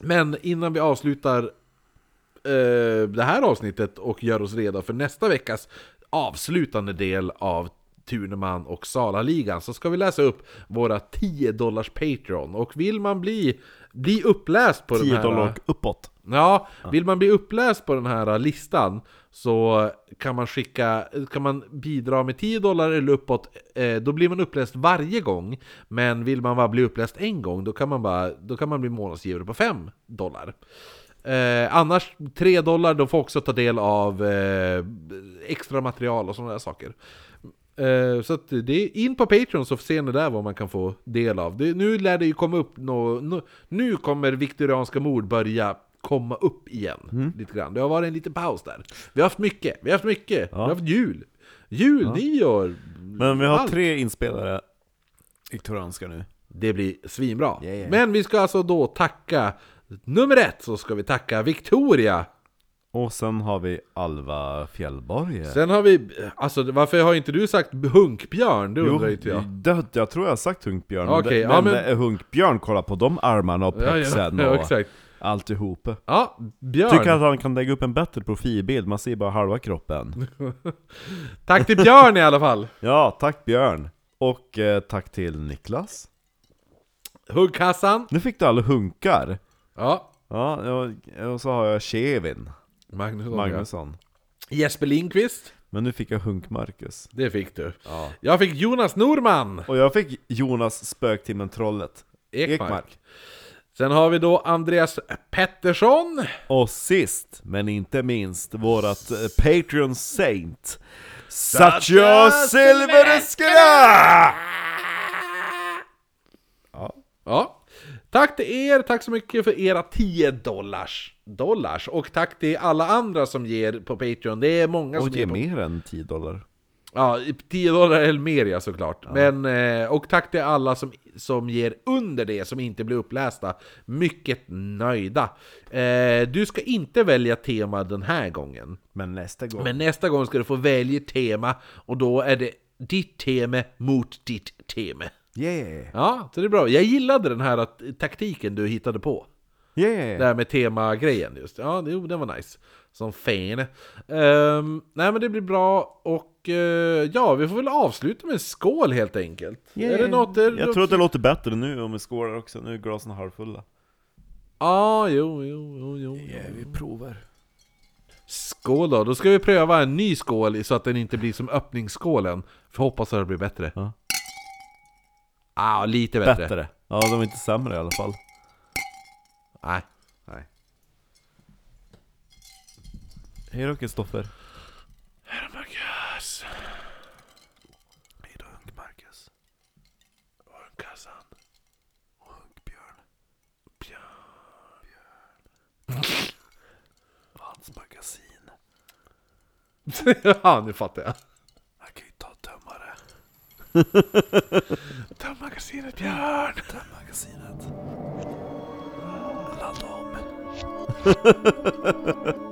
[SPEAKER 1] men innan vi avslutar eh, det här avsnittet och gör oss redo för nästa veckas avslutande del av Tuneman och Sala-ligan så ska vi läsa upp våra 10 dollars Patreon. Och vill man bli, bli uppläst på den
[SPEAKER 2] 10
[SPEAKER 1] här...
[SPEAKER 2] dollar och uppåt.
[SPEAKER 1] Ja, vill man bli uppläst på den här listan så kan man skicka, kan man bidra med 10 dollar eller uppåt, eh, då blir man uppläst varje gång. Men vill man bara bli uppläst en gång, då kan man, bara, då kan man bli månadsgivare på 5 dollar. Eh, annars 3 dollar, de får också ta del av eh, extra material och sådana där saker. Eh, Så att det är in på Patreon så ser ni där vad man kan få del av. Det, nu lär det ju komma upp nå nå- Nu kommer viktorianska mord börja komma upp igen. Lite grann. Det har varit en liten paus där. Vi har haft mycket, vi har haft mycket. Vi har haft jul. Jul, nyår.
[SPEAKER 2] Men vi har
[SPEAKER 1] Allt.
[SPEAKER 2] tre inspelare. Viktorianska nu.
[SPEAKER 1] Det blir svinbra.
[SPEAKER 3] Ja, ja.
[SPEAKER 1] Men vi ska alltså då tacka Nummer ett så ska vi tacka Victoria
[SPEAKER 2] Och sen har vi Alva Fjällborg.
[SPEAKER 1] Sen har vi, alltså varför har inte du sagt Hunkbjörn? Det undrar inte jag
[SPEAKER 2] det, jag tror jag har sagt Hunkbjörn.
[SPEAKER 1] Okej,
[SPEAKER 2] men,
[SPEAKER 1] ja,
[SPEAKER 2] men,
[SPEAKER 1] men-
[SPEAKER 2] det är Hunkbjörn, kolla på de armarna och
[SPEAKER 1] ja,
[SPEAKER 2] pexen
[SPEAKER 1] ja,
[SPEAKER 2] och
[SPEAKER 1] exakt.
[SPEAKER 2] alltihop.
[SPEAKER 1] Ja, Björn!
[SPEAKER 2] Tycker att han kan lägga upp en bättre profilbild, man ser bara halva kroppen.
[SPEAKER 1] Tack till Björn i alla fall!
[SPEAKER 2] Ja, tack Björn! Och eh, tack till Niklas.
[SPEAKER 1] Huggkassan!
[SPEAKER 2] Nu fick du alla hunkar.
[SPEAKER 1] Ja,
[SPEAKER 2] Ja, och, och så har jag Kevin
[SPEAKER 1] Magnus, Magnus.
[SPEAKER 2] Magnusson.
[SPEAKER 1] Jesper Lindqvist,
[SPEAKER 2] Men nu fick jag Hunk-Marcus.
[SPEAKER 1] det fick du. Jag fick Jonas Norman
[SPEAKER 2] Och jag fick Jonas Spöktimmen-trollet.
[SPEAKER 1] Ekmark. Sen har vi då Andreas Pettersson.
[SPEAKER 2] Och sist, men inte minst, vårat eh, Patreon Saint. Satya Silverskala!
[SPEAKER 1] Ja. Tack till er, tack så mycket för era 10 dollars. dollars. Och tack till alla andra som ger på Patreon. Det är många
[SPEAKER 2] Och
[SPEAKER 1] som
[SPEAKER 2] ge
[SPEAKER 1] ger på
[SPEAKER 2] mer än 10 dollar.
[SPEAKER 1] Ja, 10 dollar eller mer ja, såklart. Men, eh, och tack till alla som, som ger under det, som inte blir upplästa. Mycket nöjda. Eh, du ska inte välja tema den här gången.
[SPEAKER 2] Men nästa gång.
[SPEAKER 1] Men nästa gång ska du få välja tema och då är det ditt tema mot ditt tema.
[SPEAKER 2] Yeah!
[SPEAKER 1] Ja, så det är bra. Jag gillade den här att, taktiken du hittade på. Det här med temagrejen just. Ja, det, jo, den var nice. Som fan. Ehm, nej men det blir bra och eh, ja, vi får väl avsluta med en skål helt enkelt. Är det något? Är det
[SPEAKER 2] Jag
[SPEAKER 1] något-
[SPEAKER 2] tror att det låter bättre nu om vi skålar också, nu är glasen halvfulla
[SPEAKER 1] Ja, jo, jo, jo, jo. jo.
[SPEAKER 5] vi provar.
[SPEAKER 1] Skål då, då ska vi pröva en ny skål så att den inte blir som öppningsskålen. För hoppas att det blir bättre.
[SPEAKER 2] Ja.
[SPEAKER 1] Ah, lite bättre.
[SPEAKER 2] Bättre! Ja, de är inte sämre i alla fall
[SPEAKER 1] Nej. Nej.
[SPEAKER 2] Hej då Kristoffer
[SPEAKER 1] Marcus. Hej då, hunk Marcus. Och hunkassan. Och hunkbjörn. Björn. Och hans magasin. ja, nu fattar jag. Han kan ju ta tömmare. Töm magasinet Björn! Töm magasinet. Ladda om.